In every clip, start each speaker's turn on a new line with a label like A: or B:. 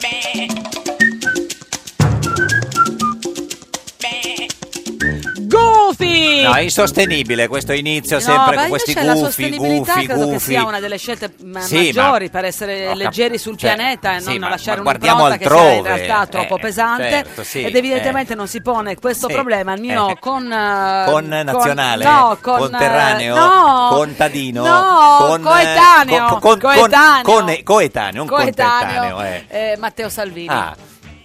A: Beh. Beh.
B: Goofy!
C: No, è insostenibile questo inizio
B: No,
C: sempre
B: ma
C: con questi
B: invece la
C: gufi,
B: sostenibilità
C: gufi,
B: credo che
C: gufi.
B: sia una delle scelte ma-
C: Sì, ma-
B: maggiori per essere
C: Ho cap-
B: leggeri sul
C: cioè,
B: pianeta e
C: sì,
B: non
C: ma-
B: lasciare
C: ma guardiamo
B: un'impronta che sia in
C: altrove,
B: realtà troppo
C: eh,
B: pesante
C: certo, sì,
B: ed evidentemente non si pone questo
C: Sì,
B: problema mio
C: eh.
B: con, eh,
C: Con nazionale,
B: no, con, eh,
C: conterraneo,
B: no,
C: contadino,
B: No,
C: con, eh,
B: coetaneo,
C: co- co- con-
B: coetaneo.
C: con- eh, coetaneo, non
B: coetaneo,
C: conterraneo, eh.
B: eh, Matteo Salvini.
C: Ah,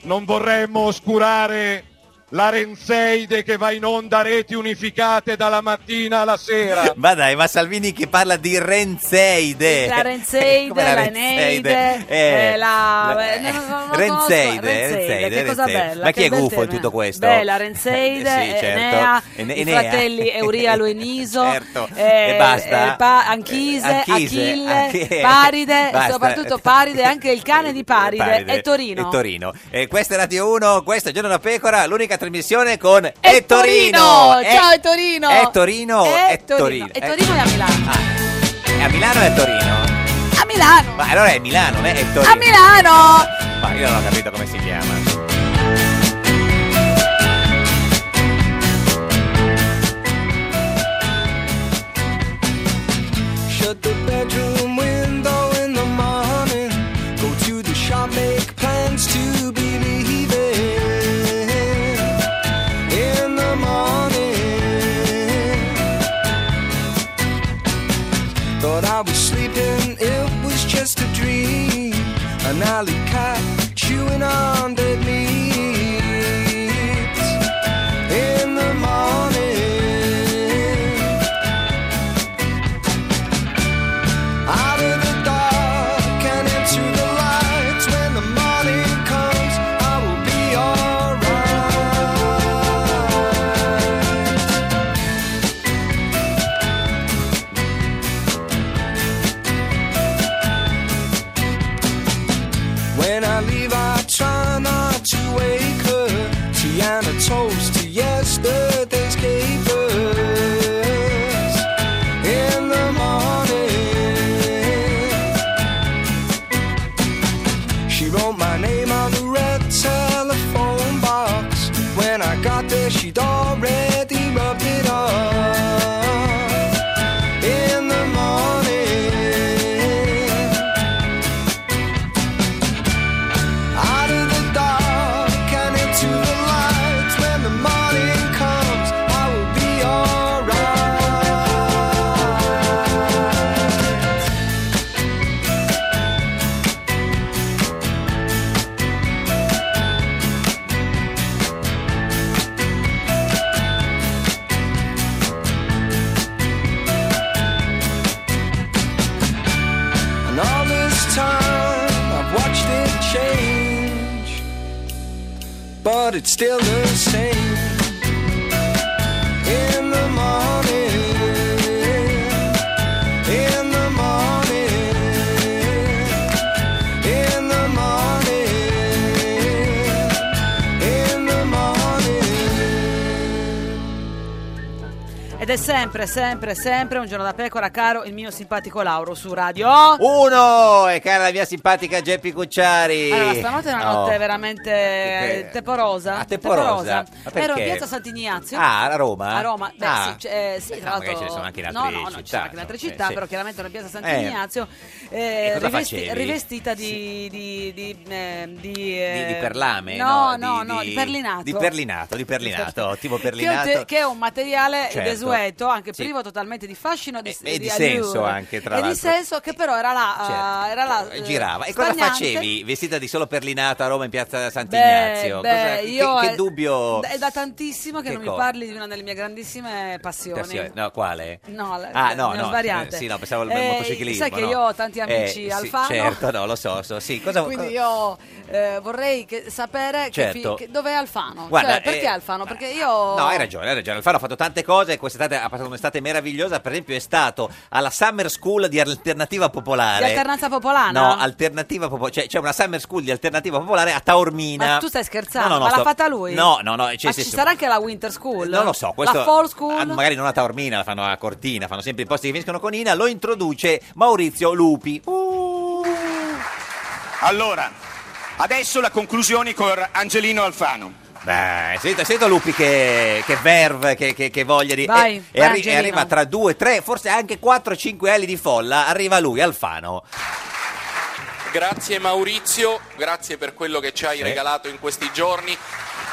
D: Non vorremmo oscurare la Renseide che va in onda a reti unificate dalla mattina alla sera.
C: ma dai, ma Salvini che parla di Renzeide.
B: La Renzeide,
C: eh. Come
B: la
C: Renzeide?
B: Eneide,
C: Eh,
B: eh, la-
C: la-
B: eh, no, no, non lo conosco.
C: Renzeide,
B: Renzeide,
C: Renzeide,
B: che cosa
C: Renzeide.
B: bella,
C: Ma
B: che
C: chi è
B: bel
C: gufo in
B: tema.
C: tutto questo?
B: Beh, la Renzeide,
C: Eh, sì, certo.
B: Enea,
C: Ene-
B: i
C: Enea.
B: fratelli Eurialo e Niso,
C: Certo.
B: eh,
C: E basta?
B: eh, Pa- Anchise,
C: Eh, Anchise,
B: Achille,
C: Anche-
B: Paride,
C: Basta.
B: soprattutto Paride, anche il cane di Paride, e Torino.
C: E Torino. Eh, questa è Radio 1, questo è Giorno da Pecora, l'unica trasmissione con E,
B: E
C: Torino! Eh,
B: Ciao e Torino!
C: E Torino!
B: E
C: E
B: Torino!
C: Torino! Ecco.
B: E Torino è a Milano.
C: Eh, A Milano e a Torino?
B: A Milano!
C: Ma allora è Milano, non è è Torino.
B: A Milano!
C: Ma io non ho capito come si chiama.
E: Shut the bedroom window in the morning. Go to the shop, make plans to be leaving in the morning. Thought I was sleeping, it was just a dream. An alley cat chewing on dead meat in the morning. Out of the dark and into the lights. When the morning comes, I will be alright. When I leave, I try not to wake her. Tea and a toast to yesterday's capers in the morning. She wrote my name on the red telephone box. When I got there, she'd already rubbed it off. In the morning, out of the dark and into the light. When the morning comes, I will be alright. And all this time I've watched it change, but it's still the same. In the morning, in the morning, in the morning, in the morning.
B: Ed è sempre, sempre, sempre un giorno da pecora, caro il mio simpatico Lauro su radio.
C: Uno! E cara la mia simpatica Geppi Cucciari.
B: Allora, stanotte è una
C: Oh.
B: notte veramente eh,
C: Che-
B: teporosa.
C: Ah, teporosa. Ma perché?
B: Ero in piazza Sant'Ignazio.
C: Ah, a Roma?
B: A Roma, beh,
C: Ah.
B: sì, c'è- eh, sì,
C: Beh,
B: tra
C: no,
B: l'altro.
C: magari ce ne sono anche in
B: no,
C: altre
B: no, no, ci
C: città,
B: sono anche in altre
C: insomma,
B: città,
C: sì.
B: però chiaramente una piazza
C: Eh.
B: Sant'Ignazio eh,
C: E cosa
B: rivesti-
C: facevi?
B: rivestita di. di, di, eh, di,
C: Di,
B: eh,
C: di perlame?
B: No,
C: di-
B: no, no, di, perlinato.
C: Di perlinato, di perlinato, ottimo
B: Che è un te-
C: perlinato.
B: Che, è un materiale
C: Certo.
B: desueto, anche
C: Sì.
B: privo totalmente di fascino di,
C: E- e di
B: allure.
C: senso anche, tra
B: e di
C: l'altro.
B: senso che però era là,
C: Certo.
B: eh, era là, eh,
C: girava e cosa
B: stagnante.
C: facevi vestita di solo perlinato a Roma in piazza
B: Beh,
C: Sant'Ignazio Cosa-
B: beh,
C: che-
B: io
C: che,
B: è-
C: dubbio
B: È da tantissimo che,
C: Oh, Che
B: non mi
C: cosa?
B: parli di una delle mie grandissime passioni.
C: Passione. no quale
B: No, la-
C: ah no
B: ne ho
C: no
B: svariate.
C: eh, sì no pensavo al
B: Eh,
C: motociclismo
B: sai che
C: no. Eh,
B: io ho tanti amici
C: sì,
B: Alfano.
C: certo no lo so, so sì cosa
B: Quindi
C: cosa-
B: io eh, vorrei che- sapere che
C: Certo.
B: fi- che- dove è Alfano.
C: Guarda,
B: Cioè, perché
C: eh,
B: Alfano? Perché io...
C: No, hai ragione, hai ragione. Alfano ha fatto tante cose e queste un'estate, ha passato un'estate meravigliosa, per esempio è stato alla Summer School di Alternativa Popolare.
B: Di alternanza popolana?
C: No, Alternativa Popolare, cioè, c'è una Summer School di Alternativa Popolare a Taormina.
B: Ma tu stai scherzando?
C: No, no, no,
B: ma l'ha
C: sto-
B: fatta lui?
C: No, no, no, cioè,
B: ma
C: sì,
B: ci
C: sì.
B: sarà anche la Winter School?
C: Non lo so, questo
B: La Fall School?
C: Ah, magari non a Taormina, la fanno a Cortina, fanno sempre i posti che finiscono con Ina, lo introduce Maurizio Lupi. Uh!
F: Allora, adesso la conclusione con Angelino Alfano.
C: Beh, sento, sento Lupi che, che verve, che, che- che voglia di...
F: Vai, vai,
C: e, arri- e
F: Angelino.
C: arriva tra due, tre, forse anche quattro, cinque ali di folla, arriva lui, Alfano.
G: Grazie Maurizio, grazie per quello che ci hai
C: Sì.
G: regalato in questi giorni,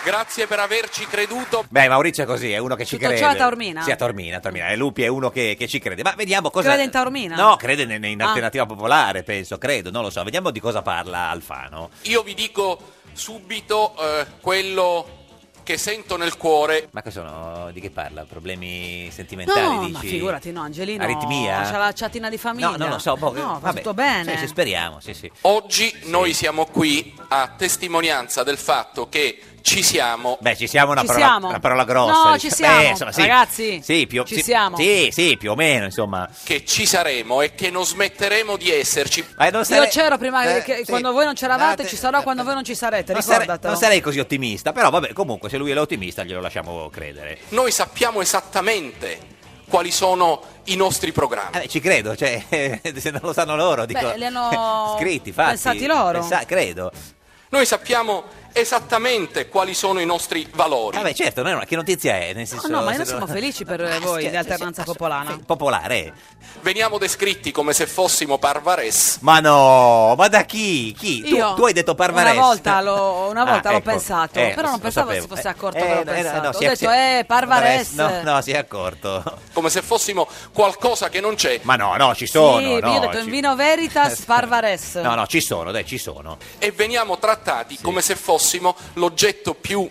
G: grazie per averci creduto.
C: Beh, Maurizio è così, è uno che ci
B: Tutto
C: crede.
B: ciò a Taormina?
C: Sì, a Taormina, a Taormina. E Lupi è uno che, che ci crede. Ma vediamo cosa...
B: Crede in Taormina?
C: No, crede in, in
B: Ah.
C: alternativa popolare, penso, credo, non lo so. Vediamo di cosa parla Alfano.
G: Io vi dico subito eh, quello che sento nel cuore.
C: Ma che sono, di che parla? Problemi sentimentali,
B: No,
C: dici?
B: ma figurati, no, Angelino.
C: Aritmia?
B: C'ha la chatina di famiglia.
C: No, non lo so, boh,
B: No, va
C: vabbè.
B: tutto bene.
C: Sì, sì, speriamo, sì, sì.
G: Oggi noi siamo qui a testimonianza del fatto che ci siamo.
C: Beh, ci siamo una,
G: Ci
C: parola,
G: siamo.
C: una parola grossa.
G: No,
C: diciamo.
G: ci
C: Beh,
G: siamo,
C: insomma, sì.
G: ragazzi,
C: Sì, più,
G: ci
C: sì,
G: siamo.
C: Sì, sì, più o meno, insomma.
G: Che ci saremo e che non smetteremo di esserci.
C: Ma non
B: Io
C: sarei,
B: c'ero prima
C: Eh,
B: che-
C: sì. Eh,
B: quando voi non c'eravate, ci sarò quando voi non ci sarete,
C: non sarei-
B: ricordatelo.
C: non sarei così ottimista, però vabbè, comunque se lui è l'ottimista glielo lasciamo credere.
G: Noi sappiamo esattamente quali sono i nostri programmi.
C: Eh, ci credo, cioè, se non lo sanno loro, dico.
G: li hanno
C: scritti, fatti.
G: pensati loro.
C: pensa- credo.
G: Noi sappiamo esattamente quali sono i nostri valori.
C: Vabbè, certo, non è una- che notizia è? Nel senso,
B: No, no,
C: se
B: ma
C: Ah,
B: noi
C: non-
B: siamo felici per voi di alternanza popolana.
C: Popolare. eh.
G: Veniamo descritti come se fossimo parvares.
C: Ma no, ma da chi? Chi? Tu-
B: Io
C: tu, hai detto Parvarese.
B: Una volta l'ho, una volta
C: Ah,
B: l'ho
C: ecco.
B: pensato,
C: Eh,
B: però non
C: lo
B: pensavo
C: sapevo.
B: si fosse accorto
C: Eh,
B: che l'ho
C: eh, no,
B: pensato.
C: no,
B: Ho
C: si è-
B: detto,
C: si
B: eh, Parvares.
C: No, no, si è accorto.
G: Come se fossimo qualcosa che non c'è.
C: Ma no, no, ci
B: Sì,
C: sono.
B: io
C: no,
B: ho detto in
C: ci-
B: vino veritas Parvares.
C: No, no, ci sono, dai, ci sono.
G: E veniamo trattati come se fossimo l'oggetto più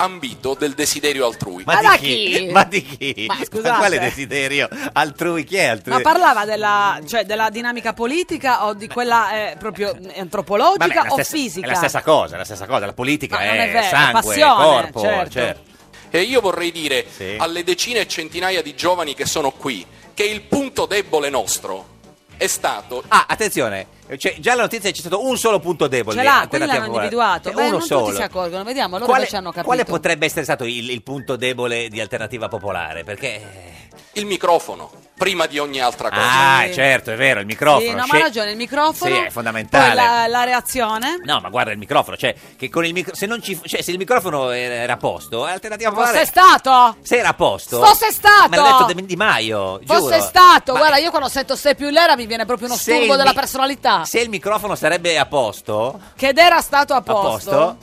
G: ambito del desiderio altrui.
C: Ma, di chi? Ma di chi?
B: Ma scusate.
C: quale desiderio? Altrui, chi è altrui?
B: Ma parlava della, cioè, della dinamica politica o di quella eh, proprio eh, antropologica
C: Vabbè, è la
B: o
C: stessa-
B: fisica?
C: È la stessa cosa, è la stessa cosa. La politica
B: Ma non
C: è,
B: è vero, è
C: sangue,
B: passione,
C: corpo,
B: certo.
G: E io vorrei dire
C: Oh, Sì.
G: alle decine e centinaia di giovani che sono qui che il punto debole nostro è stato
C: Ah, attenzione, cioè, già la notizia c'è stato un solo punto debole.
B: Ce l'ha, quindi
C: Alternativa
B: l'hanno
C: Popolare.
B: individuato.
C: C'è
B: Beh,
C: uno
B: non
C: solo.
B: tutti si accorgono, vediamo, loro
C: Quale-
B: che ci hanno capito.
C: Quale potrebbe essere stato il, il punto debole di Alternativa Popolare? Perché... eh,
G: il microfono, prima di ogni altra cosa.
C: Ah, certo, è vero, il microfono.
B: Sì, no, ma
C: Sce-
B: ha ragione, il microfono.
C: Sì, è fondamentale.
B: Poi la, la reazione.
C: No, ma guarda il microfono, cioè, che con il micro- se, non ci- cioè, se il microfono era era a posto, Alternativa
B: Fosse
C: Popolare...
B: stato!
C: Se era a posto...
B: Fosse stato!
C: Me l'ha detto Di- Di Maio, giuro.
B: Fosse stato! Guarda, io quando sento sei più lera mi viene proprio uno
C: Se
B: sturbo
C: il
B: della
C: mi-
B: personalità.
C: Se il microfono sarebbe a posto...
B: Che era stato a
C: A
B: posto.
C: posto...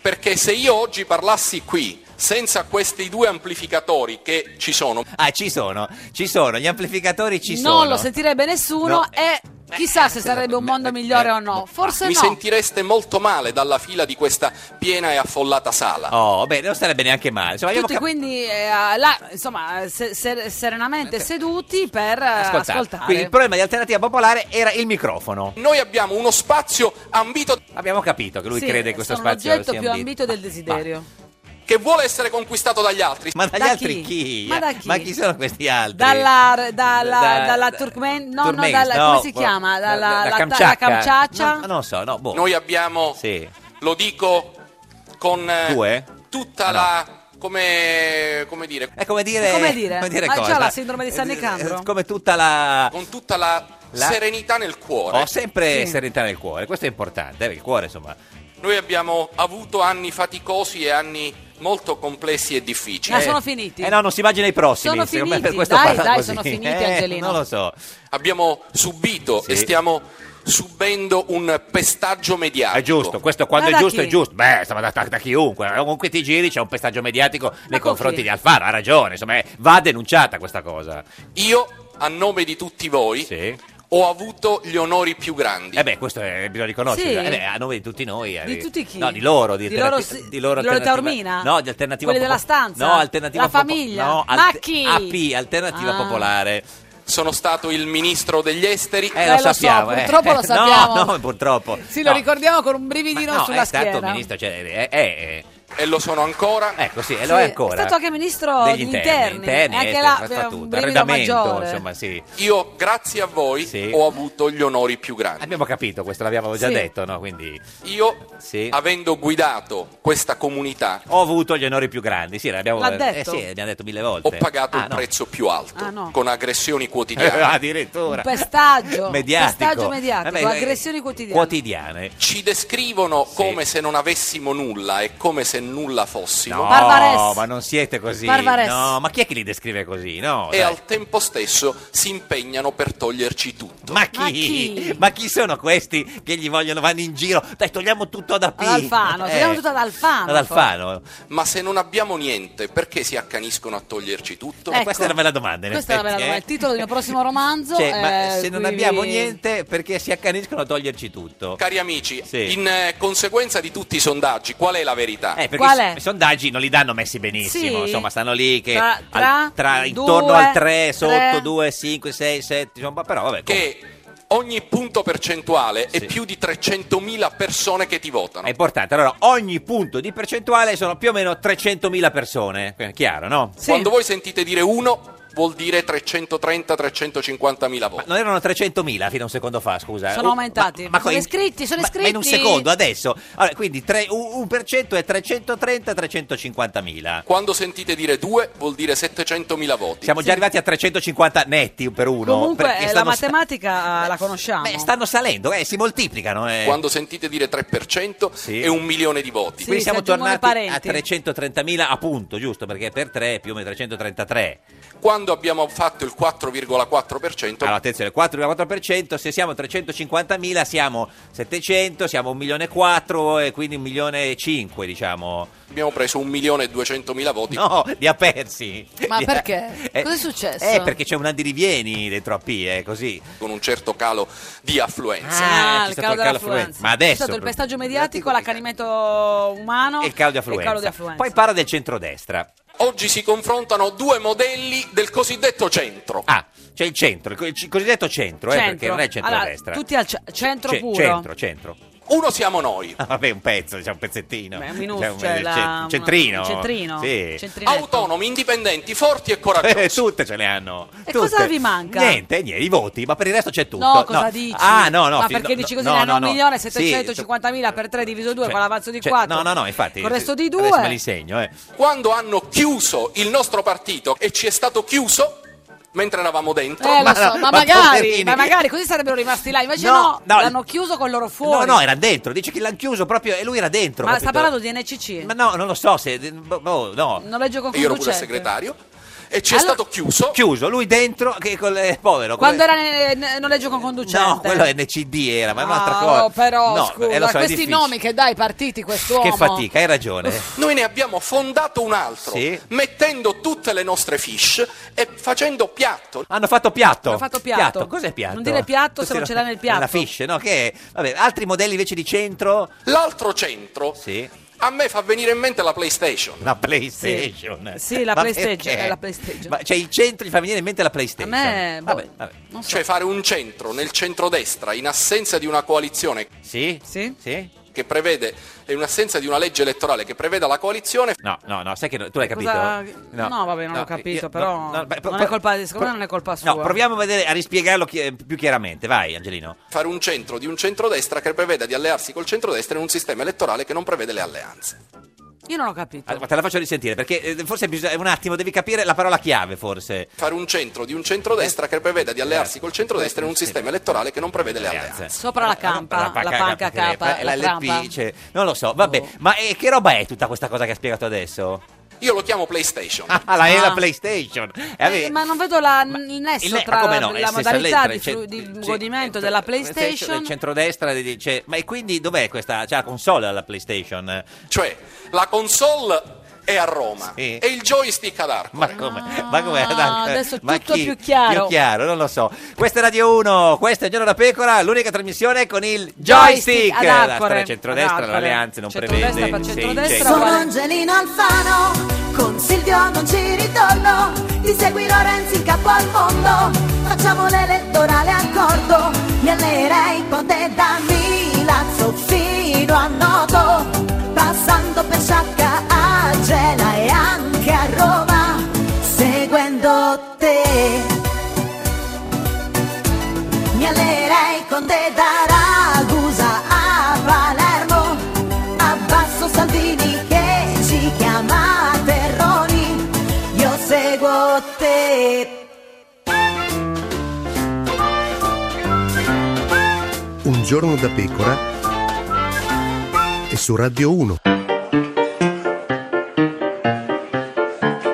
G: Perché se io oggi parlassi qui senza questi due amplificatori che ci sono,
C: Ah, ci sono, ci sono, gli amplificatori ci
B: non
C: sono.
B: lo sentirebbe nessuno
C: No. Eh,
B: e chissà se sarebbe un mondo migliore o no. Forse
G: Ah, mi
B: no.
G: sentireste molto male dalla fila di questa piena e affollata sala.
C: Oh, beh, non sarebbe neanche male. Insomma, abbiamo
B: Tutti
C: cap-
B: quindi eh, là, insomma, se- se- serenamente seduti per eh,
C: ascoltate.
B: ascoltare.
C: Quindi il problema di Alternativa Popolare era il microfono.
G: Noi abbiamo uno spazio ambito
C: Abbiamo capito che lui
B: Sì,
C: crede che questo
B: sono
C: spazio
B: l'oggetto
C: sia
B: più
C: ambito.
B: ambito del desiderio.
G: che vuole essere conquistato dagli altri.
C: Ma dagli
B: Da
C: altri chi?
B: Ma da chi?
C: sono questi altri?
B: Dalla, dalla,
C: Da-
B: dalla Turkmen, no, no,
C: Turkmenis,
B: dalla, come si
C: boh,
B: chiama?
C: da-
B: Dalla
C: da- da
B: la- la
C: Kamchatka.
B: Kamchatka?
C: No, non lo so, no, boh.
G: Noi abbiamo,
C: Sì.
G: lo dico con eh,
C: Due?
G: tutta
C: Ah, no.
G: la... Come, come dire?
C: È come dire...
B: Come dire? Ma c'ha
C: cosa?
B: la sindrome di San Nicandro?
C: Eh, Come tutta la...
G: Con tutta la,
C: La-
G: serenità nel cuore.
C: Ho sempre
B: Sì.
C: serenità nel cuore, questo è importante, eh, il cuore insomma...
G: Noi abbiamo avuto anni faticosi e anni molto complessi e difficili.
B: Ma Ah, sono finiti.
C: Eh no, non si immagina i prossimi,
B: Sono
C: secondo me
B: finiti,
C: per questo
B: dai,
C: parla
B: dai,
C: così.
B: sono finiti,
C: Eh,
B: Angelino.
C: Non lo so.
G: Abbiamo subito
C: Sì.
G: e stiamo subendo un pestaggio mediatico.
C: È giusto, questo quando
B: Ma
C: è
B: da
C: giusto
B: chi?
C: è giusto. Beh, insomma, da, da- da chiunque. Comunque ti giri c'è un pestaggio mediatico nei
B: con
C: confronti
B: chi?
C: di Alfaro, ha ragione, insomma, eh, va denunciata questa cosa.
G: Io, a nome di tutti voi,
C: Sì.
G: ho avuto gli onori più grandi.
C: Eh beh, questo è, bisogna riconoscere.
B: Sì.
C: Eh beh, a nome di tutti noi. eh,
B: Di tutti chi?
C: No, di loro. Di,
B: Di loro
C: alternati-
B: si- di loro
C: alternativa-
B: Taormina?
C: No, di alternativa
B: Quelli della
C: popo-
B: stanza?
C: No, alternativa
B: La
C: popo-
B: famiglia?
C: No,
B: Ma chi?
C: AP, alternativa
B: Ah.
C: popolare.
G: Sono stato il ministro degli esteri.
C: Eh,
B: Eh,
C: lo
B: lo so,
C: sappiamo. eh.
B: purtroppo lo sappiamo.
C: No, no, purtroppo.
B: Sì, lo
C: No.
B: ricordiamo con un
C: Ma
B: brividino
C: no,
B: sulla
C: è stato
B: schiena.
C: ministro, cioè, è, è- è-
G: e lo sono ancora.
C: Ecco, sì, e lo è ancora.
B: È stato anche ministro degli interni,
C: interni,
B: anche
C: esteri,
B: là,
C: fa- fa
B: eh, un
C: tutto,
B: brivido
C: arredamento,
B: maggiore.
C: insomma, sì.
G: Io, grazie a voi, ho avuto gli onori più grandi.
C: Abbiamo capito, questo l'abbiamo già
G: Sì.
C: detto, no? Quindi
G: Io,
C: Sì.
G: avendo guidato questa comunità,
C: ho avuto gli onori più grandi, sì, l'abbiamo
G: L'ha
C: Eh,
G: detto?
C: sì, l'abbiamo detto mille volte.
G: ho pagato
C: Ah,
G: un
C: no.
G: prezzo più alto,
B: Ah, no.
G: con aggressioni quotidiane.
C: addirittura.
B: Pestaggio,
C: Mediatico.
B: pestaggio mediatico,
C: Vabbè, eh,
B: aggressioni quotidiane.
C: Quotidiane.
G: Ci descrivono come se non avessimo nulla e come se nulla fossimo.
C: No, ma non siete così.
G: Barbares.
C: No, ma chi è che li descrive così? No,
G: e
C: dai.
G: al tempo stesso si impegnano per toglierci tutto.
C: Ma chi? Ma chi? sono questi che gli vogliono vanno in giro? Dai, togliamo tutto da P.
B: Alfano,
C: Eh,
B: togliamo tutto ad Alfano.
C: ad Alfano.
G: Ma se non abbiamo niente, perché si accaniscono a toglierci tutto?
C: Eh,
B: Ecco. Questa è una bella
C: domanda, eh.
B: Questa è la bella domanda, il titolo del mio prossimo romanzo.
C: Cioè, ma
B: eh,
C: se non
B: qui
C: abbiamo
B: vi-
C: niente, perché si accaniscono a toglierci tutto?
G: Cari amici,
C: Sì.
G: in eh, conseguenza di tutti i sondaggi, qual è la verità?
C: Eh, perché
B: Qual
C: i-
B: è?
C: i sondaggi non li danno messi benissimo,
B: Sì.
C: insomma, stanno lì che
B: Tra-
C: al-
B: tra,
C: intorno
B: due,
C: al 3,
B: tre.
C: sotto 2, 5, 6, 7, insomma, però vabbè, comunque,
G: Che ogni punto percentuale è più di 300.000 persone che ti votano.
C: è importante. Allora, ogni punto di percentuale sono più o meno 300.000 persone, è chiaro, no?
G: Quando voi sentite dire uno, vuol dire 330-350 mila voti.
C: Non erano 300.000 fino a un secondo fa, scusa.
B: Sono
C: Oh,
B: aumentati.
C: ma
B: sono
C: in-
B: iscritti, sono
C: ma-
B: iscritti.
C: ma in un secondo adesso. Allora, quindi tre- un, un per cento è 330-350.000.
G: Quando sentite dire due, vuol dire 700.000 voti.
C: Siamo già arrivati a 350 netti per uno.
B: Comunque
C: perché
B: eh, la
C: stanno, sta-
B: matematica la conosciamo.
C: stanno salendo, eh, si moltiplicano. eh.
G: Quando sentite dire 3%, è un milione di voti.
C: Quindi siamo tornati a 330.000 a punto, giusto? Perché per 3 è più o meno 333.
G: Quando abbiamo fatto il 4,4%,
C: Allora, attenzione, 4,4%, se siamo 350.000 siamo 700, siamo 1.400.000 e quindi 1.500.000, diciamo.
G: abbiamo preso un milione e 200.000 voti.
C: No, li ha persi.
B: Ma
C: Li ha-
B: perché?
C: Eh,
B: Cos'è successo?
C: Eh, perché c'è un andirivieni dentro a P, è così. Eh,
G: Con un certo calo di affluenza.
B: Ah,
C: c'è stato
B: il calo
C: il calo
B: dell'affluenza.
C: affluenza. Ma adesso
B: C'è stato il
C: proprio.
B: pestaggio mediatico, l'accanimento umano
C: E il calo di affluenza.
B: calo di affluenza.
C: Poi parla del centrodestra.
G: Oggi si confrontano due modelli del cosiddetto centro.
C: Ah, c'è il centro, il co- il c- cosiddetto centro, eh,
B: Centro.
C: perché non è il centrodestra.
B: Allora, tutti al ce- centro
C: Ce-
B: puro.
C: centro, centro.
G: Uno siamo noi.
C: Ah, vabbè, un pezzo, c'è un pezzettino.
B: Beh, un minus-
C: C'è un,
B: cioè
C: eh,
B: la-
C: ce-
B: una-
C: un centrino.
B: un centrino.
C: Sì.
B: Centrinetto.
G: Autonomi, indipendenti, forti e coraggiosi.
C: Eh, tutte ce le hanno.
B: E
C: Tutte.
B: cosa vi manca?
C: Niente, niente, i voti, ma per il resto c'è tutto.
B: No, cosa dici?
C: Ah, no, no.
B: Ma
C: fi-
B: perché
C: no,
B: dici
C: no,
B: così?
C: no,
B: ne hanno
C: no.
B: 1.750.000 per 3 diviso 2
C: Cioè,
B: con l'avanzo di
C: cioè,
B: 4.
C: No, no, no, infatti.
B: Con il resto di
C: Adesso
B: 2.
C: me li segno, eh.
G: Quando hanno chiuso il nostro partito e ci è stato chiuso mentre eravamo dentro,
B: Eh, lo
C: Ma
B: so,
C: no,
B: ma,
C: ma
B: magari,
C: poverini.
B: ma magari così sarebbero rimasti là. Invece no,
C: No, no,
B: l'hanno chiuso con loro
C: No,
B: fuori.
C: no, era dentro, dice che l'hanno chiuso proprio e lui era dentro.
B: ma
C: capito?
B: sta parlando di NCC?
C: Ma no, non lo so se. boh, boh, no.
B: Noleggio con
G: io ero pure il
B: conducente.
G: segretario, e ci è
B: Allora-
G: stato chiuso.
C: Chiuso, lui dentro, che col, eh, povero.
B: Quando
C: come-
B: era ne- ne- noleggio con conducente?
C: No, quello è NCD era, ma è un'altra
B: Ah,
C: cosa.
B: no, però,
C: No,
B: scusa,
C: eh, lo so, è
B: questi
C: difficile.
B: nomi che dai partiti quest'uomo.
C: Che fatica, hai ragione.
G: Noi ne abbiamo fondato un altro,
C: Sì.
G: mettendo tutte le nostre fish e facendo piatto.
C: Hanno fatto piatto.
B: Hanno fatto piatto.
C: Cos'è piatto?
B: Non dire piatto
C: Questi
B: se non
C: no-
B: ce l'ha nel
C: È
B: piatto.
C: una fish, no? Che è- Vabbè, altri modelli invece di centro.
G: L'altro centro
C: Sì.
G: a me fa venire in mente la PlayStation.
C: La PlayStation.
B: Sì, la
C: Ma
B: PlayStation,
C: perché?
B: è la PlayStation.
C: Ma cioè il centro gli fa venire in mente la
B: A
C: PlayStation.
B: me, boh,
C: Vabbè, vabbè.
B: non so.
G: Cioè fare un centro nel centrodestra in assenza di una coalizione
C: Sì?
B: Sì?
C: Sì?
G: che prevede, in assenza di una legge elettorale che preveda la coalizione,
C: No, no, no, sai che no- tu l'hai capito?
B: Cosa-
C: eh,
B: No, vabbè, non l'ho capito, però
C: beh,
B: non è colpa di- secondo me non è colpa sua.
C: No, proviamo a vedere a rispiegarlo chi- più chiaramente. Vai, Angelino.
G: fare un centro di un centrodestra che preveda di allearsi col centrodestra in un sistema elettorale che non prevede le alleanze.
B: Io non ho capito.
C: Allora, te la faccio risentire perché eh, forse bisogna un attimo devi capire la parola chiave, forse.
G: Fare un centro di un centrodestra che preveda di allearsi col centrodestra in un sistema elettorale che non prevede le alleanze.
B: Sopra la campa, la, panca capa,
C: e
B: la,
C: eh,
B: Oh.
C: la
B: trampa.
C: LP, cioè, non lo so, vabbè, ma eh, che roba è tutta questa cosa che ha spiegato adesso?
G: Io lo chiamo PlayStation.
C: Ah, la, è
B: Ah.
C: la PlayStation. Eh,
B: Eh,
C: vabbè,
B: ma non vedo la, il
C: il
B: nesso
C: ne- ma
B: tra
C: come no,
B: la,
C: nel senso,
B: modalità
C: lei
B: di,
C: tra
B: fru-
C: il
B: di
C: cen-
B: godimento
C: sì,
B: della
C: tra-
B: PlayStation.
C: del centrodestra e di- cioè, ma e quindi dov'è questa c'è la console alla PlayStation?
G: Cioè, la console è a Roma
C: Sì.
G: e il joystick ad Arco.
C: Ma come? ma come?
B: Ah, adesso è
C: ma
B: tutto
C: chi?
B: più chiaro.
C: Più chiaro, non lo so. Questa è Radio 1, questa è Giorno da Pecora, l'unica trasmissione con il
B: Joystick
C: joystick.
B: ad
C: La
B: Arcore,
C: storia
B: ad
C: centrodestra,
B: Arcore.
C: l'alleanza
H: cioè,
C: non
B: Centrodestra
C: prevede.
B: per
C: sì,
B: centrodestra,
C: sì.
I: Sono Angelino Alfano, con Silvio non ci ritorno, ti seguirò Renzi in capo al mondo, facciamo l'elettorale al cordo, mi allerei con te da Milazzo fino a Noto, passando per Sciacca a te.
J: Un giorno da pecora e su Radio 1.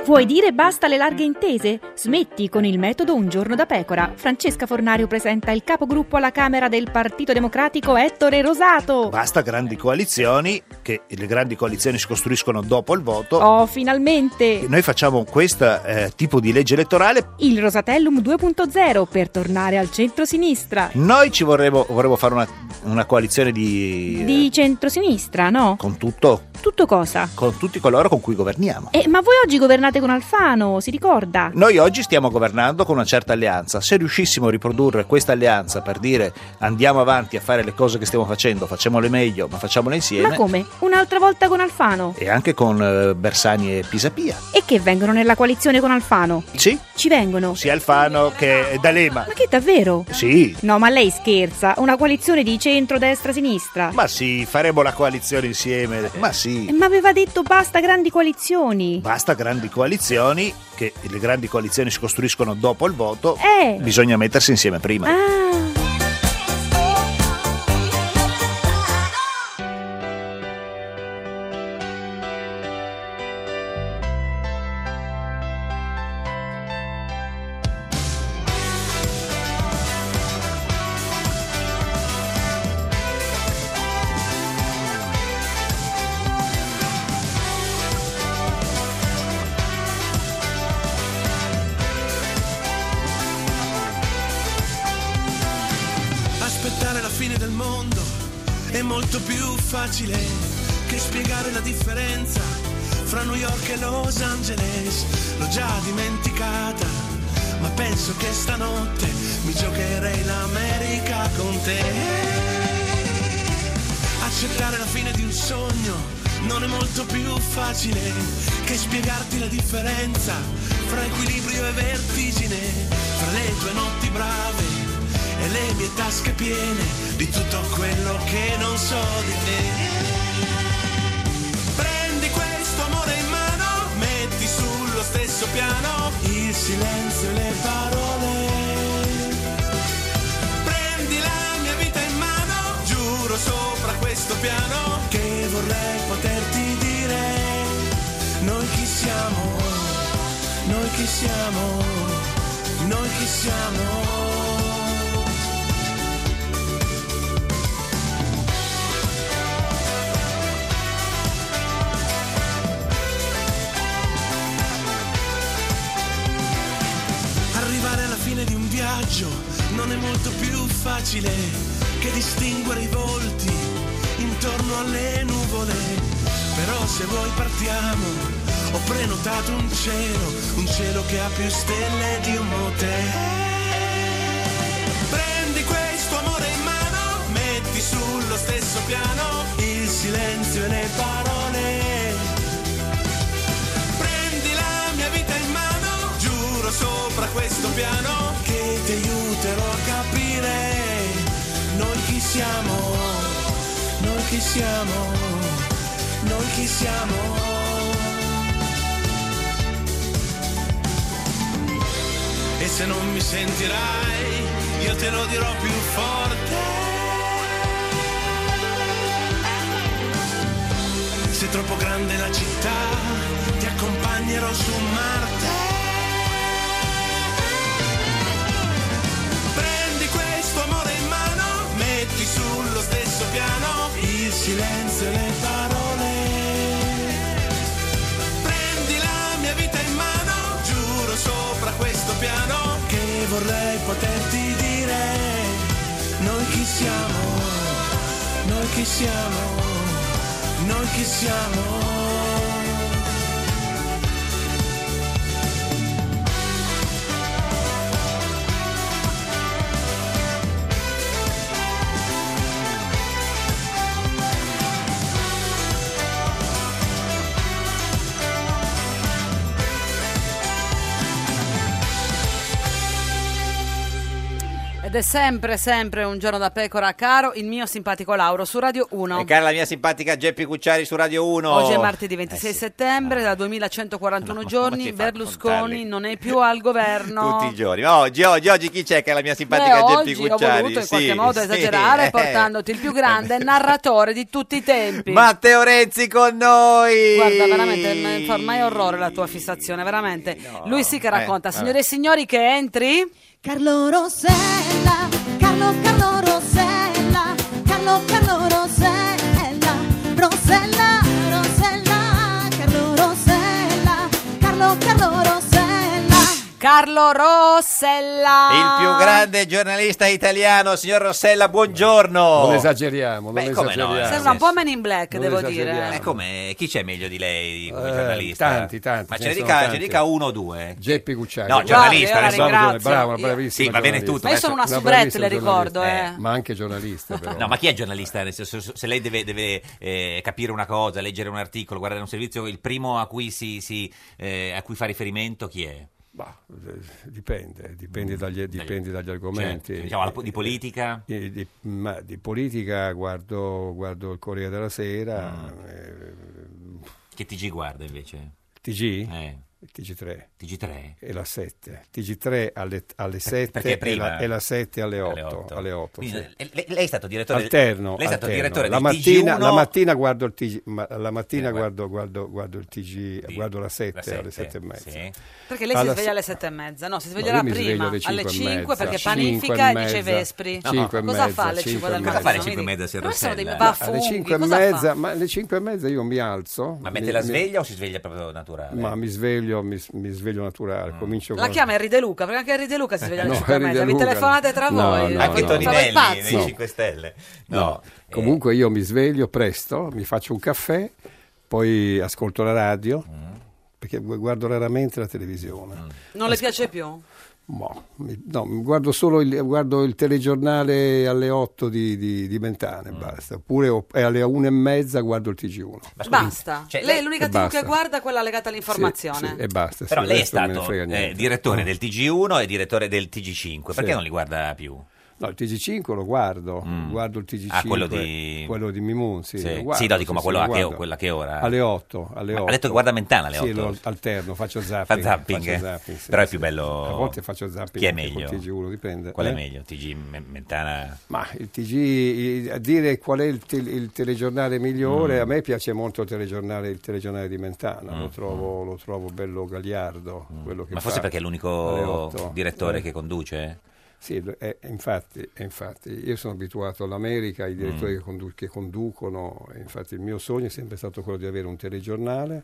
H: Vuoi dire basta alle larghe intese? Smetti con il metodo Un giorno da pecora. Francesca Fornario presenta il capogruppo alla Camera del Partito Democratico Ettore Rosato.
K: Basta grandi coalizioni, che le grandi coalizioni si costruiscono dopo il voto.
H: Oh, finalmente!
K: Noi facciamo questo eh, tipo di legge elettorale.
H: Il Rosatellum 2.0 per tornare al centro-sinistra.
K: Noi ci vorremmo, vorremmo fare una, una coalizione di... eh,
H: Di centrosinistra, no?
K: con tutto,
H: Tutto cosa?
K: con tutti coloro con cui governiamo.
H: Eh, ma voi oggi governate con Alfano, si ricorda?
K: Noi oggi stiamo governando con una certa alleanza. Se riuscissimo a riprodurre questa alleanza per dire andiamo avanti a fare le cose che stiamo facendo, facciamole meglio, ma facciamole insieme.
H: Ma come? Un'altra volta con Alfano?
K: E anche con eh, Bersani e Pisapia.
H: E che vengono nella coalizione con Alfano?
K: Sì?
H: Ci vengono?
K: Sia Alfano che D'Alema.
H: Ma che davvero?
K: Sì.
H: No, ma lei scherza, una coalizione di centro, destra, sinistra.
K: Ma sì, faremo la coalizione insieme. Ma sì.
H: Eh, Ma aveva detto basta grandi coalizioni.
K: Basta grandi coalizioni, che le grandi coalizioni si costruiscono dopo il voto.
H: Eh.
K: Bisogna mettersi insieme prima.
H: Ah.
L: Aspettare la fine del mondo è molto più facile che spiegare la differenza fra New York e Los Angeles. L'ho già dimenticata, ma penso che stanotte mi giocherei l'America con te. Accettare la fine di un sogno non è molto più facile che spiegarti la differenza fra equilibrio e vertigine, fra le tue notti brave e le mie tasche piene di tutto quello che non so di te. Prendi questo amore in mano, metti sullo stesso piano il silenzio e le parole. Prendi la mia vita in mano, giuro sopra questo piano che vorrei poterti dire. Noi chi siamo? Noi chi siamo? Noi chi siamo? Arrivare alla fine di un viaggio non è molto più facile che distinguere i volti intorno alle nuvole. Però se vuoi partiamo, ho prenotato un cielo, un cielo che ha più stelle di un motel. Prendi questo amore in mano, metti sullo stesso piano il silenzio e le parole. Prendi la mia vita in mano, giuro sopra questo piano che ti aiuterò a capire noi chi siamo, noi chi siamo, noi chi siamo. E se non mi sentirai, io te lo dirò più forte. Se è troppo grande la città, ti accompagnerò su Marte. Prendi questo amore in mano, metti sullo stesso piano il silenzio e le parole. Prendi la mia vita in mano, giuro sopra questo piano che vorrei poterti dire. Noi chi siamo? Noi chi siamo? Noi chi siamo?
B: Ed Ed è sempre, sempre un giorno da pecora, caro il mio simpatico Lauro su Radio 1.
C: E cara la mia simpatica Geppi Cucciari su Radio 1.
B: Oggi è
C: Eh,
B: martedì 26
C: Ah.
B: settembre, da 2141 giorni Berlusconi non è più al governo.
C: Tutti i giorni. Ma Oggi, oggi, oggi chi c'è che è la mia simpatica
B: Beh,
C: Geppi
B: oggi ho
C: Cucciari?
B: voluto in
C: Sì,
B: qualche modo
C: sì,
B: esagerare
C: eh.
B: portandoti il più grande narratore di tutti i tempi.
C: Matteo Renzi con noi!
B: Guarda, veramente mi fa ormai orrore la tua fissazione, veramente. Lui sì che racconta,
C: Eh,
B: signore e signori, che entri.
I: Carlo Rossella, Carlo Carlo Rossella, Carlo Carlo Rossella, Rossella, Rossella, Carlo Rossella, Carlo Carlo Rossella.
B: Carlo Rossella.
C: Il più grande giornalista italiano, signor Rossella, buongiorno!
M: Non esageriamo, non
C: Beh, come no?
M: esageriamo.
B: Sembra un po' Men in Black,
M: Non
B: devo
M: esageriamo.
B: dire.
C: Eh, come- chi c'è meglio di lei come
M: Eh,
C: giornalista?
M: tanti, tanti,
C: Ma
M: ce
C: ce ne
M: ne
C: dica,
M: sono
C: ce ne
M: tanti.
C: dica uno o due? eh.
M: Geppi Cucciari.
C: No, giornalista, adesso-
M: brava,
C: Io-
M: bravissima.
C: eh, Sì, va bene
M: giornalista.
C: tutto, Ma io adesso- sono una
M: bravissima
C: soubrette, le
M: giornalista.
C: ricordo, eh.
M: Ma anche giornalista, però.
C: No, ma chi è giornalista? Nel senso, Se, se lei deve, deve, eh, capire una cosa, leggere un articolo, guardare un servizio, il primo a cui, si, si, eh, a cui fa riferimento chi è?
M: Eh, Dipende, dipende dagli, dipende dagli argomenti.
C: Cioè, diciamo, alla po- di politica?
M: Eh, di, ma di politica guardo, guardo il Corriere della Sera,
C: Mm.
M: Eh,
C: Che TG guarda invece?
M: TG?
C: Eh.
M: Il TG3. E la 7. TG3 alle, alle 7
C: perché
M: e
C: prima-
M: la, e la 7 alle 8. Alle 8.
C: Quindi,
M: sì.
C: eh, lei, lei è stato direttore del-
M: alterno,
C: lei è stato
M: alterno.
C: direttore
M: la
C: del
M: mattina,
C: TG1
M: la mattina guardo il TG ma- la
C: Eh,
M: mattina guardo, guardo, guardo il TG guardo la 7 alle 7
C: sette,
M: e mezza
C: sì.
B: Perché lei si sveglia alle sette e mezza, no, si
M: No,
B: sveglierà
M: io mi sveglio
B: prima
M: alle cinque e
B: cinque,
M: mezza.
B: perché
M: Cinque
B: panifica e
M: e
B: dice
M: mezza.
B: Vespri.
M: Cinque e
B: Cosa
M: mezza,
B: fa alle
M: cinque
B: 5
M: e
B: del mattino?
M: mezza. Cosa fa alle
C: cinque e mezza, signor
B: Però sono dei
C: Rossella?
M: alle
B: baffunghi,
M: 5 e
B: cosa fa?
M: mezza ma alle 5 e mezza io mi alzo
C: Ma
M: mi-
C: mette la
M: mi-
C: sveglia o si sveglia proprio naturale?
M: ma mi sveglio mi, mi sveglio naturale comincio
B: La
M: con-
B: chiama Henry De Luca, perché anche Henry De Luca si sveglia alle
M: Eh, No,
B: 5 e
M: Henry De
B: mezza. Vi
M: Luca,
B: telefonate tra
M: no,
B: voi.
M: no,
C: Ah, Anche
M: no.
C: Toninelli
B: Fate
C: nei
M: No.
C: 5 Stelle.
M: No, comunque io mi sveglio presto, mi faccio un caffè, poi ascolto la radio, perché gu- guardo raramente la televisione.
B: Non le piace più?
M: Mo, mi- no, mi guardo solo il, guardo il telegiornale alle 8 di, di, di Mentana e basta, oppure o- e alle 1 e mezza guardo il TG1.
B: Basta. lei è l'unica
M: cioè, E
B: TV
M: basta.
B: che guarda è quella legata all'informazione.
M: Sì, sì, e basta.
C: Però
M: sì,
C: lei è
M: adesso non me ne
C: stato
M: frega niente.
C: eh, direttore del TG1 e direttore del TG5, perché
M: Sì.
C: non li guarda più?
M: No, il TG5 lo guardo, guardo il TG5,
C: Ah, quello di-
M: quello di Mimun, sì.
C: Sì.
M: lo guardo,
C: Sì, no, dico, ma quello
M: lo
C: a che-
M: guardo.
C: quella che ora?
M: Alle 8, alle
C: Ma ha
M: 8.
C: detto che guarda Mentana alle
M: Sì,
C: 8.
M: lo alterno, faccio zapping.
C: Fa zapping,
M: faccio
C: eh?
M: zapping, sì,
C: però è
M: sì.
C: più bello.
M: A volte faccio zapping
C: Chi è
M: anche col
C: meglio?
M: TG1, dipende.
C: Qual è
M: Eh?
C: meglio? TG Me- Mentana.
M: Ma il TG, il- a dire qual è il, tel- il telegiornale
C: Mm.
M: migliore, a me piace molto il telegiornale, il telegiornale di Mentana, lo, trovo, lo trovo bello gagliardo. quello che
C: Mm. Ma forse
M: fa
C: perché è
M: alle
C: l'unico
M: 8.
C: direttore
M: Eh.
C: che conduce?
M: Sì, lo- eh, infatti, infatti, io sono abituato all'America, ai
C: Mm.
M: direttori che, condu- che conducono, e infatti il mio sogno è sempre stato quello di avere un telegiornale,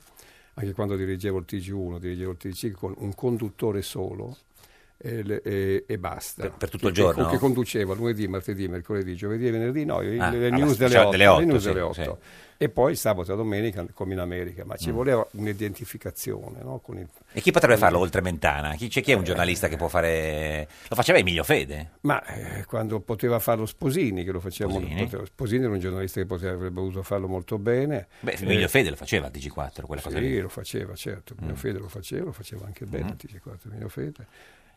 M: anche quando dirigevo il TG1, dirigevo il TG con un conduttore solo e, le- e- e basta.
C: Per- per tutto il
M: Che-
C: giorno?
M: Che, conduceva lunedì, martedì, mercoledì, giovedì e venerdì, no, io-
C: Ah,
M: le,
C: alla-
M: news delle
C: cioè,
M: 8,
C: delle
M: le
C: otto,
M: news
C: sì,
M: delle
C: sì.
M: 8. E poi sabato e domenica come in America, ma ci
C: Mm.
M: voleva un'identificazione no, con il,
C: E chi potrebbe
M: con il-
C: farlo oltre Mentana? Chi, c'è chi è
M: Eh,
C: un giornalista che può fare. Lo faceva Emilio Fede?
M: Ma eh, quando poteva farlo Sposini, che lo faceva molto-
C: Sposini.
M: poteva- Sposini era un giornalista che poteva, avrebbe potuto farlo molto bene.
C: Beh,
M: Eh,
C: Emilio Fede lo faceva a TG4, quella cosa lì. Mm.
M: Sì, lo faceva, certo. Mio Fede lo faceva, lo faceva anche bene. TG4 Mio Fede.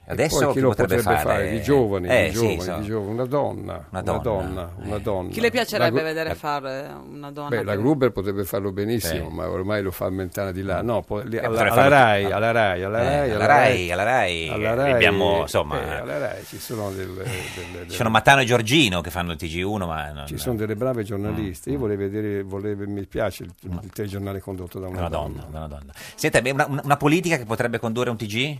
M: E
C: Adesso
M: poi
C: chi
M: chi lo
C: potrebbe
M: potrebbe fare?
C: fare?
M: Di giovani, di
C: Eh, sì,
M: giovani,
C: so. Eh.
M: di giovani. una donna,
C: Una
M: una
C: donna,
M: donna, una donna.
B: Chi le piacerebbe
M: La Gru-
B: vedere
M: la-
B: fare una donna?
M: Beh, la
B: più-
M: Gruber potrebbe farlo benissimo,
C: Eh.
M: ma ormai lo fa Mentana di là. No, po- lì-
C: Eh,
M: alla,
C: potrebbe
M: alla
C: farlo-
M: Rai, alla Rai, alla
C: Eh,
M: Rai,
C: alla Rai, alla Rai,
M: alla
C: eh,
M: Rai,
C: abbiamo,
M: eh,
C: insomma-
M: alla Rai eh, ci sono delle- delle-
C: Ci sono
M: delle-
C: Mattano e Giorgino che fanno il TG1, ma. non- Mm,
M: ci sono delle brave giornaliste. Io volevo vedere, volevo- mi piace il, il telegiornale condotto da una,
C: Una
M: donna.
C: Mm. donna, una donna. Senta, beh, una, una politica che potrebbe condurre un TG?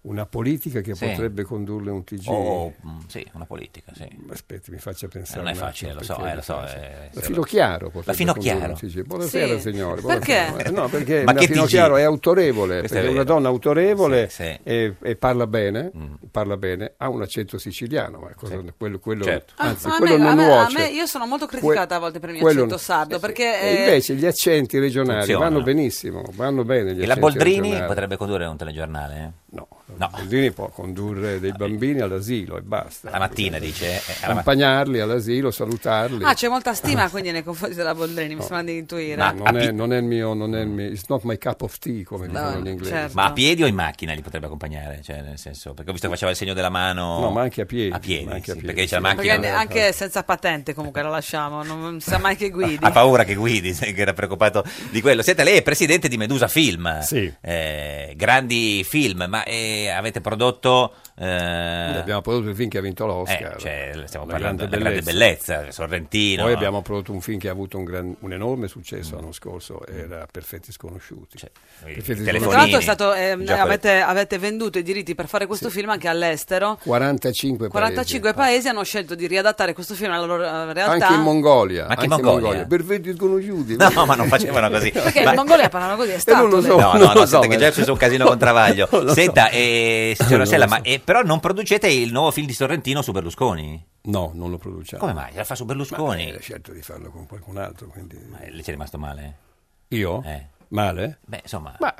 M: Una politica che
C: Sì.
M: potrebbe condurre un TG.
C: O, mm, sì, una politica, sì. Eh,
M: Aspetti, mi faccia pensare.
C: non è
M: un attimo,
C: facile, lo so,
M: perché
C: eh, lo so.
M: mi piace.
C: eh,
M: la
C: se-
M: Finocchiaro potrebbe
C: La Finocchiaro.
M: condurre un TG. Buonasera,
B: Sì.
M: signore.
B: Perché?
M: buonasera. Eh, No, perché
C: Ma
M: la
C: che TG?
M: Finocchiaro è autorevole,
C: Questo è
M: perché è una
C: vero.
M: donna autorevole
C: Sì, Mm. sì.
M: E, e parla bene, parla bene, ha un accento siciliano, ma cosa- quello, quello-
C: Certo.
M: anzi,
B: Ah, a
M: quello
B: me- a
M: non
B: me- a
M: nuoce.
B: me- io sono molto
M: Que-
B: criticata a volte per il mio
M: quello
B: accento
M: no.
B: sardo, perché...
M: E
B: eh,
M: invece gli accenti regionali
C: Funzionano.
M: vanno benissimo, vanno bene gli
C: E la
M: accenti
C: Boldrini
M: regionali.
C: potrebbe condurre un telegiornale?
M: No. Boldrini può condurre dei bambini all'asilo e basta.
C: La mattina dice. eh, alla mattina.
M: Accompagnarli all'asilo, salutarli.
B: Ah, c'è molta stima quindi nei confronti della Boldrini, mi sembra di intuire.
C: Ah,
M: No, non, è, non è il mio, non è il mio, it's not my cup of tea come dicono
B: no,
M: gli inglesi.
B: certo.
C: Ma a piedi o in macchina li potrebbe accompagnare? Cioè, nel senso, perché ho visto che faceva il segno della mano.
M: No, ma anche a piedi.
C: A piedi,
M: ma anche a
C: sì,
M: piedi,
C: perché c'è la
M: sì.
C: macchina.
B: Perché anche senza patente comunque la lasciamo, non non sa mai che guidi.
C: Ha paura che guidi, sai, che era preoccupato di quello. Senta, lei è presidente di Medusa Film.
M: Sì.
C: Eh, grandi film, ma eh, avete prodotto... eh,
M: Abbiamo prodotto il film che ha vinto l'Oscar.
C: eh, cioè, stiamo
M: La
C: parlando
M: grande
C: della grande
M: bellezza.
C: bellezza, cioè, Sorrentino.
M: Poi abbiamo prodotto un film che ha avuto un, gran- un enorme successo l'anno scorso, era Perfetti Sconosciuti.
C: Cioè,
M: Perfetti
C: i
B: Tra
M: Sconosciuti.
B: l'altro è stato, ehm,
M: Già
B: avete, avete venduto i diritti per fare questo film anche all'estero.
M: 45 paesi.
B: 45 paesi hanno scelto di riadattare questo film alla loro eh, realtà.
M: Anche in Mongolia.
C: Anche in Mongolia.
M: Perfetti Sconosciuti.
C: No, ma non facevano così.
B: Perché
C: Ma-
B: in Mongolia parlano così, è stato.
M: non lo so.
C: No, no,
M: non
C: no,
M: lo
C: senta
M: so,
C: che
M: ma-
C: già c'è un casino con Travaglio. Senta, eh, signora
M: Non lo
C: Sella,
M: so.
C: ma eh, però non producete il nuovo film di Sorrentino su Berlusconi?
M: No, non lo produciamo.
C: Come mai? La fa su Berlusconi?
M: Ma, eh, scelto di farlo con qualcun altro. Quindi...
C: Ma eh, lei ci è rimasto male?
M: Io?
C: Eh.
M: Male?
C: Beh, insomma...
M: Ma,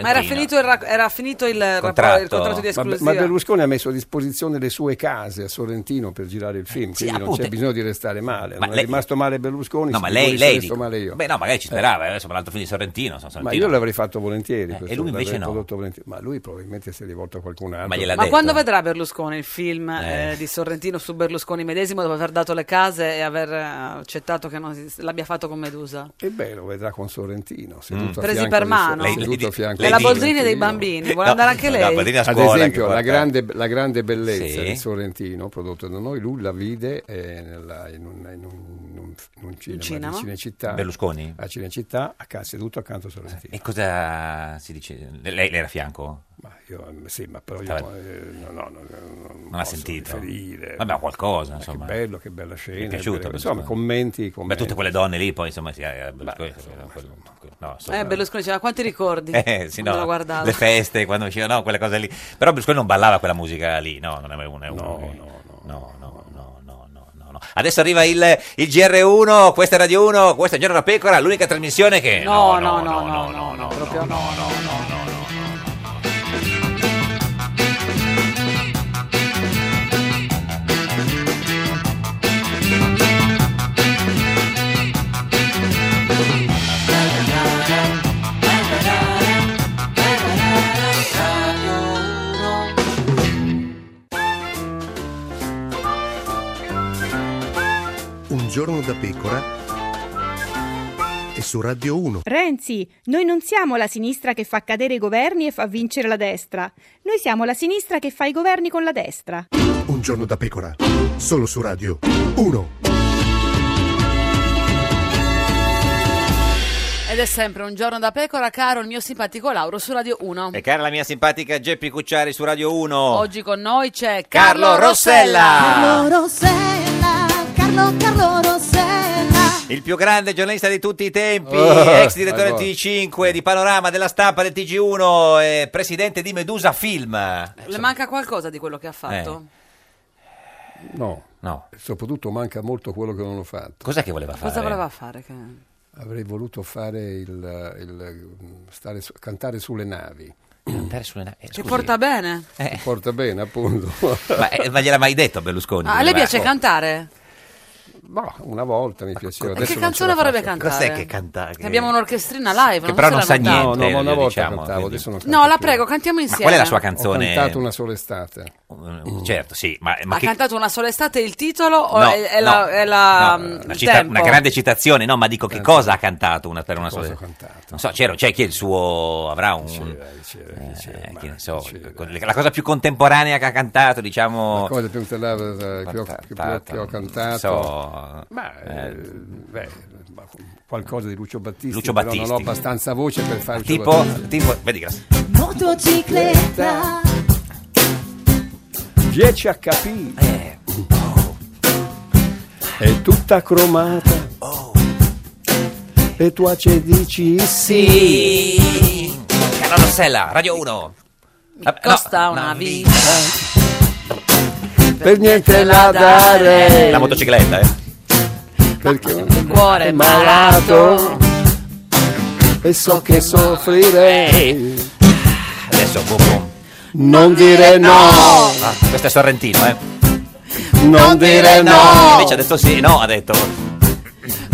B: Ma era finito il, ra- era finito il rapporto-
C: Contratto.
B: il contratto di
C: Ma-
M: Ma,
B: esclusiva.
M: ma Berlusconi ha messo a disposizione le sue case a Sorrentino per girare il film,
C: sì,
M: quindi non
C: appunto.
M: c'è bisogno di restare male.
C: Ma
M: non
C: lei-
M: è rimasto male Berlusconi,
C: No, ma lei...
M: sicuro ci sono
C: lei
M: rimasto
C: dico-
M: male io.
C: Beh, no, magari ci
M: Eh,
C: sperava, eh, insomma, l'altro film di Sorrentino. insomma,
M: ma
C: Sorrentino.
M: io l'avrei fatto volentieri.
C: Eh, e
M: questo,
C: lui invece
M: l'avrei
C: no.
M: prodotto volentieri. Ma lui probabilmente si è rivolto a qualcun altro.
C: Ma gliel'ha
B: Ma
C: detto.
B: quando vedrà Berlusconi il film
C: Eh.
B: eh, di Sorrentino su Berlusconi medesimo dopo aver dato le case e aver eh, accettato che non si- l'abbia fatto con Medusa?
M: E Eh beh, lo vedrà con Sorrentino. seduto a
B: Presi
M: fianco
B: per
M: di-
B: mano.
M: seduto
C: Mm. Lei- lei-
M: a fianco
C: lei
M: di
B: È la Boldrini dei
M: Sorrentino.
B: bambini, vuole
C: No,
B: andare anche
C: no,
B: lei?
C: Boldrini a
M: Ad
C: scuola che
M: esempio, la
C: guarda-
M: grande, la grande bellezza
C: Sì.
M: di Sorrentino, prodotto da noi, lui la vide eh, nella- in, un, in un- in un- in un cinema,
B: cinema?
M: di Cinecittà.
C: Berlusconi?
M: A Cinecittà, acca- seduto accanto a Sorrentino.
C: E cosa si dice? Lei, lei era a fianco?
M: Ma io, eh, sì, ma però io
C: Stava-
M: eh, no, no, no, no, non
C: Non ha
M: posso
C: sentito?
M: riferire.
C: Vabbè, ma qualcosa,
M: Ma
C: insomma.
M: Che bello, che bella
C: Mi
M: scena.
C: è piaciuto.
M: bella-
C: Berlusconi.
M: insomma, commenti,
C: Beh,
M: commenti.
C: tutte quelle donne lì, poi insomma, si, eh, Berlusconi, quello- no, insomma.
B: Eh, Berlusconi diceva quanti ricordi
C: Eh, sì,
B: quando
C: no,
B: lo guardavo.
C: le feste quando usciva, no, quelle cose lì. Però Berlusconi non ballava quella musica lì, no, non è uno. è uno che- no, no, no, no, no, no, no. Adesso arriva il, il GR1, questa è Radio 1, questa è Giorno da Pecora, l'unica trasmissione che...
B: No, no, no, no, no, no, proprio no.
J: Un giorno da pecora e su Radio 1.
H: Renzi, noi non siamo la sinistra che fa cadere i governi e fa vincere la destra. Noi siamo la sinistra che fa i governi con la destra.
J: Un giorno da pecora, solo su Radio 1.
B: Ed è sempre un giorno da pecora, caro il mio simpatico Lauro su Radio 1.
C: E cara la mia simpatica Geppi Cucciari su Radio 1.
B: Oggi con noi c'è
C: Oh. Carlo
B: Carlo
C: Rossella.
I: Carlo Rossella, Carlo Carlo Rossella.
C: Il più grande giornalista di tutti i tempi,
K: Ah,
C: ex direttore
K: allora.
C: del TG5, di Panorama, della Stampa, del TG1, eh, presidente di Medusa Film.
B: Le manca qualcosa di quello che ha fatto?
C: Eh,
M: No.
C: No.
M: Soprattutto manca molto quello che non ho fatto.
C: Cos'è che voleva
B: Cosa voleva fare? Che...
M: Avrei voluto fare il, il- stare su- cantare sulle navi.
C: Cantare sulle navi. eh,
B: Che porta bene?
M: Porta bene, appunto.
C: Ma, eh, ma gliel'ha mai detto a Berlusconi?
B: Ah, a lei
C: Ma-
B: piace cantare?
M: Ma Boh, una volta mi piaceva.
B: E
M: adesso
B: che
M: non ce
B: canzone
M: la
B: vorrebbe
M: faccio.
B: cantare?
C: canta?
B: Che abbiamo un'orchestrina live.
C: che però
B: so
C: non
B: se
C: sa
B: la notate.
C: niente,
M: No, no, ma una
C: eh,
M: volta
C: diciamo,
M: cantavo,
C: quindi-
M: adesso non
B: No, la prego, cantiamo
C: Ma
B: insieme.
C: qual è la sua
M: Ho
C: canzone?
M: cantato una sola estate.
C: Mm, Certo, sì, ma, ma
B: Ha
C: che-
B: cantato una sola estate il titolo o
C: No,
B: è, è
C: no,
B: la, è la- mm,
C: no,
M: Ehm,
B: il
C: una, cita-
B: tempo?
C: una grande citazione, no, ma dico che cosa ha cantato una per una sola.
M: Eh, cosa
C: Non so, c'era, c'è chi è il suo avrà un eh, chi ne so, la cosa più contemporanea che ha cantato, diciamo
M: La cosa più contemporanea che ho- che ho- che ho cantato.
C: So,
M: Ma,
C: eh,
M: beh, ma qualcosa di Lucio Battisti.
C: Lucio
M: però
C: Battisti.
M: Non ho abbastanza voce per fare Lucio
C: tipo,
M: Battisti.
C: tipo vedi che
I: Motocicletta,
M: 10 HP.
C: Eh,
M: È tutta cromata. E tu ci dici sì.
C: Eh, Carlo Rossella, Radio Ah, 1.
B: Costa una vita.
M: Per niente la dare.
C: La motocicletta, eh.
M: Perché
B: Il cuore è malato.
M: E so che soffrirei.
C: Eh, Adesso boom, boom.
N: Non dire no.
C: Ah, questo è Sorrentino, eh.
N: Non dire no.
C: Invece ha detto sì, no, ha detto.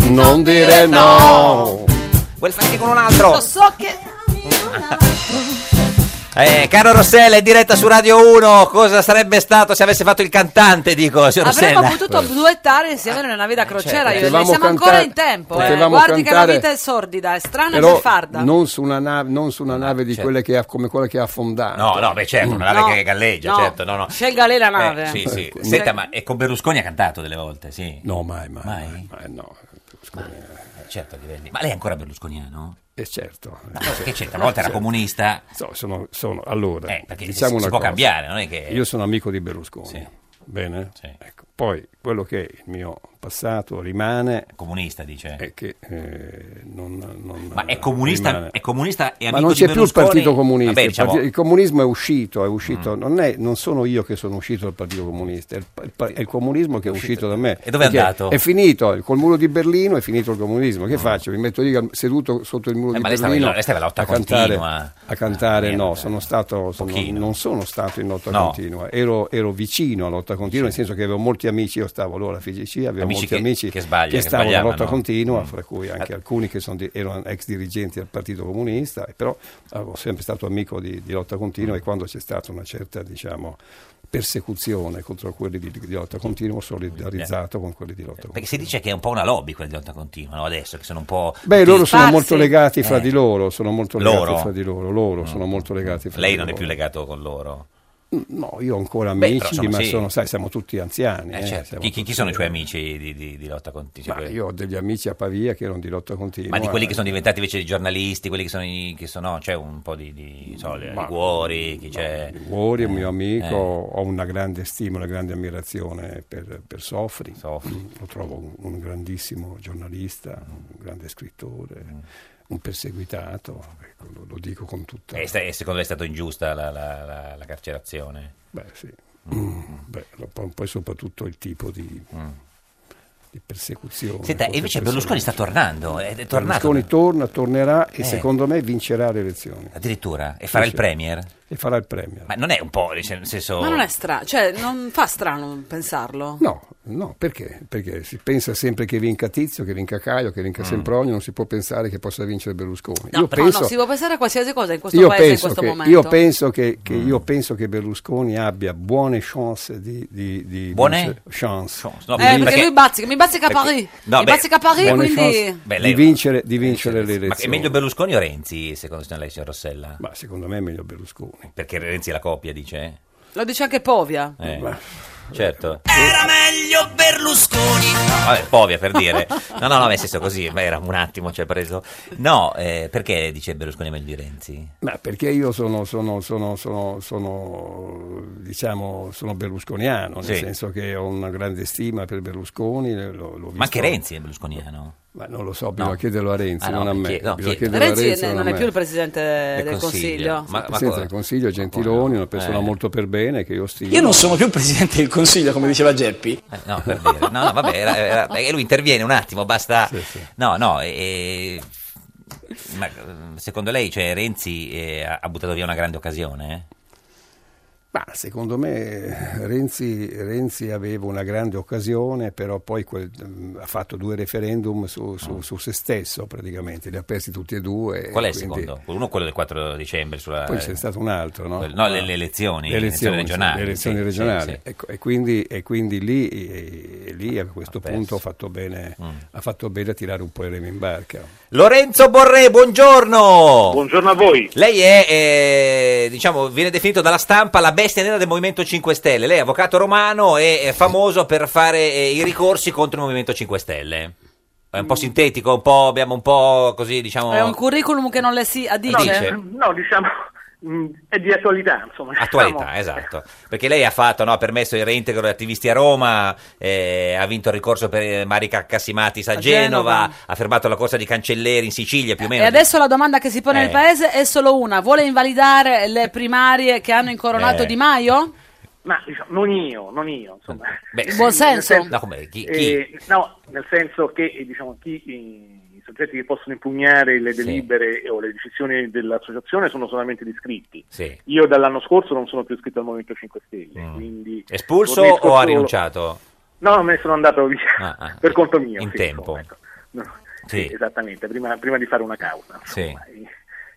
N: Non dire no.
C: Vuoi farti con un altro?
B: Lo so che.
C: Eh, caro Rossella, è diretta su Radio 1. Cosa sarebbe stato se avesse fatto il cantante, dico, signor
B: Avremmo
C: Cioè, Rossella? Eh, certo.
B: potuto duettare insieme nella vita crociera. io e lei.
M: Potevamo
B: Siamo ancora
M: cantare-
B: in tempo. Eh.
M: potevamo
B: Guardi che la
M: cantare-
B: vita è sordida, Ah, è strana
M: Però
B: e farda.
M: non su una nave, non su una nave di quelle che ha, come quella che ha affondato.
C: Certo. No, no, beh, certo, una nave
B: No,
C: che galleggia,
B: no.
C: certo, no, no.
B: Scelga lei la nave.
C: Eh, sì, sì.
M: Ecco.
C: Senta, ma e con Berlusconi ha cantato delle volte, sì?
M: No, mai, mai.
C: Mai?
M: no.
C: certo, Livelli. Ma lei è ancora berlusconiano?
M: Eh certo.
C: Ma che c'entra? Una volta era
M: Certo.
C: comunista.
M: So- sono, sono- allora,
C: Eh, perché
M: diciamo
C: si- si
M: una
C: può
M: cosa.
C: cambiare, non è che-
M: Io sono amico di Berlusconi. Bene? Ecco. Poi quello che è il mio passato rimane...
C: Comunista, dice.
M: È che eh, non, non-
C: Ma è comunista-
M: rimane.
C: è comunista e
M: Ma
C: amico
M: non
C: di
M: c'è più il
C: Berlusconi?
M: Partito Comunista.
C: Vabbè,
M: il
C: diciamo- Mm.
M: parti- il comunismo è uscito, è uscito non, è- non sono io che sono uscito dal Partito Comunista, è il, pa- il pa- è il comunismo che è uscito da me.
C: E dove è
M: Perché
C: andato? Mm.
M: È finito, il- col muro di Berlino è finito il comunismo. Che faccio? Mi metto lì seduto sotto il muro
C: Eh,
M: di
C: ma lei stava in
M: Berlino
C: lo- lei stava in lotta
M: a cantare,
C: continua. Ah,
M: a cantare no, sono stato, sono- non sono stato in lotta
C: No.
M: continua, ero, ero vicino a lotta continua, nel senso che avevo molti amici, io stavo allora a FGC, avevo
C: Amici
M: molti
C: che-
M: amici
C: che sbagliano, che
M: stavano in
C: sbagliavano.
M: lotta continua,
C: Mm.
M: fra cui anche alcuni che sono di- erano ex dirigenti del Partito Comunista, e però avevo sempre stato amico di, di lotta
C: Mm.
M: continua e quando c'è stata una certa, diciamo, persecuzione contro quelli di, di lotta continua ho solidarizzato con quelli di lotta continua.
C: Perché si dice che è un po' una lobby quella di lotta continua, no? Adesso, che sono un po'...
M: Beh,
C: tutti-
M: loro sono molto legati fra
C: Eh.
M: di loro, sono molto
C: Loro? Mm.
M: legati fra di loro, loro sono molto legati fra
C: Lei
M: di
C: non è
M: loro.
C: più legato con loro.
M: No, io ho ancora
C: Beh,
M: amici,
C: però, insomma,
M: ma
C: sì.
M: sono, sai, siamo tutti anziani.
C: Eh,
M: eh,
C: certo.
M: siamo
C: chi, chi- chi
M: tutti-
C: sono i suoi amici di, di- di lotta continua?
M: Ma io ho degli amici a Pavia che erano di lotta continua.
C: Ma di quelli
M: eh.
C: che sono diventati invece di giornalisti, quelli che sono, i- che sono no, c'è un po' di, di non so, Liguori, chi c'è?
M: Mori è un mio amico,
C: Eh.
M: ho una grande stima, una grande ammirazione per, per Sofri. Lo trovo un, un grandissimo giornalista,
C: Mm.
M: un grande scrittore, un perseguitato, ecco, lo, lo dico con tutta...
C: eh. E sta- e secondo lei è stata ingiusta la, la- la- la carcerazione?
M: Beh, sì.
C: Mm,
M: Mm, Beh, lo- poi- poi soprattutto il tipo di, di persecuzione.
C: Senta, e invece Berlusconi sta tornando, eh, è- è tornato.
M: Berlusconi torna, tornerà e
C: Eh.
M: secondo me vincerà le elezioni.
C: Addirittura? E
M: Sì,
C: farà il
M: sì.
C: premier?
M: E farà il premier.
C: Ma non è un po', dice, nel senso...
B: Ma non è strano, cioè non fa strano pensarlo.
M: Oh. No, no, perché? Perché si pensa sempre che vinca Tizio, che vinca Caio, che vinca Sempronio, non si può pensare che possa vincere Berlusconi.
B: Mm. No,
M: io
B: però
M: penso,
B: no, si può pensare a qualsiasi cosa in questo
M: io
B: paese in
M: penso
B: questo
M: che,
B: momento.
M: Io penso che, che
C: Mm.
M: io penso che Berlusconi abbia buone chance di... di, di
C: Buone?
M: vincere- Chance.
C: no,
M: Di
B: eh, perché,
M: vincere-
B: lui bazzica, mi bazzica a
M: Perché-
B: Parigi,
C: no,
B: mi
C: beh,
B: bazzica a Parigi,
M: buone
B: quindi...
M: chance
C: Beh, lei- Eh,
M: di vincere, di vincere le
C: Ma è
M: elezioni.
C: meglio Berlusconi o Renzi, secondo signor lei, signor Rossella?
M: Ma secondo me è meglio Berlusconi.
C: Perché Renzi è la coppia, dice?
B: Lo dice anche Povia.
C: Eh, certo.
B: Era meglio Berlusconi.
C: No, vabbè, povia per dire. No, no, no, nel senso così, ma era un attimo, ci ha preso. No, eh, perché dice Berlusconi è meglio di Renzi?
M: Ma perché io sono, sono, sono, sono, sono, diciamo, sono berlusconiano, nel
C: Sì.
M: senso che ho una grande stima per Berlusconi. Lo, l'ho visto-
C: Ma anche Renzi è berlusconiano.
M: Ma non lo so, bisogna
C: No.
M: chiederlo a Renzi,
C: Ah, no,
M: non a me.
C: chied- no,
M: Bisogna
C: chied-
M: chiederlo a
B: Renzi
M: Renzi,
B: ne-
M: non
B: non
M: a
B: è
M: me.
B: più il presidente
C: Del
B: del
C: Consiglio.
B: Consiglio.
C: Ma-
M: Il Presidente del Consiglio è Gentiloni, una persona
C: Eh.
M: molto per bene che io stimo.
O: Io non sono più presidente del consiglio, come diceva Geppi.
C: No, per dire. No, no, vabbè, era- era- e lui interviene un attimo, basta. No, no, e- e- ma, eh, secondo lei cioè, Renzi eh, ha ha buttato via una grande occasione?
M: Ma secondo me eh, Renzi, Renzi aveva una grande occasione, però poi quel- mh, ha fatto due referendum su, su- su se stesso praticamente, li ha persi tutti e due.
C: Mm. Qual è
M: e
C: il
M: Eh, quindi-
C: secondo? Uno quello del 4 dicembre sulla...
M: Poi c'è stato un altro, no?
C: Quel- no, le, le elezioni,
M: Le
C: le elezioni
M: elezioni,
C: regionali.
M: sì, le elezioni
C: sì,
M: regionali.
C: sì, sì.
M: Ecco, e quindi, e quindi lì, e- e lì a questo punto ha fatto, bene,
C: Mm.
M: ha fatto bene a tirare un po' il remo in barca.
C: Lorenzo Borré, buongiorno!
P: Buongiorno a voi.
C: Lei è, eh, diciamo, viene definito dalla stampa la bestia nera del Movimento 5 Stelle. Lei è avvocato romano e è famoso per fare eh, i ricorsi contro il Movimento 5 Stelle. È
P: Mm.
C: un po' sintetico, un po', abbiamo un po' così, diciamo...
B: È un curriculum che non le si addice.
C: Addice.
P: No, diciamo, mh, è di attualità, insomma. diciamo.
C: Attualità,
M: eh,
C: esatto. Perché lei ha fatto, no, ha permesso il reintegro degli attivisti a Roma, eh, ha vinto il ricorso per eh, Marica Cassimatis a,
B: A
C: Genova,
B: Genova.
C: ha fermato la corsa di Cancelleri in Sicilia più o meno.
B: E adesso la domanda che si pone
C: Eh.
B: nel paese è solo una: vuole invalidare le primarie che hanno incoronato
C: Eh.
B: Di Maio?
P: Ma diciamo, non io, non io, insomma.
C: Beh,
B: buon
P: Nel
B: senso?
C: No, come, chi- chi?
P: eh, no, nel senso che eh, diciamo, chi, i, i soggetti che possono impugnare le
C: Sì.
P: delibere o le decisioni dell'associazione sono solamente gli iscritti.
C: Sì.
P: Io dall'anno scorso non sono più iscritto al Movimento 5 Stelle, quindi...
C: Mm. Espulso
P: l'anno scorso-
C: o ha rinunciato?
P: No, me ne sono andato via,
C: Ah, ah,
P: per conto mio.
C: In
P: sì,
C: tempo.
P: insomma. No,
C: Sì.
P: sì, Esattamente, prima, prima di fare una causa.
C: Sì.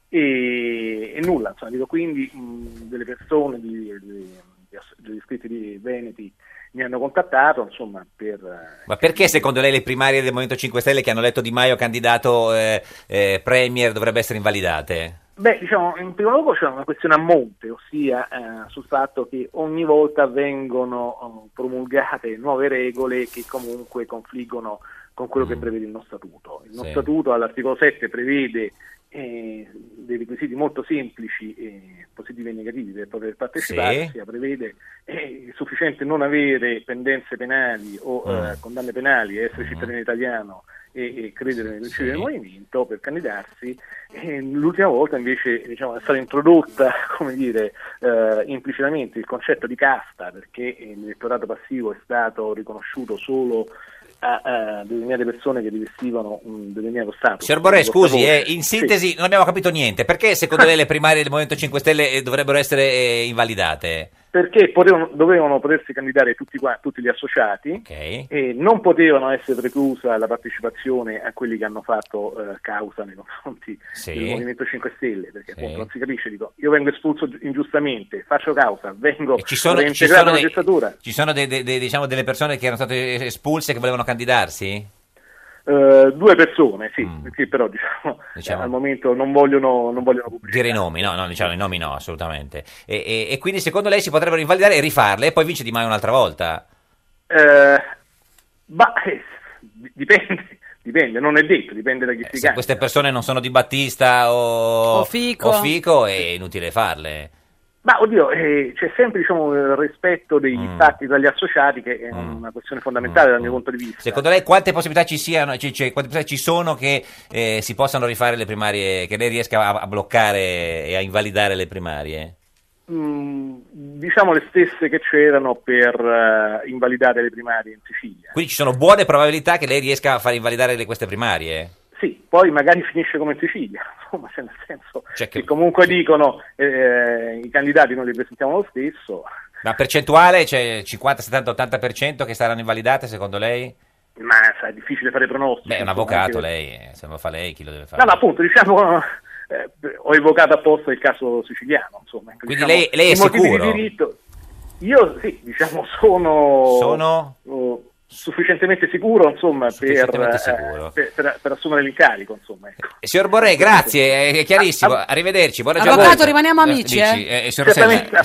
P: E, e nulla, insomma, dico quindi mh, delle persone, di, di- di ass- degli iscritti di Veneti mi hanno contattato, insomma, per... eh,
C: Ma perché secondo lei le primarie del Movimento 5 Stelle che hanno letto Di Maio candidato eh, eh, premier dovrebbero essere invalidate?
P: Beh, diciamo, in primo luogo c'è una questione a monte, ossia eh, sul fatto che ogni volta vengono eh, promulgate nuove regole che comunque confliggono con quello che prevede il nostro statuto. Il nostro
Q: Sì.
P: statuto all'articolo 7 prevede eh, dei requisiti molto semplici, eh, positivi e negativi per poter partecipare,
C: Sì.
P: ossia prevede eh, è sufficiente non avere pendenze penali o
C: Mm.
P: eh, condanne penali, essere cittadino italiano e, e credere nel principio del movimento per candidarsi. E l'ultima volta invece diciamo, è stato introdotta come dire, eh, implicitamente il concetto di casta perché eh, l'elettorato passivo è stato riconosciuto solo a, a determinate persone che rivestivano un determinato status.
C: Signor Borè,
P: Quindi, questa
C: scusi, eh,
P: voce-
C: in
P: sì.
C: sintesi non abbiamo capito niente. Perché secondo lei le primarie del Movimento 5 Stelle eh, dovrebbero essere eh, invalidate?
P: perché potevano- dovevano potersi candidare tutti, qua, tutti gli associati e non potevano essere preclusa la partecipazione a quelli che hanno fatto eh, causa nei confronti
C: Sì.
P: del Movimento 5 Stelle, perché
C: Sì.
P: appunto non si capisce, dico, io vengo espulso gi- ingiustamente, faccio causa, vengo
C: Ci sono, ci
P: reintegrato
C: sono
P: alla
C: dei-
P: gestatura.
C: ci sono dei- dei- dei- diciamo delle persone che erano state espulse e che volevano candidarsi?
P: Eh, due persone, sì, che però diciamo,
C: Mm. Diciamo-
P: eh, al momento non vogliono, non vogliono pubblicare.
C: Dire i nomi, no, no, diciamo, i nomi no, assolutamente. E, e- e quindi secondo lei si potrebbero invalidare e rifarle e poi vince Di Maio un'altra volta?
P: Eh, ma eh, di- dipende, dipende, non è detto, dipende da chi si
C: Se
P: candida.
C: queste persone non sono di Battista o,
P: Certo. O Fico.
C: o Fico, è inutile farle.
P: Ma oddio, eh, c'è sempre diciamo, il rispetto degli
C: Mm.
P: stati dagli associati, che è una questione fondamentale dal mio punto di vista.
C: Secondo lei quante possibilità ci siano, ci- ci- quante possibilità ci sono che eh, si possano rifare le primarie, che lei riesca a, a bloccare e a invalidare le primarie?
P: Mm, diciamo le stesse che c'erano per eh, invalidare le primarie in Sicilia.
C: Quindi ci sono buone probabilità che lei riesca a far invalidare le- queste primarie?
P: Sì, poi magari finisce come in Sicilia, insomma, cioè nel senso
C: Cioè
P: che comunque dicono eh, i candidati noi li presentiamo lo stesso,
C: La percentuale cioè, c'è 50, 70, 80% che saranno invalidate secondo lei?
P: ma sa, è difficile fare pronostici.
C: Beh, è un
P: insomma,
C: avvocato
P: anche-
C: lei, eh, se non lo fa lei chi lo deve fare?
P: No, ma appunto, diciamo, eh, ho evocato apposta il caso siciliano, insomma. ecco,
C: Quindi
P: diciamo,
C: lei- lei è
P: i motivi
C: sicuro?
P: di diritto- Io sì, diciamo, sono...
C: Sono?
P: oh, sufficientemente sicuro, insomma, per,
C: Sufficientemente
P: eh,
C: sicuro.
P: per- per- per assumere l'incarico, insomma. ecco.
C: Eh, Signor Borré, grazie, è chiarissimo. Arrivederci. Buona
B: Ah, Avvocato,
C: giornata.
B: rimaniamo amici,
C: Dici,
B: eh.
C: signor Rossella,
B: Certamente,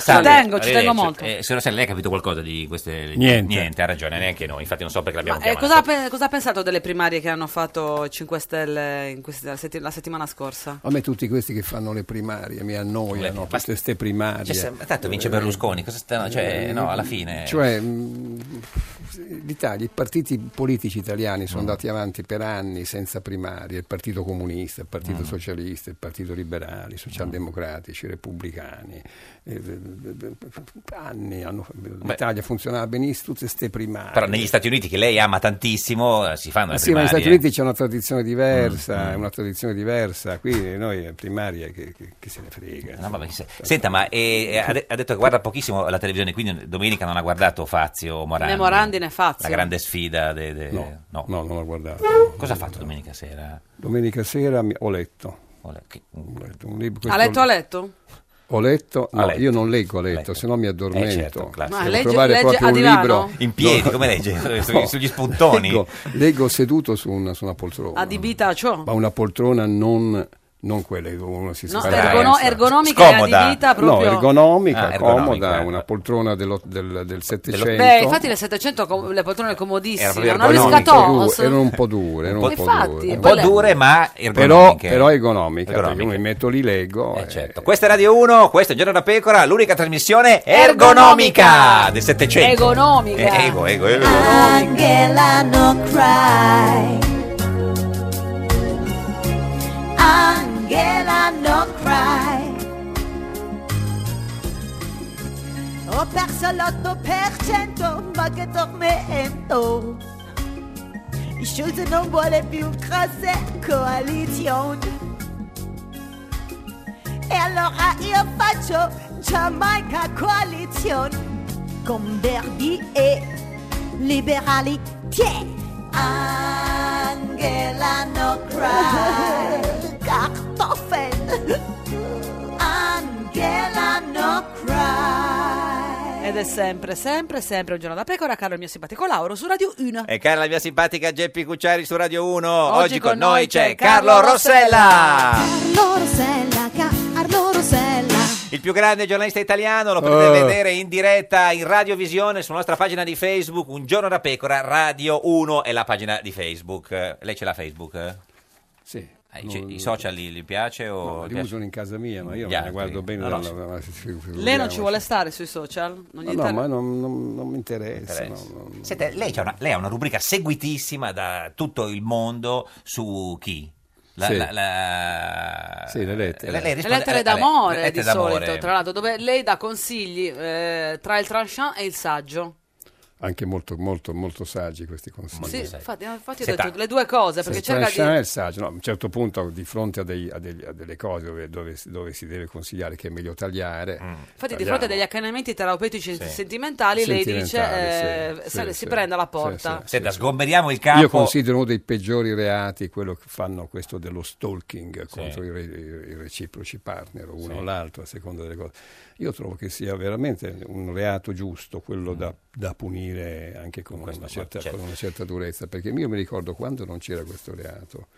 C: salve,
B: ci tengo, ci
C: arrivederci.
B: tengo molto.
C: Eh, signor Rossella, lei ha capito qualcosa di queste...
M: Niente.
C: ha ragione, neanche noi. Infatti non so perché l'abbiamo
B: Ma, eh,
C: chiamata.
B: cosa, ha pe- cosa ha pensato delle primarie che hanno fatto 5 Stelle in questi- la, setti- la settimana scorsa?
M: A me tutti questi che fanno le primarie mi annoiano,
C: Ma-
M: tutte ste primarie.
C: Cioè, se- tanto vince Berlusconi, cosa stanno- cioè, no, alla fine-
M: Eh, Cioè, mh, l'Italia, i partiti politici italiani
C: Mm.
M: sono andati avanti per anni senza primarie, il Partito Comunista, il Partito
C: Mm.
M: Socialista, il Partito Liberale, i Socialdemocratici, i Repubblicani, eh, anni hanno, l'Italia funzionava benissimo, tutte ste primarie.
C: Ah, Però negli Stati Uniti, che lei ama tantissimo, eh, si fanno
M: Ma
C: le
M: sì, ma negli
C: primarie.
M: Stati Uniti c'è una tradizione diversa,
C: Mm,
M: è una tradizione diversa, qui noi primaria che, che- che se ne frega.
C: No, vabbè, se- Senta, ma eh, eh, ha, de- ha detto che guarda pochissimo la televisione, quindi domenica non ha guardato Fazio o Morandi.
B: Né Morandi né Fazio.
C: La grande sfida. de- de-
M: No,
C: no.
M: non l'ho guardato.
C: Cosa ha fatto domenica sera?
M: Domenica sera mi- ho letto.
C: Ho letto
M: un libro-
B: Ha
M: questo-
B: letto a letto?
M: Ho letto,
C: Ha
M: no,
C: letto.
M: io non leggo a letto, se no mi addormento.
C: Eh, certo, classico.
B: Ma
M: Devo
B: legge-
M: trovare
B: legge
M: proprio
B: a
M: un
B: divano?
M: libro.
C: In piedi, come legge? Su- sugli spuntoni?
M: Leggo, leggo seduto su una, su una poltrona.
B: Adibita a ciò?
M: Ma una poltrona non, non quella dove uno si
B: No,
M: spara.
B: ergono- ergonomica e
M: Scomoda.
B: adibita proprio...
M: No, ergonomica,
C: Ah, ergonomica,
M: comoda, una poltrona dello- del, del 700.
B: Beh, infatti le 700 com- le poltrone comodissime,
M: Erano
B: hanno le
M: ergonomiche.
B: scatos.
M: Erano un po' dure, erano un po'
B: Infatti,
M: dure.
C: Un po'
B: quelle-
C: dure, ma
M: Però,
C: ergonomiche.
M: però economica,
C: Ergonomiche.
M: perché io mi metto lì, leggo. e-
C: Eh, certo. Questa è Radio 1, questo è Giorno da Pecora, l'unica trasmissione ergonomica del 700.
I: Economica.
C: Eh, ego, ego, ego.
I: Angela no cry. Angela no cry. Oh perso l'8%, ma che tormento. Il Schulz non vuole più grosse coalizioni. E allora io faccio Giamaica coalizione con Verdi e liberali. Tiè! Angela no cry. Kartoffeln. Angela no cry.
B: boh. Ed è sempre, sempre, sempre un giorno da pecora, caro il mio simpatico Lauro, su Radio
M: Eh,
B: 1.
C: E cara la mia simpatica Geppi Cucciari su Radio 1. Oggi, con noi c'è Carlo Rossella.
I: Carlo Rossella, Carlo Rossella.
C: Il più grande giornalista italiano lo
M: Oh.
C: potete vedere in diretta in radiovisione sulla nostra pagina di Facebook, Un giorno da pecora, Radio 1 è la pagina di Facebook. Eh, Lei ce l'ha Facebook? eh?
M: Sì.
C: Eh, i-
M: No,
C: I social gli, gli piace o...
M: li
C: piace-
M: usano in casa mia, ma
C: Gli
M: io me la
C: altri?
M: guardo bene.
C: No, no,
M: dalla- ma-
B: Lei non ci vuole stare sui social? Non gli
M: Ma no,
B: interessa?
M: ma non, non- non mi interessa.
C: Interessa.
M: no, no.
C: Senta, Eh, lei, c'ha una, lei ha una rubrica seguitissima da tutto il mondo su chi?
M: Sì.
C: la-
M: Sì, le lettere.
C: lei- lei
B: Le
C: risponde-
B: lettere
C: eh,
B: d'amore
C: le lettere
B: di
C: d'amore.
B: solito, tra l'altro, dove lei dà consigli eh, tra il tranchant e il saggio.
M: Anche molto, molto, molto saggi questi consigli.
B: Sì, infatti, eh, infatti ho
M: Senta.
B: detto le due cose perché
M: Cioè,
B: cerca
M: Franchant è
B: di.
M: il saggio, no, a un certo punto di fronte a, dei- a degli- a delle cose dove, dove si- dove si deve consigliare che è meglio tagliare.
C: Mm.
B: Infatti, di fronte a degli accanimenti terapeutici
M: Sì.
B: sentimentali, lei dice
M: Sentimentali,
B: eh,
M: Ah, sì,
B: se-
M: sì,
B: si
M: sì,
B: prenda la
M: sì,
B: porta.
M: sì,
C: Senta,
M: sì, sì.
C: sgomberiamo il campo.
M: Io considero uno dei peggiori reati quello che fanno questo dello stalking
C: Sì.
M: contro i, re- i reciproci partner, uno
C: Sì.
M: o l'altro, a seconda delle cose. Io trovo che sia veramente un reato giusto
C: Mm.
M: quello da, da punire anche con una, certa,
C: certo.
M: con una certa durezza, perché io mi ricordo quando non c'era questo reato.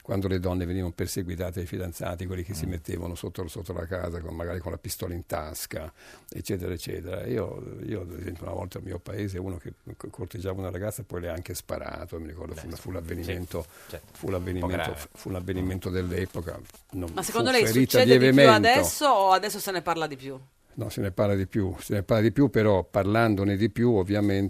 M: Quando le donne venivano perseguitate dai fidanzati, quelli che
C: Mm.
M: si mettevano sotto, sotto la casa, con- magari con la pistola in tasca, eccetera, eccetera. Io, io, ad esempio, una volta al mio paese, uno che co- corteggiava una ragazza, poi le ha anche sparato. Mi ricordo, fu, fu l'avvenimento, fu
C: Un po'
M: l'avvenimento,
C: grave.
M: fu l'avvenimento dell'epoca. Non-
B: Ma secondo
M: fu
B: lei
M: ferita
B: succede di più
M: lievemente.
B: adesso o adesso se ne parla di più?
M: No, se ne parla di più, se ne parla di più, però parlandone di più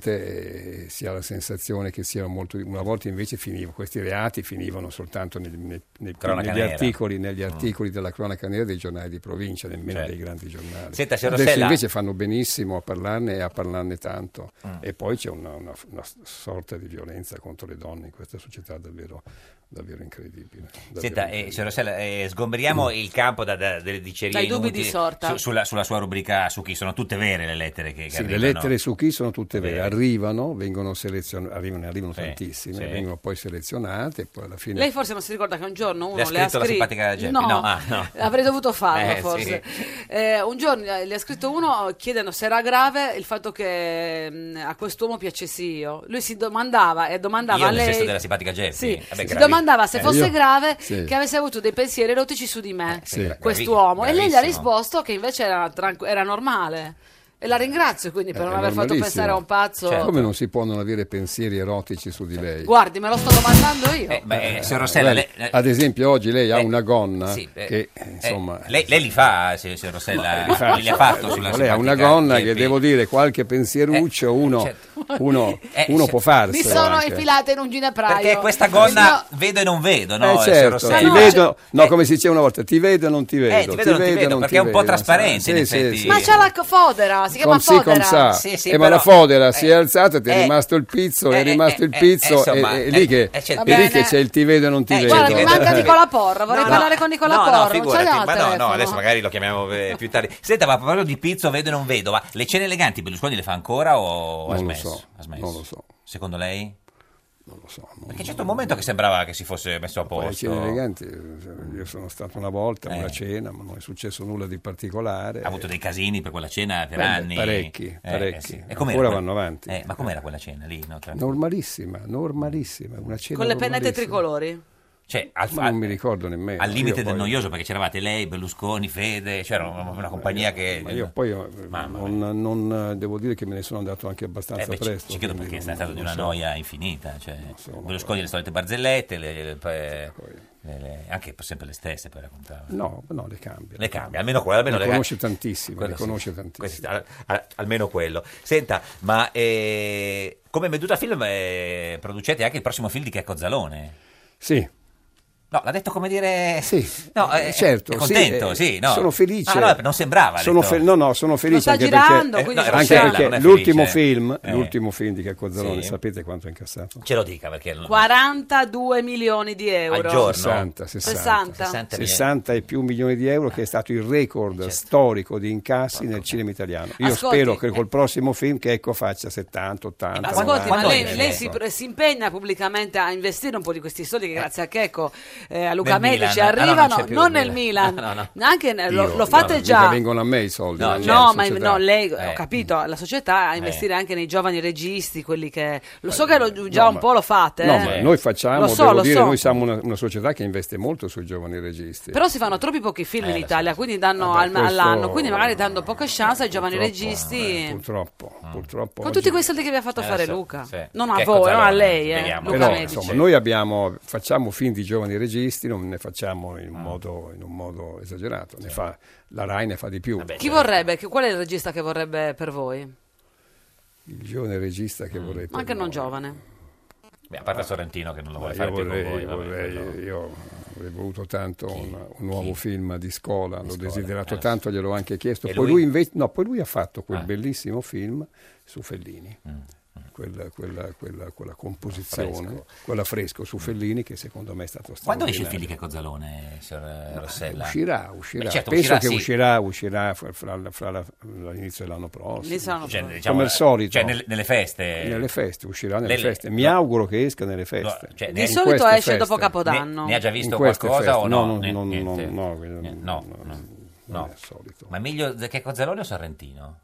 M: ovviamente eh, si ha la sensazione che sia molto... Una volta invece finivo, questi reati finivano soltanto nel- nel- nel-
C: Cronaca
M: negli,
C: nera.
M: articoli, negli
C: Mm.
M: articoli della cronaca nera dei giornali di provincia, nemmeno
C: Certo.
M: dei grandi giornali.
C: Senta, signor
M: Adesso
C: Rossella-
M: invece fanno benissimo a parlarne e a parlarne tanto.
C: Mm.
M: E poi c'è una, una- una sorta di violenza contro le donne in questa società davvero, davvero incredibile. davvero Mm.
C: Senta, eh,
M: incredibile.
C: signor Rossella, eh, sgomberiamo il campo da, da, delle dicerie
B: Dai dubbi
C: inutili
B: di sorta.
C: su- sulla, sulla sua rubrica su chi. Sono tutte vere le lettere che, che
M: Sì, le
C: arrivano.
M: lettere su chi sono tutte vere,
C: Vere.
M: arrivano, vengono selezionate, arrivano, ne arrivano
C: Sì,
M: tantissime,
C: sì.
M: vengono poi selezionate, poi alla fine...
B: Lei forse non si ricorda che un giorno uno
C: Le ha
B: le ha
C: scritto la
B: scritto.
C: simpatica Geppi?
B: No,
C: No, ah, no.
B: avrei dovuto farlo
C: Eh, sì.
B: forse. Eh, un giorno le ha scritto uno chiedendo se era grave il fatto che mh, a quest'uomo piacessi io. Lui si domandava e domandava
C: Io
B: a
C: nel
B: lei.
C: senso della simpatica Geppi.
B: Sì,
C: Vabbè,
B: si
C: gravi-
B: domandava se
C: Eh,
B: fosse
C: io-
B: grave
C: sì.
B: che avesse avuto dei pensieri erotici su di me,
C: Eh, sì, gravi-
B: quest'uomo. E lei gli ha
C: gravissimo.
B: risposto che invece era, tranqu- era normale. E la ringrazio quindi per
M: Eh,
B: non
M: è
B: aver fatto
M: normalissimo.
B: pensare a un pazzo.
C: Certo.
M: Come non si può non avere pensieri erotici su di lei?
B: Guardi, me lo sto domandando io.
C: Eh, Beh, signor Rossella,
M: Guardi,
C: lei-
M: Eh, ad esempio oggi lei ha una gonna
C: sì, eh,
M: che
C: eh,
M: insomma...
C: lei, lei li fa, eh, signor Rossella,
M: li fa-
C: li ha fatto sulla
M: lei ha una
C: simpatica Eh,
M: gonna
C: Geppi.
M: che devo dire qualche pensieruccio uno,
C: certo.
M: uno-
C: Eh,
M: uno
C: se-
M: può farsi.
B: Mi sono
M: anche.
B: infilata in un ginepraio.
C: Perché questa
B: Mi sono-
C: gonna vedo e non vedo, no?
M: Eh,
C: signor
M: certo,
C: Rossella? Cioè,
M: ti vedo, no, come si diceva una volta, ti vedo e non ti vedo,
C: Eh, ti vedo e non ti vedo,
M: e non
C: perché
M: ti
C: è un po'
M: vedo,
C: trasparente, in
M: sì, sì,
C: effetti.
M: sì.
B: Ma c'ha la co- fodera, si chiama
M: Come si,
B: fodera.
M: come sa.
C: Sì, sì,
M: Eh, ma
C: però-
M: la fodera si è alzata, ti è
C: eh,
M: rimasto il pizzo,
C: eh,
M: è rimasto il
C: eh,
M: pizzo,
C: eh, insomma,
M: e- e
C: eh,
M: lì che-
C: eh, c'è il
M: e
C: pizzo.
M: lì che c'è il ti vedo e non ti
C: Eh,
M: vedo.
C: guarda,
B: Mi manca Nicola Porra, vorrei
C: No,
B: parlare con Nicola
C: no,
B: Porra.
C: no,
B: non ce l'ha
C: figurati,
B: il
C: ma no, no,
B: telefono.
C: adesso magari lo chiamiamo eh, più tardi. Senta, ma a proposito di pizzo, vedo e non vedo, ma le cene eleganti Berlusconi le fa ancora o ha
M: Non lo
C: smesso?
M: so,
C: Ha smesso?
M: non lo so.
C: Secondo lei?
M: Non lo so.
C: Perché c'è stato un momento che sembrava che si fosse messo a
M: Poi le
C: posto.
M: cene eleganti, eh, io sono stato una volta a una
C: Eh.
M: cena, ma non è successo nulla di particolare.
C: Ha avuto dei casini per quella cena per
M: Beh,
C: anni.
M: parecchi,
C: Eh,
M: parecchi.
C: sì. E
M: Ancora
C: com'era quella-
M: vanno avanti.
C: Eh, ma com'era quella cena lì? no? Tra-
M: Normalissima, normalissima, una cena
B: Con le pennette
M: normalissima.
B: tricolori.
C: Cioè, al,
M: Ma non mi ricordo nemmeno.
C: al limite
M: Io
C: del
M: poi-
C: noioso perché c'eravate lei, Berlusconi, Fede, c'era una, una compagnia che...
M: Ma io poi eh, non, non, eh, devo dire che me ne sono andato anche abbastanza
C: Eh beh, ci-
M: presto.
C: ci credo
M: quindi
C: perché è
M: non-
C: stato di
M: non
C: una
M: so.
C: noia infinita. Cioè, Berlusconi le solite barzellette, le- le- le- le- le- anche sempre le stesse poi raccontava.
M: No, no, le cambia.
C: Le cambia, almeno quello. Almeno
M: Ne
C: le
M: conosce
C: cambia.
M: tantissimo,
C: Quello
M: ne
C: sì.
M: conosce
C: Questo- al- al- almeno quello. Senta, ma
M: Eh,
C: eh, come Meduta Film eh, producete anche il prossimo film di Checco Zalone?
M: Sì,
C: No, l'ha detto come dire...
M: Sì,
C: no, eh,
M: certo,
C: è contento,
M: sì, eh,
C: sì, no.
M: sono felice.
C: Ah, no, non sembrava. ha
M: Sono
C: detto.
M: fe- no, no, sono felice
C: sta
M: anche
C: girando,
M: perché,
C: quindi Eh, no, era
M: anche
C: Rossella,
M: perché
C: non è
M: l'ultimo
C: felice.
M: film,
C: Eh.
M: l'ultimo film di Calcozzalone,
C: Sì.
M: sapete quanto ha incassato?
C: Ce lo dica perché...
B: 42 milioni di euro.
M: 60, 60.
B: 60.
M: 60 e più milioni di euro che è stato il record
C: Certo.
M: storico di incassi nel cinema italiano. Io
B: Ascolti.
M: spero che col prossimo film che ecco faccia 70, 80.
B: Ascolti, ma
M: 90,
B: lei,
M: non ecco.
B: lei
M: so.
B: si, si impegna pubblicamente a investire un po' di questi soldi che grazie a Checco, eh, a Luca
M: Nel
B: Meli
M: Milan.
B: ci
M: Ah, no, non
B: arrivano,
M: c'è
B: non,
M: più il
B: nel Milan,
M: Milan.
C: Ah,
M: No, no,
B: neanche ne- lo,
M: Io-
B: lo fate
M: no,
B: già.
M: mica vengono a me i soldi.
B: No,
M: non
C: certo,
M: alla
B: ma
M: cioè, società. Eh.
B: no, lei,
C: Eh.
B: ho capito, la società a investire anche nei giovani registi, quelli che... Lo so che lo, già
M: no,
B: un
M: ma-
B: po' lo fate.
M: No,
B: eh.
M: ma noi facciamo,
B: Lo so,
M: devo
B: lo
M: dire,
B: so.
M: noi siamo una, una società che investe molto sui giovani registi.
B: Però si fanno troppi pochi film
M: Eh,
B: in
M: lo so.
B: Italia, quindi danno
M: Vabbè,
B: al-
M: questo- eh,
B: all'anno, quindi magari dando poca chance ai giovani
M: Purtroppo,
B: registi.
M: eh, purtroppo, purtroppo.
B: con
M: oggi-
B: tutti quei soldi che vi ha fatto
M: Eh, lo
B: fare
M: so,
B: Luca.
M: sì.
B: Non a
M: Che
B: voi,
M: cosa
B: non a
M: allora,
B: lei, eh.
M: spieghiamo.
B: Luca
M: Però,
B: Medici.
M: insomma, noi abbiamo, facciamo film di giovani registi, non ne facciamo in un modo, in un modo esagerato. Ne fa, la Rai ne fa di più.
B: Chi vorrebbe? Chi- Qual è il regista che vorrebbe per voi?
M: Il giovane regista che vorrei...
B: Ma anche non giovane.
C: Beh, a parte Sorrentino che non lo
M: Ma
C: vuole
M: io
C: fare più con
M: vorrei,
C: voi. vabbè,
M: vorrei-
C: quello-
M: io avrei voluto tanto un, un nuovo film di scuola, l'ho desiderato tanto, gliel'ho anche chiesto.
C: eh. E
M: Poi lui,
C: lui? Ah.
M: invece, no, poi lui ha fatto quel bellissimo film su Fellini.
C: Mm,
M: Quella, quella- quella- quella composizione,
C: Fresco.
M: quella fresco su Fellini che secondo me è stato
C: Quando esce
M: straordinario.
C: il film di Cacozzalone, signor eh, Rossella?
M: Uscirà, uscirà.
C: Beh, certo,
M: Penso
C: uscirà,
M: che
C: sì.
M: uscirà, uscirà fra, fra- fra la- l'inizio dell'anno prossimo.
B: L'inizio dell'anno
C: Cioè,
B: prossimo.
C: diciamo,
M: Come al solito.
C: Cioè, nel- nelle feste.
M: Nelle feste, uscirà nelle
C: Le-
M: feste. Mi
C: no.
M: auguro che esca nelle feste.
C: cioè,
B: Di
C: ne-
B: solito
M: in queste
B: esce
M: feste.
B: dopo Capodanno.
C: Ne- ne ha già visto
M: In queste
C: qualcosa
M: feste.
C: o no?
M: No,
C: Ne-
M: no, no,
C: niente.
M: no, no,
C: Niente. No, no, no. Ma meglio Cacozzalone o Sorrentino?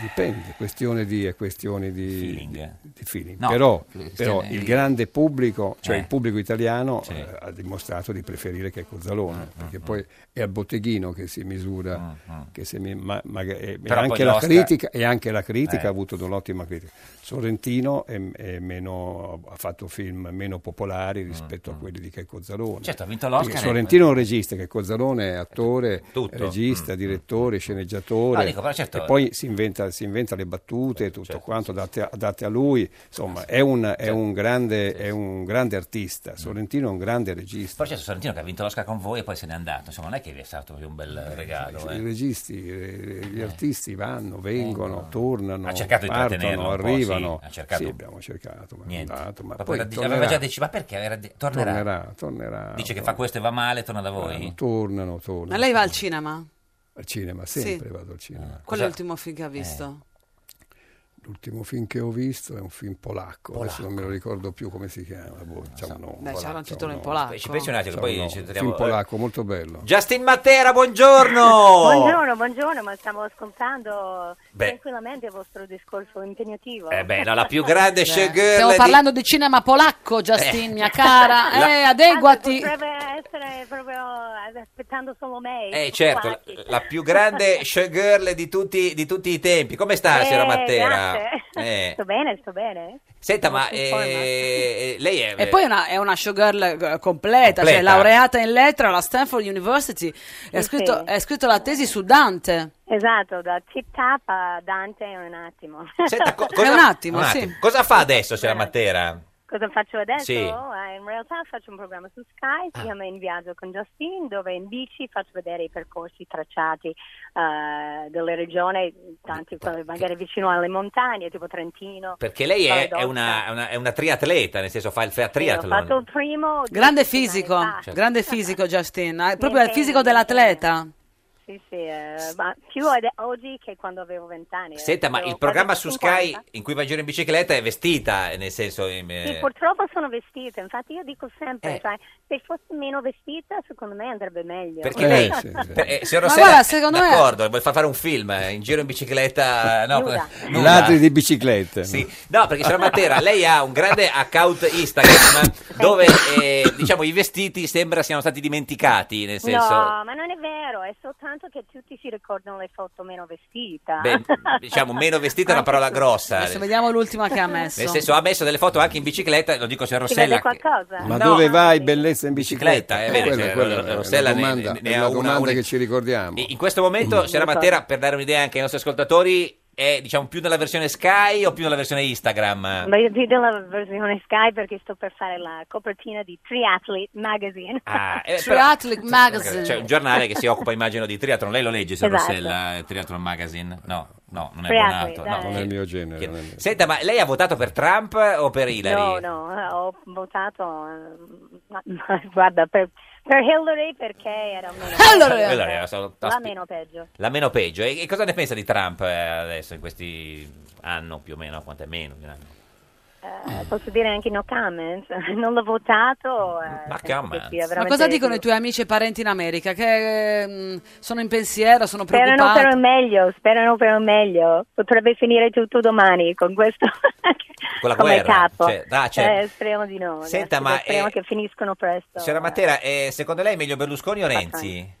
M: Dipende, questione di, è questione di feeling. Di feeling.
C: No,
M: però,
C: questione
M: però il
C: di-
M: grande pubblico, cioè
C: Eh.
M: il pubblico italiano, eh, ha dimostrato di preferire che Cozzalone,
C: Mm,
M: perché poi è al botteghino che si misura, che se mi- ma- ma- e, e
C: Però poi
M: anche la
C: l'Oscar-
M: critica, e anche la critica
C: Eh.
M: ha avuto un'ottima critica. Sorrentino è, è meno, ha fatto film meno popolari rispetto a quelli di che Cozzalone.
C: Mm, Certo, ha vinto l'Oscar
M: Perché
C: e- Eh,
M: Sorrentino è un regista, che Cozzalone è attore,
C: Tutto. Mm,
M: regista, direttore, sceneggiatore,
C: No, dico, però certo-
M: e poi si inventa, si inventa le battute, tutto quanto date a, date a lui. Insomma, è un,
C: Certo.
M: è un grande, è un grande
C: Mm.
M: artista. Sorrentino è un grande regista.
C: Però c'è certo, Sorrentino che ha vinto l'Oscar con voi e poi se n'è andato. Insomma, non è che vi è stato un bel regalo.
M: I
C: eh.
M: registi, eh, gli artisti vanno, vengono, tornano,
C: Ha cercato di trattenerlo
M: partono,
C: un po',
M: arrivano.
C: sì, ha cercato.
M: Sì, abbiamo cercato, ma è
C: Niente.
M: andato, ma
C: Proprio
M: poi
C: era- aveva
M: tornerà.
C: già deciso, ma perché era de- tornerà?
M: Tornerà, tornerà. Eh,
C: Dice che fa questo e va male, torna da voi.
M: Tornano, tornano, tornano.
B: Ma lei va al cinema?
M: Al cinema,
B: Sì. Eh.
M: sempre vado al cinema.
C: Ah.
B: Qual è l'ultimo film che ha visto?
C: Eh,
M: L'ultimo film che ho visto è un film polacco, adesso non me lo ricordo più come si chiama. Boh, c'ha un nome.
B: Dai, c'ha un
M: c'ha
B: titolo in
M: nome.
B: polacco. Ci pensi un attimo,
M: C'ha
C: poi
M: nome.
C: ci troviamo- eh.
M: Film polacco, molto bello.
C: Justin Matera, buongiorno!
R: Buongiorno, buongiorno, ma stiamo ascoltando
C: Beh.
R: tranquillamente il vostro discorso impegnativo.
C: Eh beh, no, la più grande showgirl
B: Stiamo
C: di- Eh.
B: parlando di cinema polacco, Justin, mia cara.
C: La-
B: Eh, adeguati.
R: Potrebbe essere proprio eh, aspettando solo me.
C: Eh certo, la, la più grande showgirl di tutti, di tutti i tempi. Come sta,
R: Eh,
C: signora Matera?
R: grazie.
C: Eh.
R: Sto bene, sto bene.
C: Senta, ma
R: Sono in
C: eh, lei è...
B: E poi è una, è una showgirl eh, completa, cioè laureata in lettere alla Stanford University. E ha
R: Sì,
B: scritto,
R: sì.
B: ha scritto la tesi su Dante.
R: Esatto, da Tip Tap a Dante in un attimo.
C: Cosa-
B: un attimo, sì.
C: Cosa fa adesso, signora Matera?
R: Cosa faccio adesso?
C: Sì. Ah.
R: Eh, In realtà faccio un programma su Sky, si chiama In Viaggio con Justin, dove in bici faccio vedere i percorsi tracciati eh, delle regioni, tanti quelli magari vicino alle montagne, tipo Trentino.
C: Perché lei è,
R: Valle
C: è una, è una- è una triatleta, nel senso fa il fa-
R: d'Aosta. Sì, Ho fatto
C: triathlon.
R: il primo.
B: Grande fisico,
R: Esatto.
C: Certo.
B: grande fisico Justin, eh, proprio il fisico dell'atleta.
R: Sì, sì, eh, ma più ad- oggi che quando avevo vent'anni. eh.
C: Senta, ma
R: Avevo
C: il programma
R: quasi
C: su Sky
R: 50.
C: in cui va in giro in bicicletta è vestita, eh, nel senso... in-
R: Sì,
C: eh,
R: purtroppo sono vestita, infatti io dico sempre,
C: Eh.
R: sai, se fossi meno vestita secondo me andrebbe meglio.
C: Perché lei, per- eh, signor
R: Ma
C: Rossella,
R: guarda, secondo me-
C: d'accordo, vuole far fare un film eh, in giro in bicicletta, no,
R: Nuda.
C: nuda.
M: Ladri di biciclette.
C: Sì. No, perché signora Matera, lei ha un grande account Instagram dove eh, diciamo i vestiti sembra siano stati dimenticati, nel senso
R: No, ma non è vero, è soltanto che tutti si ricordano le foto meno vestita.
C: beh, diciamo meno vestita è una parola grossa. eh.
B: Adesso vediamo l'ultima che ha messo.
C: Nel senso ha messo delle foto anche in bicicletta, lo dico signor
B: Ci
C: Rossella.
B: vede qualcosa?
M: Ma
C: No,
M: dove vai bellezza in bicicletta?
C: bicicletta, eh, vede,
M: Quella-
C: cioè,
M: quella
C: Ro-
M: è
C: Rossella
M: una
C: ne-
M: domanda,
C: ne- ne
M: è
C: ha
M: una
C: una-
M: domanda
C: una-
M: che ci ricordiamo.
C: In questo momento, signora
M: Non so.
C: Matera, per dare un'idea anche ai nostri ascoltatori, è diciamo più nella versione Sky o più nella versione Instagram?
R: Ma io dico la versione Sky perché sto per fare la copertina di Triathlete Magazine.
C: Ah, eh, però- cioè,
B: Triathlete Magazine.
C: C'è un giornale che si occupa, immagino, di triathlon. Lei lo legge, se
B: Esatto.
C: Rossella, eh, Triathlon Magazine? No, no, non è
R: Triathlete,
C: abbonato.
R: dai. Non è il
C: mio genere. Senta, ma lei ha votato per Trump o per Hillary?
R: No, no, eh, ho votato, eh, ma- ma guarda, per, per Hillary perché era meno
C: Hillary! Hillary era solo-
R: eh, la meno peggio.
C: eh, La meno peggio. E, e cosa ne pensa di Trump eh, adesso, in questi anno più o meno? Quanto è meno? di un anno?
R: Eh, posso dire anche no comments, non l'ho votato. eh, penso che
C: comments.
R: sia
B: Ma
R: veramente-
B: cosa dicono i tuoi amici e parenti in America? Che eh, sono in pensiero, sono
R: Sperano
B: preoccupati.
R: per un meglio, sperano per un meglio. Potrebbe finire tutto domani con questo
C: Con la
R: come
C: guerra?
R: capo.
C: Cioè, ah, cioè,
R: Eh, speriamo di no.
C: Senta,
R: adesso
C: ma,
R: speriamo
C: eh,
R: che finiscono presto.
C: Signora Matera, eh, secondo lei è meglio Berlusconi o Renzi?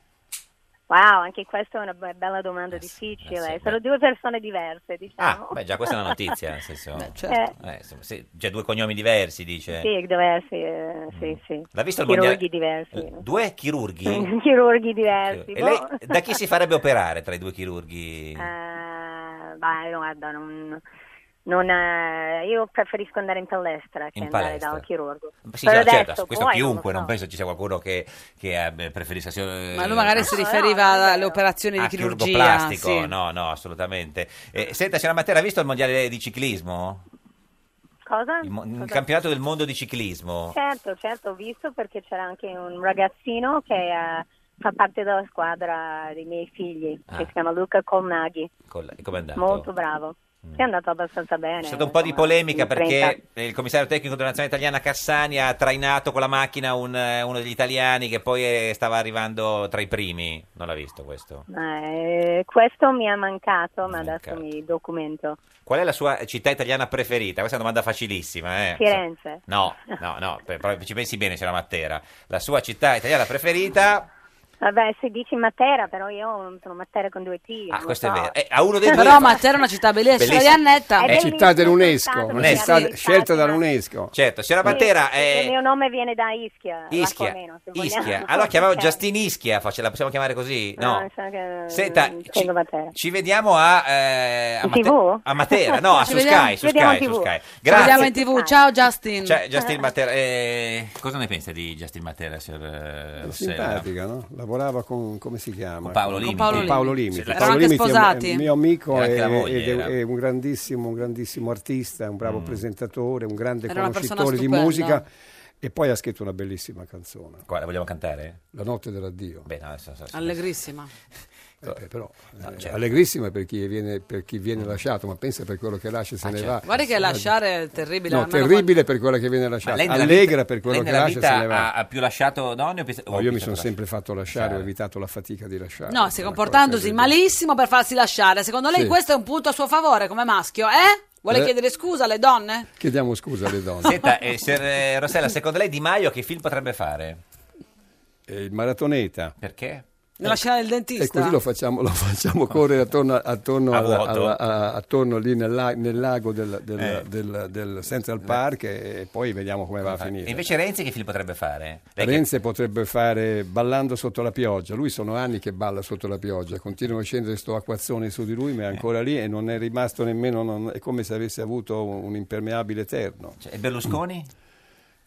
R: Wow, anche questa è una be- bella domanda
C: Eh
R: difficile. Sono due persone diverse,
C: Ah,
R: diciamo.
C: beh, già questa è una notizia. eh. nel senso-
R: certo.
C: Eh, insomma, se- c'è due cognomi diversi, dice.
R: Sì, diversi, eh, sì, sì.
C: Mm. L'ha visto il
R: Chirurghi
C: mondiale- Eh,
R: diversi.
C: Due chirurghi?
R: Chirurghi diversi.
C: E lei
R: boh.
C: da chi si farebbe operare tra i due chirurghi?
R: Eh, vai, guarda, non, non, eh, io preferisco andare in palestra che
C: In
R: andare
C: palestra.
R: da un chirurgo.
C: Sì,
R: Però
C: certo,
R: adesso
C: questo
R: puoi,
C: chiunque, non,
R: non lo so.
C: penso ci sia qualcuno che, che eh, beh, preferisca... sia-
B: Ma lui
R: Eh,
B: magari si riferiva alle operazioni
C: a
B: di chirurgia.
C: chirurgoplastico,
B: sì.
C: no, no, assolutamente. Eh, senta, signora Matera, ha visto il mondiale di ciclismo?
R: Cosa?
C: Il, mo- il
R: Cosa?
C: campionato del mondo di ciclismo?
R: Certo, certo, ho visto perché c'era anche un ragazzino che eh, fa parte della squadra dei miei figli,
C: Ah.
R: che si chiama Luca Colnaghi.
C: Col- com'è andato?
R: Molto bravo. È andato abbastanza bene.
C: Mm. C'è stata un po' di polemica
R: in 30.
C: perché il commissario tecnico della nazionale italiana Cassani ha trainato con la macchina un, eh, uno degli italiani che poi eh, stava arrivando tra i primi. Non l'ha visto questo.
R: Eh, questo mi è mancato, ma adesso mi documento.
C: Qual è la sua città italiana preferita? Questa è una domanda facilissima. Eh?
R: Firenze.
C: No, no, no, per- però ci pensi bene, c'era Matera. La sua città italiana preferita?
R: Vabbè, se dici Matera, però io sono Matera con due T.
C: Ah,
R: non
C: questo
R: so.
C: è vero. Eh, a uno dei due.
B: Però Matera è una città bellissima,
C: Bellissima.
B: di Annetta.
R: È
C: Eh,
M: città dell'UNESCO,
R: stato,
M: una
R: sì,
M: città
R: abbiamo
M: scelta dall'UNESCO.
C: Certo, signora Matera, eh,
R: Il mio nome viene da Ischia.
C: Ischia.
R: Meno, se vogliamo.
C: Ischia. Allora chiamavo
R: Ok.
C: Justin Ischia, fa- ce la possiamo chiamare così?
R: No,
C: No.
R: mi sa che-
C: Senta,
R: mm,
C: ci,
R: tengo Matera.
C: ci vediamo a, eh, a,
R: In
C: Mate-
R: TV?
C: a Matera,
R: Eh,
C: no, a
B: Ci
C: su
B: vediamo-
C: Sky,
B: ci
C: su
B: vediamo
C: Sky,
B: in
C: su
B: TV.
C: Sky.
B: Ci vediamo
C: Grazie.
B: in tv. Ciao Justin.
C: Cioè, Justin Matera, eh, cosa ne pensa di Justin Matera, signor eh,
M: È
C: Rossella?
M: simpatica, no? Lavorava con, come si chiama?
C: Con Paolo Limiti.
M: Con Paolo Limiti.
C: Sì, la-
M: Paolo
C: erano anche
M: Limiti è un-
C: sposati.
M: È un mio amico
C: Era anche
M: è-
C: la moglie,
M: ed è,
C: era. Mm.
M: è un, grandissimo, un grandissimo artista, un bravo presentatore, un grande
B: Era una persona
M: conoscitore di
B: stupenda.
M: musica e poi ha scritto una bellissima canzone.
C: Qua, la vogliamo cantare?
M: La notte dell'addio.
C: Beh, no, adesso- adesso-
B: Allegrissima. Cioè,
M: Eh, beh, però,
C: No,
M: eh,
C: certo. Mm.
M: Allegrissima per chi, viene, per chi viene lasciato, ma pensa per quello che lascia e se
C: Ah,
M: ne
C: certo.
M: va.
B: Guarda che lasciare è terribile.
M: No,
B: almeno
M: terribile per quella che viene
C: Ma
M: lasciata,
C: lei nella
M: allegra
C: vita-
M: per quello
C: lei
M: che
C: nella
M: lascia e
C: vita
M: se ne va.
C: Ha, ha più lasciato donne o pis- o
M: No, io mi
C: pisato
M: sono
C: la-
M: sempre fatto lasciare, ho evitato la fatica di lasciare.
B: No, si comportandosi malissimo per farsi lasciare. Secondo lei
M: Sì.
B: questo è un punto a suo favore come maschio, eh? Vuole
M: Eh.
B: chiedere scusa alle donne?
M: Chiediamo scusa alle donne.
C: Senta, eh, signor, eh, Rossella, secondo lei Di Maio che film potrebbe fare?
M: Eh, il maratoneta. Eh,
C: Perché? Oh.
B: Nella scena del dentista?
M: E così lo facciamo, lo facciamo correre attorno, attorno,
C: A
M: alla-
C: vuoto.
M: alla- a- attorno lì nel, la- nel lago del, del-
C: Eh.
M: del- del Central Park e, e poi vediamo come Eh, va a
C: E
M: finire.
C: invece Renzi che film potrebbe fare? Lei che-
M: Renzi potrebbe fare ballando sotto la pioggia, lui sono anni che balla sotto la pioggia, continua a scendere sto acquazzone su di lui,
C: Eh.
M: ma è ancora lì e non è rimasto nemmeno, non- è come se avesse avuto un, un impermeabile eterno.
C: Cioè, E Berlusconi?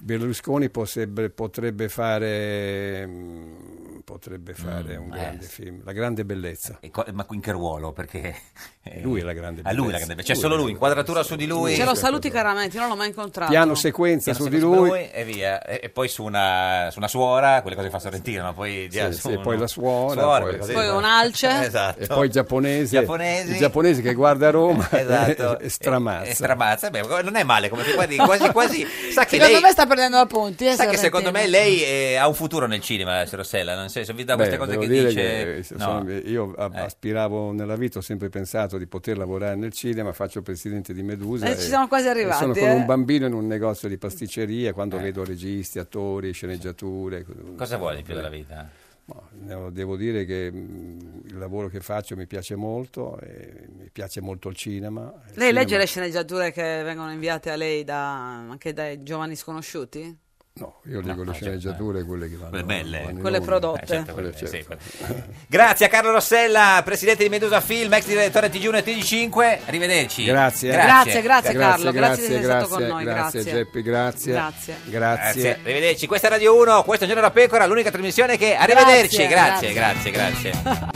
M: Berlusconi potrebbe, potrebbe fare, mm, potrebbe fare un
C: eh,
M: grande
C: sì.
M: film, La grande bellezza.
C: E co- ma in che ruolo? Perché eh,
M: Lui è la grande
C: Ah, lui è la
M: bellezza.
C: grande bellezza. C'è
M: Lui è
C: solo
M: la
C: lui, inquadratura su di lui.
B: Ce lo saluti caramente, non l'ho mai incontrato.
M: Piano sequenza
C: Piano
M: su di
C: sequenza
M: lui.
C: e via. E, e poi su una, su una suora, quelle cose che fa Sorrentino, no? poi,
M: Sì,
C: dia-
M: sì,
C: su
M: e
C: un-
M: poi la suora,
C: suora,
M: poi-
C: quelle cose
B: Poi
C: lì.
B: un alce.
C: Esatto.
M: E poi il giapponese,
C: Giapponesi.
M: il giapponese che guarda Roma
C: Esatto.
M: e, e stramazza.
C: E stramazza, beh, non è male come quasi, quasi, quasi sa che
B: Eh, secondo
C: lei
B: me sta perdendo appunti. Eh,
C: sa che
B: Sorrentino.
C: secondo me lei eh, ha un futuro nel cinema, signor Rossella, nel senso, vi da Ah, queste
M: Beh,
C: cose
M: devo
C: che
M: dire
C: dice
M: che, eh,
C: no.
M: sono- io a- aspiravo nella vita, ho sempre pensato di poter lavorare nel cinema, faccio presidente di Medusa.
B: Eh, ci siamo quasi
M: e
B: arrivati,
M: Sono
B: eh.
M: come un bambino in un negozio di pasticceria quando vedo registi, attori, sceneggiature.
C: Eh. Cosa vuoi di più della vita?
M: No, Devo dire che mh, il lavoro che faccio mi piace molto, e mi piace molto il cinema. Il
B: Lei
M: cinema-
B: legge le sceneggiature che vengono inviate a lei da, anche dai giovani sconosciuti?
N: No, io dico le sceneggiature, quelle che vanno.
C: certo, eh. Quelle belle.
N: vanno in
B: Quelle
N: onda.
B: prodotte. Eh, certo,
N: Quelle,
C: quelle- sì,
N: certo.
C: Grazie a Carlo Rossella, presidente di Medusa Film, ex direttore TG1 e TG5. Arrivederci.
N: Grazie.
B: Grazie, grazie, Carlo, grazie di
N: grazie,
B: essere stato con
N: grazie,
B: noi,
N: grazie,
B: grazie.
N: Geppi, grazie.
B: Grazie.
N: Grazie.
C: Grazie. Eh Arrivederci. Questa è Radio 1, questo è Giorno da Pecora, l'unica trasmissione che arrivederci.
B: Grazie,
C: Grazie, grazie, grazie.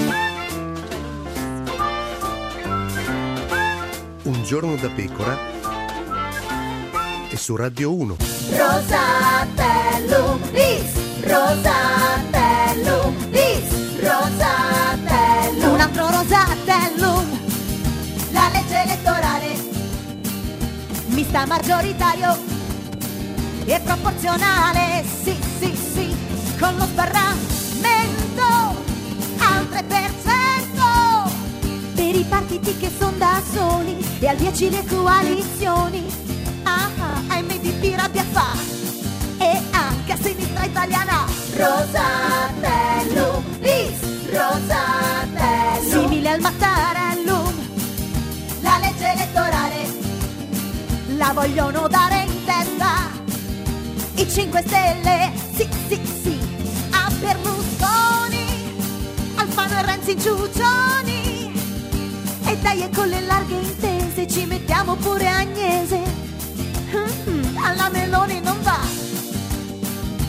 J: Un giorno da pecora e su Radio 1.
I: Rosatellum bis, Rosatellum bis, Rosatellum. Un altro Rosatellum, la legge elettorale, mista maggioritario e proporzionale, sì sì sì, con lo sbarramento al 3% per i partiti che sono da soli e al 10 le coalizioni. Ah ah, MDP rabbia fa e anche a sinistra italiana. Rosatellum, bis, Rosatellum. Simile al Mattarellum, la legge elettorale la vogliono dare in testa. I 5 Stelle, sì sì sì, a Berlusconi, Alfano e Renzi in Giugioni. E dai e con le larghe intese ci mettiamo pure Agnese Mm, Alla Meloni non va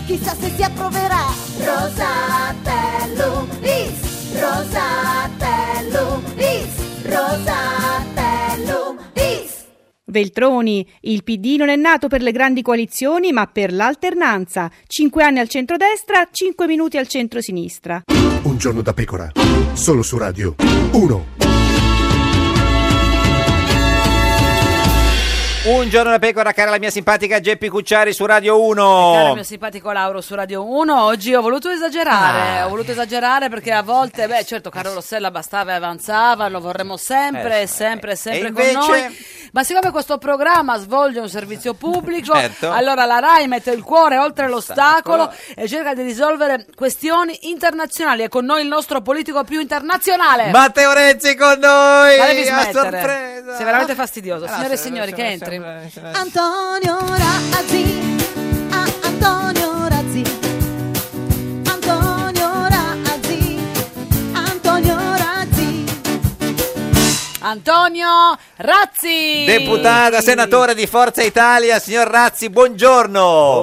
I: Chissà se si approverà Rosatellum is Rosatellum is Rosatellum is
H: Veltroni, il PD non è nato per le grandi coalizioni ma per l'alternanza. 5 anni al centrodestra, 5 minuti al centrosinistra.
J: Un giorno da pecora, solo su Radio 1.
C: Un giorno da Pecora, cara la mia simpatica Geppi Cucciari su Radio
B: Caro
C: 1.
B: mio simpatico Lauro su Radio 1, oggi ho voluto esagerare, ho voluto esagerare perché a volte, beh certo Carlo Rossella bastava e avanzava, lo vorremmo sempre,
S: Eh,
B: sempre, sempre
S: e
B: con
S: invece-
B: noi, ma siccome questo programma svolge un servizio pubblico,
S: Certo.
B: allora la RAI mette il cuore oltre l'ostacolo
S: Ostacolo.
B: e cerca di risolvere questioni internazionali e con noi il nostro politico più internazionale.
C: Matteo Renzi con noi!
B: Ma devi
C: a
B: smettere.
C: sorpresa.
B: Sei veramente fastidioso.
C: Ah,
B: Signore e
C: se-
B: signori,
C: se-
B: che
C: se-
B: entri.
I: Antonio Razzi, a Antonio Razzi, Antonio Razzi, Antonio Razzi.
B: Antonio Razzi!
C: Deputata, senatore di Forza Italia, signor Razzi, buongiorno.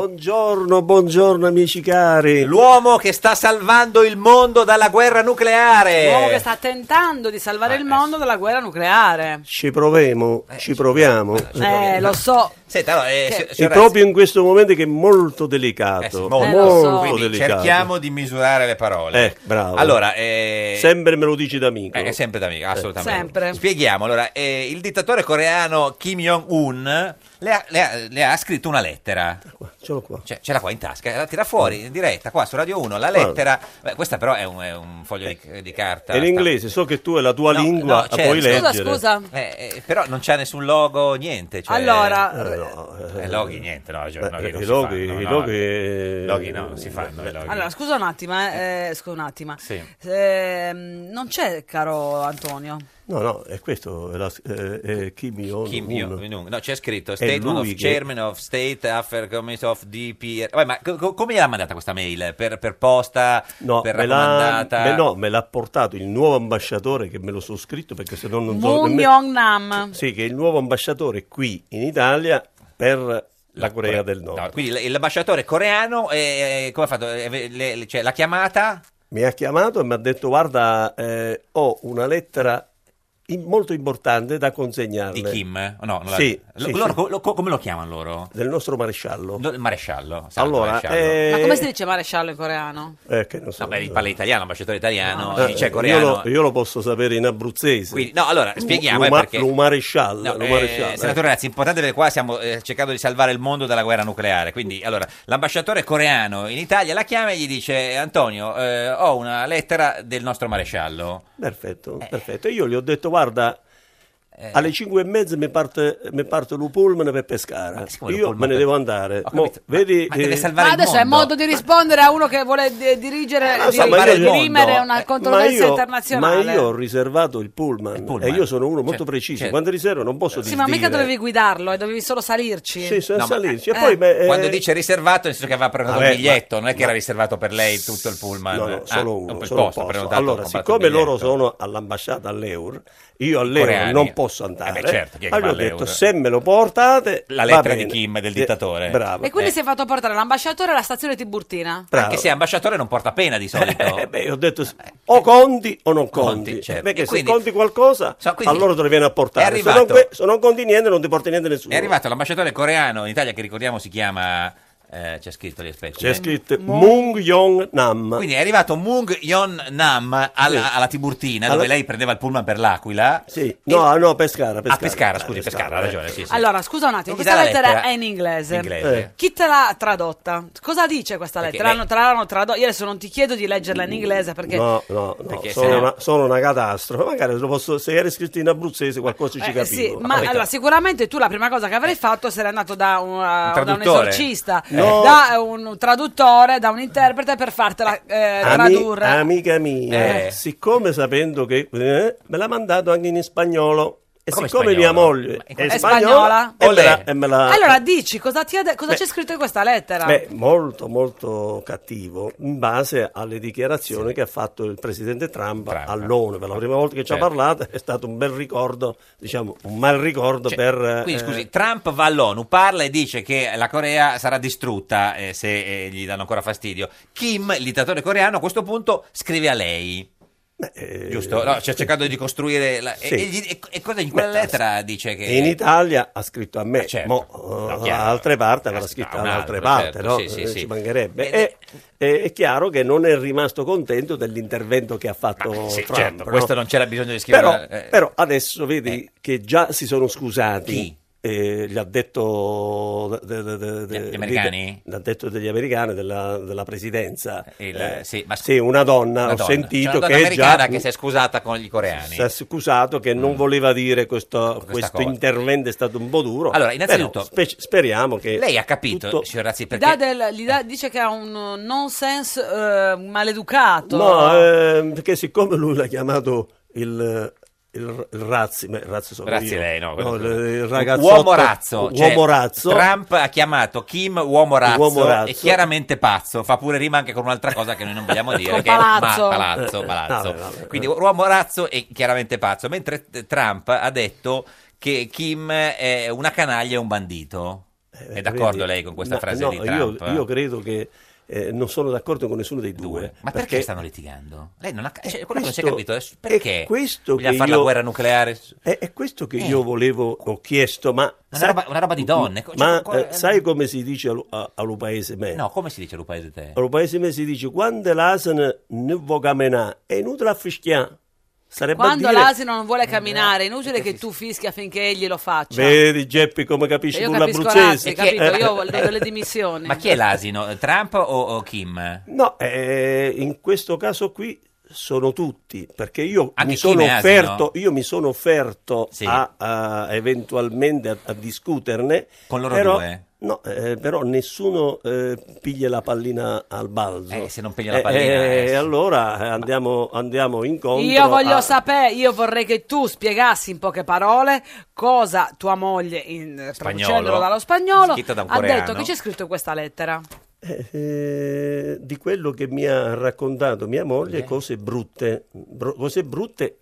T: Buongiorno, buongiorno amici cari.
C: L'uomo che sta salvando il mondo dalla guerra nucleare.
B: L'uomo che sta tentando di
T: Ah,
B: salvare il
T: eh,
B: mondo dalla guerra nucleare.
T: Ci proviamo, ci proviamo.
B: Eh, lo so.
C: Senta, no, eh, si-
T: È
C: signor Razzi,
T: proprio in questo momento che è molto delicato.
C: Eh, molto.
B: Eh,
T: molto
C: Quindi
T: delicato.
C: cerchiamo di misurare le parole.
T: Eh, bravo.
C: Allora, eh,
T: Sempre me lo dici d'amico.
C: Eh, è sempre d'amico, assolutamente.
T: Sempre.
C: Spieghiamo, allora, eh, il dittatore coreano Kim Jong-un le ha, le ha- le ha scritto una lettera.
T: Ce l'ho qua. Ah.
C: Cioè, ce l'ha qua in tasca, la tira fuori in diretta, qua su Radio 1, la
T: Guarda.
C: lettera. Beh, questa però è un, è un foglio di, di carta.
T: È in inglese, so che tu è la tua lingua,
C: no,
T: la
C: certo.
T: puoi
C: Scusa,
T: leggere.
B: Scusa.
C: Eh, però non c'è nessun logo, niente. cioè-
B: Allora-
T: Eh, no,
C: Eh, loghi, niente, no, cioè,
T: Beh,
C: non
T: i
C: si
T: loghi-
C: fanno,
T: i
C: no,
T: loghi-
C: loghi no, non si fanno i loghi.
B: Allora, scusa un attimo, eh, eh, scusa un attimo.
C: Sì.
B: Ehm, non c'è, caro Antonio.
T: No, no, è questo, è, la, eh, è Kim Jong-un.
C: Kim Jong-un. No, c'è scritto
T: È
C: Statement of
T: lui che-
C: Chairman of State Affair Committee of DPR. Vabbè, ma co- co- come gliel'ha mandata questa mail? Per, per posta?
T: No,
C: per
T: me l'ha,
C: raccomandata?
T: me- no, me l'ha portato il nuovo ambasciatore che me lo sono scritto perché se no non so
B: Moon
T: nemmeno-
B: Yong Nam.
T: Sì, che è il nuovo ambasciatore qui in Italia per la Corea del Nord.
C: No, quindi l- l'ambasciatore coreano, eh, come ha fatto? Eh, le- le- cioè, l'ha chiamata?
T: Mi ha chiamato e mi ha detto guarda eh, ho una lettera in- molto importante da consegnarle.
C: Di Kim? eh? No, non la-
T: Sì,
C: Lo-
T: sì,
C: loro
T: sì.
C: co- lo- co- come lo chiamano loro?
T: Del nostro maresciallo.
C: il maresciallo. santo
T: Allora,
C: maresciallo.
T: eh,
B: Ma come si dice maresciallo in coreano?
T: eh, che non so.
C: No, beh, parla italiano, l'ambasciatore italiano,
T: Eh,
C: dice
T: io,
C: cioè, coreano.
T: lo, io lo posso sapere in abruzzese.
C: Quindi, no, allora, spieghiamo, eh,
T: Lo,
C: perché-
T: maresciallo.
C: No,
T: lo
C: eh,
T: maresciallo, eh.
C: senatore Razzi, importante perché qua stiamo eh, cercando di salvare il mondo dalla guerra nucleare. Quindi, allora, l'ambasciatore coreano in Italia la chiama e gli dice: Antonio, eh, ho una lettera del nostro maresciallo. Eh.
T: Perfetto, perfetto. Io gli ho detto, guarda, Alle 5 e mezza mi parte, mi parte lo pullman per Pescara.
C: vuole lo
T: Io me
C: pullman
T: ne
C: per-
T: devo andare. Mo, vedi, eh,
B: Ma adesso è modo di rispondere a uno che vuole di- dirigere,
T: Eh, lo so,
B: di-
T: ma io-
B: dirimere
T: mondo. Eh,
B: una
T: ma
B: controversia
T: io,
B: internazionale.
T: ma io ho riservato il pullman, e io sono uno
C: Cioè,
T: molto preciso. Quando riservo non posso
B: Sì,
T: dire.
B: ma mica dovevi guidarlo, e dovevi solo salirci.
T: Sì, solo
C: No, ma-
T: salirci. E
B: eh,
T: poi, beh, eh,
C: Quando dice riservato, nel senso che aveva prenotato
T: Vabbè,
C: il biglietto, non è che
T: ma-
C: era riservato per lei tutto il pullman.
T: No, no,
C: Ah,
T: solo uno.
C: un po' il
T: solo un
C: posto,
T: posto.
C: prenotato,
T: Allora,
C: comprato
T: siccome
C: il
T: loro
C: biglietto.
T: sono all'ambasciata all'Eur, io all'Eur
C: Coreani.
T: non posso andare.
C: Eh beh, certo, chi è che
T: allora
C: va
T: ho detto,
C: all'Eur?
T: se me lo portate...
C: La
T: va
C: lettera di
T: bene.
C: Kim, del
T: Eh,
C: dittatore.
T: Bravo. Eh,
B: E quindi si è fatto portare l'ambasciatore alla stazione Tiburtina.
C: Anche se è ambasciatore non porta pena di solito.
T: Eh, beh, ho detto o conti o non conti.
C: certo.
T: Perché
C: E
T: se
C: quindi-
T: conti qualcosa,
C: quindi-
T: allora te lo viene a portare.
C: È arrivato-
T: Se, non, que- se non conti niente, non ti porti niente nessuno.
C: È arrivato l'ambasciatore coreano in Italia, che ricordiamo si chiama... eh, c'è scritto lì, aspetta.
T: C'è
B: Eh,
T: scritto Mung Yong Nam.
C: Quindi è arrivato Mung Yon Nam alla,
T: Sì.
C: alla Tiburtina,
T: Alla-
C: dove lei prendeva il pullman per l'Aquila.
T: Sì. No, ah, no, Pescara. eh.
C: A Pescara, scusi, Pescara, ha ragione. Eh Sì, sì.
B: Allora, scusa un attimo,
C: Chi
B: questa
C: dà la
B: lettera,
C: lettera?
B: è in inglese.
C: Inglese. Eh.
B: Chi te l'ha tradotta? Cosa dice questa
C: Perché
B: lettera?
C: lei-
B: L'hanno- Te l'hanno tradotta? Io adesso non ti chiedo di leggerla in inglese perché...
T: No, no, no,
C: Perché
T: sono,
C: se no-
T: una, sono una catastrofe. Magari lo posso, se era scritto in abruzzese qualcosa ci
B: Eh,
T: capivo. Ah,
B: sì, ma allora sicuramente tu la prima cosa che avrei fatto sarei andato da, una-
T: Un
B: da un
T: traduttore.
B: esorcista,
T: No.
B: da un traduttore, da un interprete per fartela eh,
T: Ami-
B: tradurre.
T: amica mia,
C: Eh.
T: siccome sapendo che eh, me l'ha mandato anche in spagnolo e
C: Come
T: siccome
C: spagnolo?
T: mia moglie
C: Ma-
T: è
B: È
T: spagnola,
B: spagnola?
T: e me la- e me la-
B: Allora dici cosa, ti ha de- cosa
T: Beh.
B: c'è scritto in questa lettera?
T: Beh, molto molto cattivo in base alle dichiarazioni che ha fatto il presidente Trump, all'ONU per la prima volta che ci
C: Certo.
T: ha parlato è stato un bel ricordo diciamo un mal ricordo
C: Cioè,
T: per eh,
C: Quindi scusi, Trump va all'ONU, parla e dice che la Corea sarà distrutta eh, se eh, gli danno ancora fastidio. Kim, il dittatore coreano, a questo punto scrive a lei. Giusto? No, cioè, cercando di costruire... la- e-
T: eh, Sì.
C: E, gli- e- e cosa in quella
T: Beh,
C: lettera dice che...
T: in Italia ha scritto a me,
C: certo.
T: mo,
C: No,
T: eh,
C: chiaro.
T: da altre parti avrà scritto
C: scritto a un
T: da altre
C: altro,
T: parti,
C: certo,
T: no?
C: sì, sì,
T: Eh,
C: sì. eh.
T: ci mancherebbe. E- e- è chiaro che non è rimasto contento dell'intervento che ha fatto
C: Sì,
T: Trump.
C: certo,
T: no?
C: questo non c'era bisogno di
T: Però,
C: scrivere... eh,
T: però adesso vedi che già si sono scusati. eh, gli ha detto de- de- de- de-
C: gli americani?
T: gli ha detto degli americani della, della presidenza
C: Il-
T: Eh,
C: sì, ma-
T: una donna
C: una
T: ho
C: donna.
T: sentito
C: C'è una donna
T: che è già
C: americana che si è scusata con gli coreani.
T: si è scusato che non voleva dire questo, questo
C: Mm. cosa.
T: intervento è stato un po' duro.
C: Allora, innanzitutto-
T: Però spe- speriamo che
C: Lei ha capito,
T: tutto-
C: signor Razzi,
B: Gli
C: perché...
B: dà del- gli dà- dice che ha un eh, nonsense eh, maleducato.
T: No, ehm, perché siccome lui l'ha chiamato il il, il Razzi, ma il Razzi sono
C: Grazie
T: io.
C: a lei, no,
T: No,
C: quello-
T: il, il ragazzotto-
C: uomo razzo,
T: uomo
C: cioè,
T: razzo.
C: Trump ha chiamato Kim uomo razzo,
T: Uomo razzo.
C: e chiaramente pazzo, fa pure rima anche con un'altra cosa che noi non vogliamo dire,
B: Con
C: che è ma-
B: palazzo.
C: palazzo,
T: Eh,
C: palazzo.
T: vabbè, vabbè.
C: Quindi uomo razzo e chiaramente pazzo, mentre eh, Trump ha detto che Kim è una canaglia e un bandito. È d'accordo
T: Eh, Vedi?
C: lei con questa
T: Ma-
C: frase
T: no,
C: di
T: io-
C: Trump?
T: Io, credo che eh, non sono d'accordo con nessuno dei due.
C: Ma perché, stanno litigando? Lei non ha, cioè, quello che non si è
T: questo-
C: capito è perché
T: è questo
C: vogliamo
T: che
C: fare
T: io-
C: la guerra nucleare?
T: È, è questo che
C: Eh. Ah.
T: io volevo, ho chiesto, ma...
C: Una roba- una roba di donne, cioè,
T: ma
C: co-
T: eh, sai come si dice allo, a- allo paese me?
C: Eh No, eh. come si dice lo paese te?
T: Allo paese me si dice, quando l'asino non vuole camminare, è inutile affischiare. Sarebbe a
B: Quando
T: dire-
B: l'asino non
T: Eh,
B: vuole camminare, è inutile che tu fischi affinché egli lo faccia.
T: Vedi Geppi come capisci tu
B: Io capisco
T: l'abruzzese?
B: Razzi, capito?
T: eh,
B: Io voglio delle dimissioni.
C: Ma chi è l'asino? Trump o, o Kim?
T: No, eh, in questo caso qui sono tutti, perché io
C: Anche
T: mi
C: chi
T: sono
C: ne ha,
T: offerto, io mi sono offerto
C: Sì.
T: a, a- eventualmente a, a discuterne.
C: Con loro
T: però,
C: due?
T: No, eh, però nessuno eh, piglia la pallina al balzo.
C: Eh, se non piglia la pallina, eh, sì.
T: E allora eh, andiamo, andiamo incontro.
B: Io voglio
T: a-
B: sapere, io vorrei che tu spiegassi in poche parole cosa tua moglie, in, traducendolo dallo spagnolo,
C: Scritto da un
B: ha
C: coreano.
B: detto che c'è scritto in questa lettera.
T: Eh, eh, di quello che mi ha raccontato mia moglie,
C: Eh.
T: cose brutte, bru- cose brutte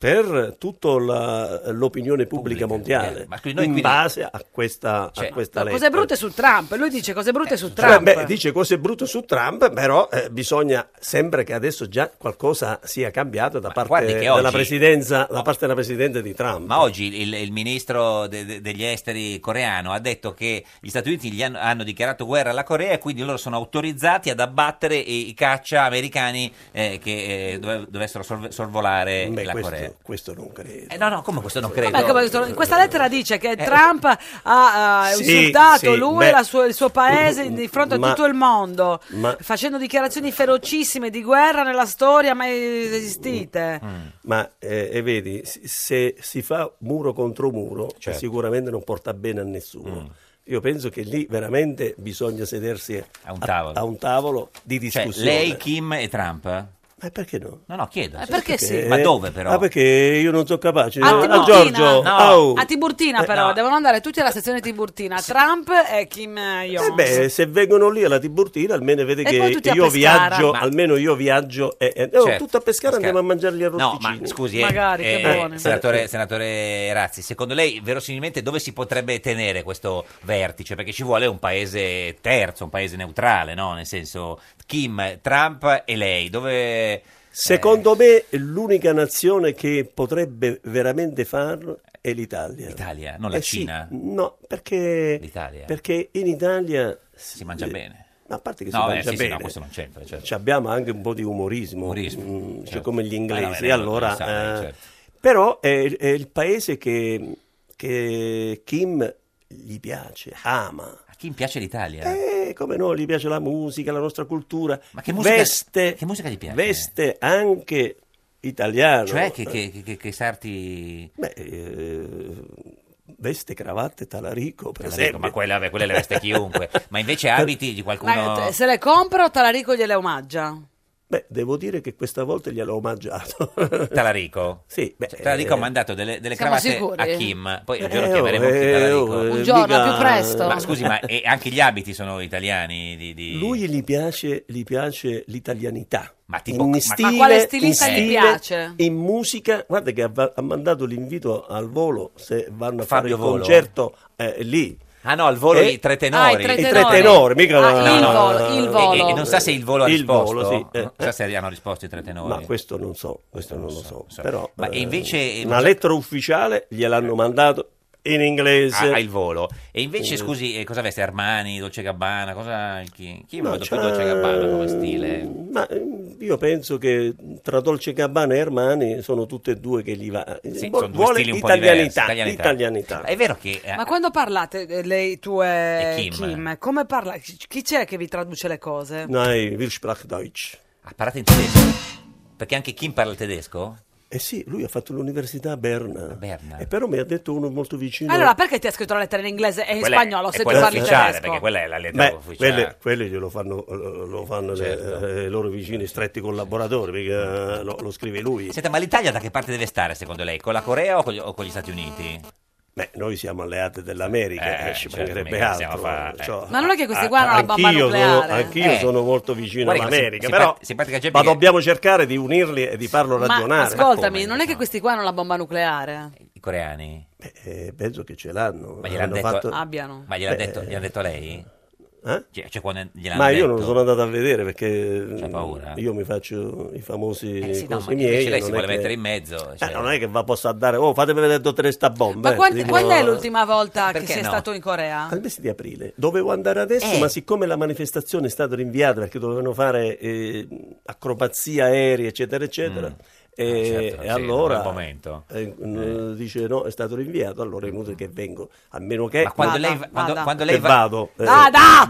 T: per tutta la- l'opinione pubblica, mondiale,
C: eh, ma quindi noi Cioè, quindi-
T: in base a questa, a questa
B: No,
T: lettera.
B: cose brutte su Trump, lui dice cose brutte su
T: Cioè,
B: Trump.
T: beh, dice cose brutte su Trump, però eh, bisogna, sembra che adesso già qualcosa sia cambiato da parte
C: guardi che oggi-
T: della presidenza, da parte della presidenza di Trump.
C: Ma oggi il, il ministro de- de- degli esteri coreano ha detto che gli Stati Uniti gli hanno, hanno dichiarato guerra alla Corea e quindi loro sono autorizzati ad abbattere i, i caccia americani eh, che eh, dove- dovessero sorve- sorvolare
T: Beh,
C: la
T: questo-
C: Corea.
T: questo non credo.
C: Eh, no, no, come questo non credo?
B: Vabbè, come ho detto, in questa lettera dice che Trump ha eh,
T: Eh, Sì,
B: insultato
T: sì,
B: lui
T: beh.
B: e la sua- il suo paese di fronte a
T: Ma-
B: tutto il mondo,
T: ma-
B: facendo dichiarazioni ferocissime di guerra nella storia mai esistite.
C: Mm.
T: Ma eh, e vedi, si- se si fa muro contro muro,
C: Certo. Mm.
T: sicuramente non porta bene a nessuno. Io penso che lì veramente bisogna sedersi a
C: un tavolo.
T: a un tavolo di
C: Cioè,
T: discussione.
C: lei, Kim e Trump?
T: Ma perché no?
C: No, no, chiedo.
B: Eh, perché sì?
C: Ma dove però?
T: Ah, perché io non sono capace.
B: A
T: Ah,
B: Tiburtina,
T: Giorgio, au.
B: a Tiburtina
T: Eh,
B: però,
T: no.
B: devono andare tutti alla sezione Tiburtina, Trump e Kim Jong.
T: Eh beh, se vengono lì alla Tiburtina, almeno vede
B: E poi tutti
T: che
B: a
T: io
B: Pescara.
T: viaggio,
B: Ma-
T: almeno io viaggio e, e- no,
C: Certo,
T: tutto a pescare
C: Pescara.
T: andiamo a mangiare gli
C: No,
T: arrosticini.
C: ma scusi, eh,
T: Magari, che
C: eh,
T: buone.
C: senatore, senatore Razzi, secondo lei verosimilmente dove si potrebbe tenere questo vertice? Perché ci vuole un paese terzo, un paese neutrale, no? Nel senso, Kim, Trump e lei, dove...
T: Secondo
C: Eh,
T: me l'unica nazione che potrebbe veramente farlo è l'Italia.
C: L'Italia, non la
T: Eh sì,
C: Cina?
T: no, perché,
C: L'Italia.
T: perché in Italia
C: Si mangia bene.
T: Ma a parte che
C: No,
T: si
C: beh,
T: mangia
C: sì, sì,
T: bene,
C: no, questo non c'entra, certo.
T: Ci abbiamo anche un po' di umorismo, mm, cioè
C: certo.
T: come gli
C: Ah, no,
T: inglesi.
C: beh,
T: allora,
C: lo sa,
T: eh,
C: certo.
T: Però è, è il paese che, che Kim gli piace, ama.
C: A Kim piace l'Italia?
T: Eh, come no, gli piace la musica, la nostra cultura.
C: Ma che musica-
T: veste,
C: che musica gli piace?
T: Veste anche italiano. Eh.
C: Cioè, che, che, che, che sarti...
T: Beh, eh, veste, cravatte, talarico, per
C: Talarico,
T: esempio.
C: ma quella- vabbè, quelle le veste chiunque. Ma invece abiti di qualcuno...
B: Ma eh, se le compra o Talarico gliele omaggia?
T: Beh, devo dire che questa volta gliel'ho omaggiato.
C: Talarico?
T: Sì. Beh,
C: Cioè, Talarico
T: eh,
C: ha mandato delle, delle
B: Siamo
C: cravatte
B: sicuri?
C: a Kim, poi un
T: Eh,
C: giorno
T: oh,
C: chiameremo anche
T: eh,
C: Talarico.
T: oh, eh,
B: Un giorno, mica- più presto.
C: Ma scusi, ma e anche gli abiti sono italiani? Di, di-
T: Lui gli piace, gli piace l'italianità. Ma,
C: tipo-
T: in
C: ma-
T: stile,
B: Ma quale stilista
T: in
B: gli
T: stile,
B: piace?
T: In musica, guarda che ha, va- ha mandato l'invito al volo se vanno a
C: Fabio
T: fare il
C: Volo?
T: concerto eh, lì.
C: Ah no, al volo
T: Eh,
C: i tre tenori.
T: ah, i tre I tre tenori. tenori, mica Ah, la- il volo, il volo.
C: E, e non sa se il volo ha
T: Il
C: risposto.
T: volo, sì, eh.
C: Non sa se hanno risposto i tre tenori.
T: Ma questo non so, questo non lo so. Però,
C: Ma
T: eh,
C: invece- Eh.
T: una lettera ufficiale gliel'hanno mandato in inglese.
C: Ah, il volo. E invece,
T: Eh,
C: scusi, eh, cosa veste? Armani, Dolce Gabbana? Cosa... Chi, chi
T: No,
C: vedo più
T: c'ha-
C: Dolce Gabbana come stile?
T: Ma eh, io penso che tra Dolce Gabbana e Armani sono tutte e due che gli va.
C: Sì,
T: Vu-
C: sono due
T: vuole
C: stili un po'
T: l'italianità,
C: diversi, italianità.
T: l'italianità.
C: È vero che... eh,
B: Ma quando parlate eh, lei, tu e
C: E
B: Kim,
C: Kim.
B: come parla? Chi c'è che vi traduce le cose?
T: Nein, wir sprach Deutsch.
C: Ha parlato Ah, in tedesco? Perché anche Kim parla il tedesco?
T: Eh sì, lui ha fatto l'università a Berna. E però mi ha detto uno molto vicino.
B: Allora, perché ti ha scritto la lettera in inglese e in
C: Quella è-
B: spagnolo
C: è
B: se tu
C: quella
B: parli
C: ufficiale,
B: tedesco?
C: perché quella è la lettera
T: Beh,
C: ufficiale.
T: quelle, quelle glielo fanno, lo lo fanno
C: Certo.
T: eh, i loro vicini, stretti collaboratori, perché eh, lo, lo scrive lui.
C: Senta, ma l'Italia da che parte deve stare secondo lei? Con la Corea o con gli, o con gli Stati Uniti?
T: Beh, noi siamo alleati dell'America,
C: Eh,
T: eh, ci
C: certo,
T: mancherebbe
C: mica
T: altro.
C: possiamo fare, eh.
T: Cioè,
B: Ma non è che questi
T: a-
B: qua hanno la bomba
T: anch'io sono,
B: nucleare?
T: anch'io
C: Eh.
T: sono molto vicino
C: Guarda che
T: all'America,
C: si-
T: però
C: si- si parte che c'è
T: ma
C: perché-
T: dobbiamo cercare di unirli e di farlo
B: Ma
T: ragionare. diciamo.
B: ascoltami, non è che questi qua hanno la bomba nucleare?
C: I coreani?
T: Eh, penso che ce l'hanno.
C: Ma gliel'hanno
T: Hanno
C: detto,
T: fatto-
B: Abbiano.
C: Ma gliel'ha
T: Beh,
C: detto, gliel'ha detto lei?
T: Eh?
C: Cioè, cioè quando gliel'hanno
T: Ma io non
C: detto? Ah,
T: sono andato a vedere perché
C: C'ha
T: mm,
C: paura?
T: io mi faccio i famosi
C: Eh sì, no,
T: cosi
C: ma invece
T: miei.
C: lei
T: non
C: si
T: è
C: vuole
T: che-
C: mettere in mezzo,
T: Eh,
C: cioè.
T: non è che va possa dare, oh fatemi vedere dove sta bomba.
B: Ma
T: eh,
B: quando,
T: tipo-
B: quando è l'ultima volta che
T: Perché
B: sei
T: no?
B: stato in Corea?
T: Al mese di aprile dovevo andare adesso, ma siccome la manifestazione è stata rinviata perché dovevano fare eh, acrobazia aerea, eccetera, eccetera. E,
C: Mm. certo,
T: Eh, e
C: sì,
T: allora
C: nel momento.
T: eh, n- dice no, è stato rinviato. Allora è inutile che vengo. A meno che
C: Ma quando lei, quando,
T: vada.
C: quando lei
T: Che vado, eh.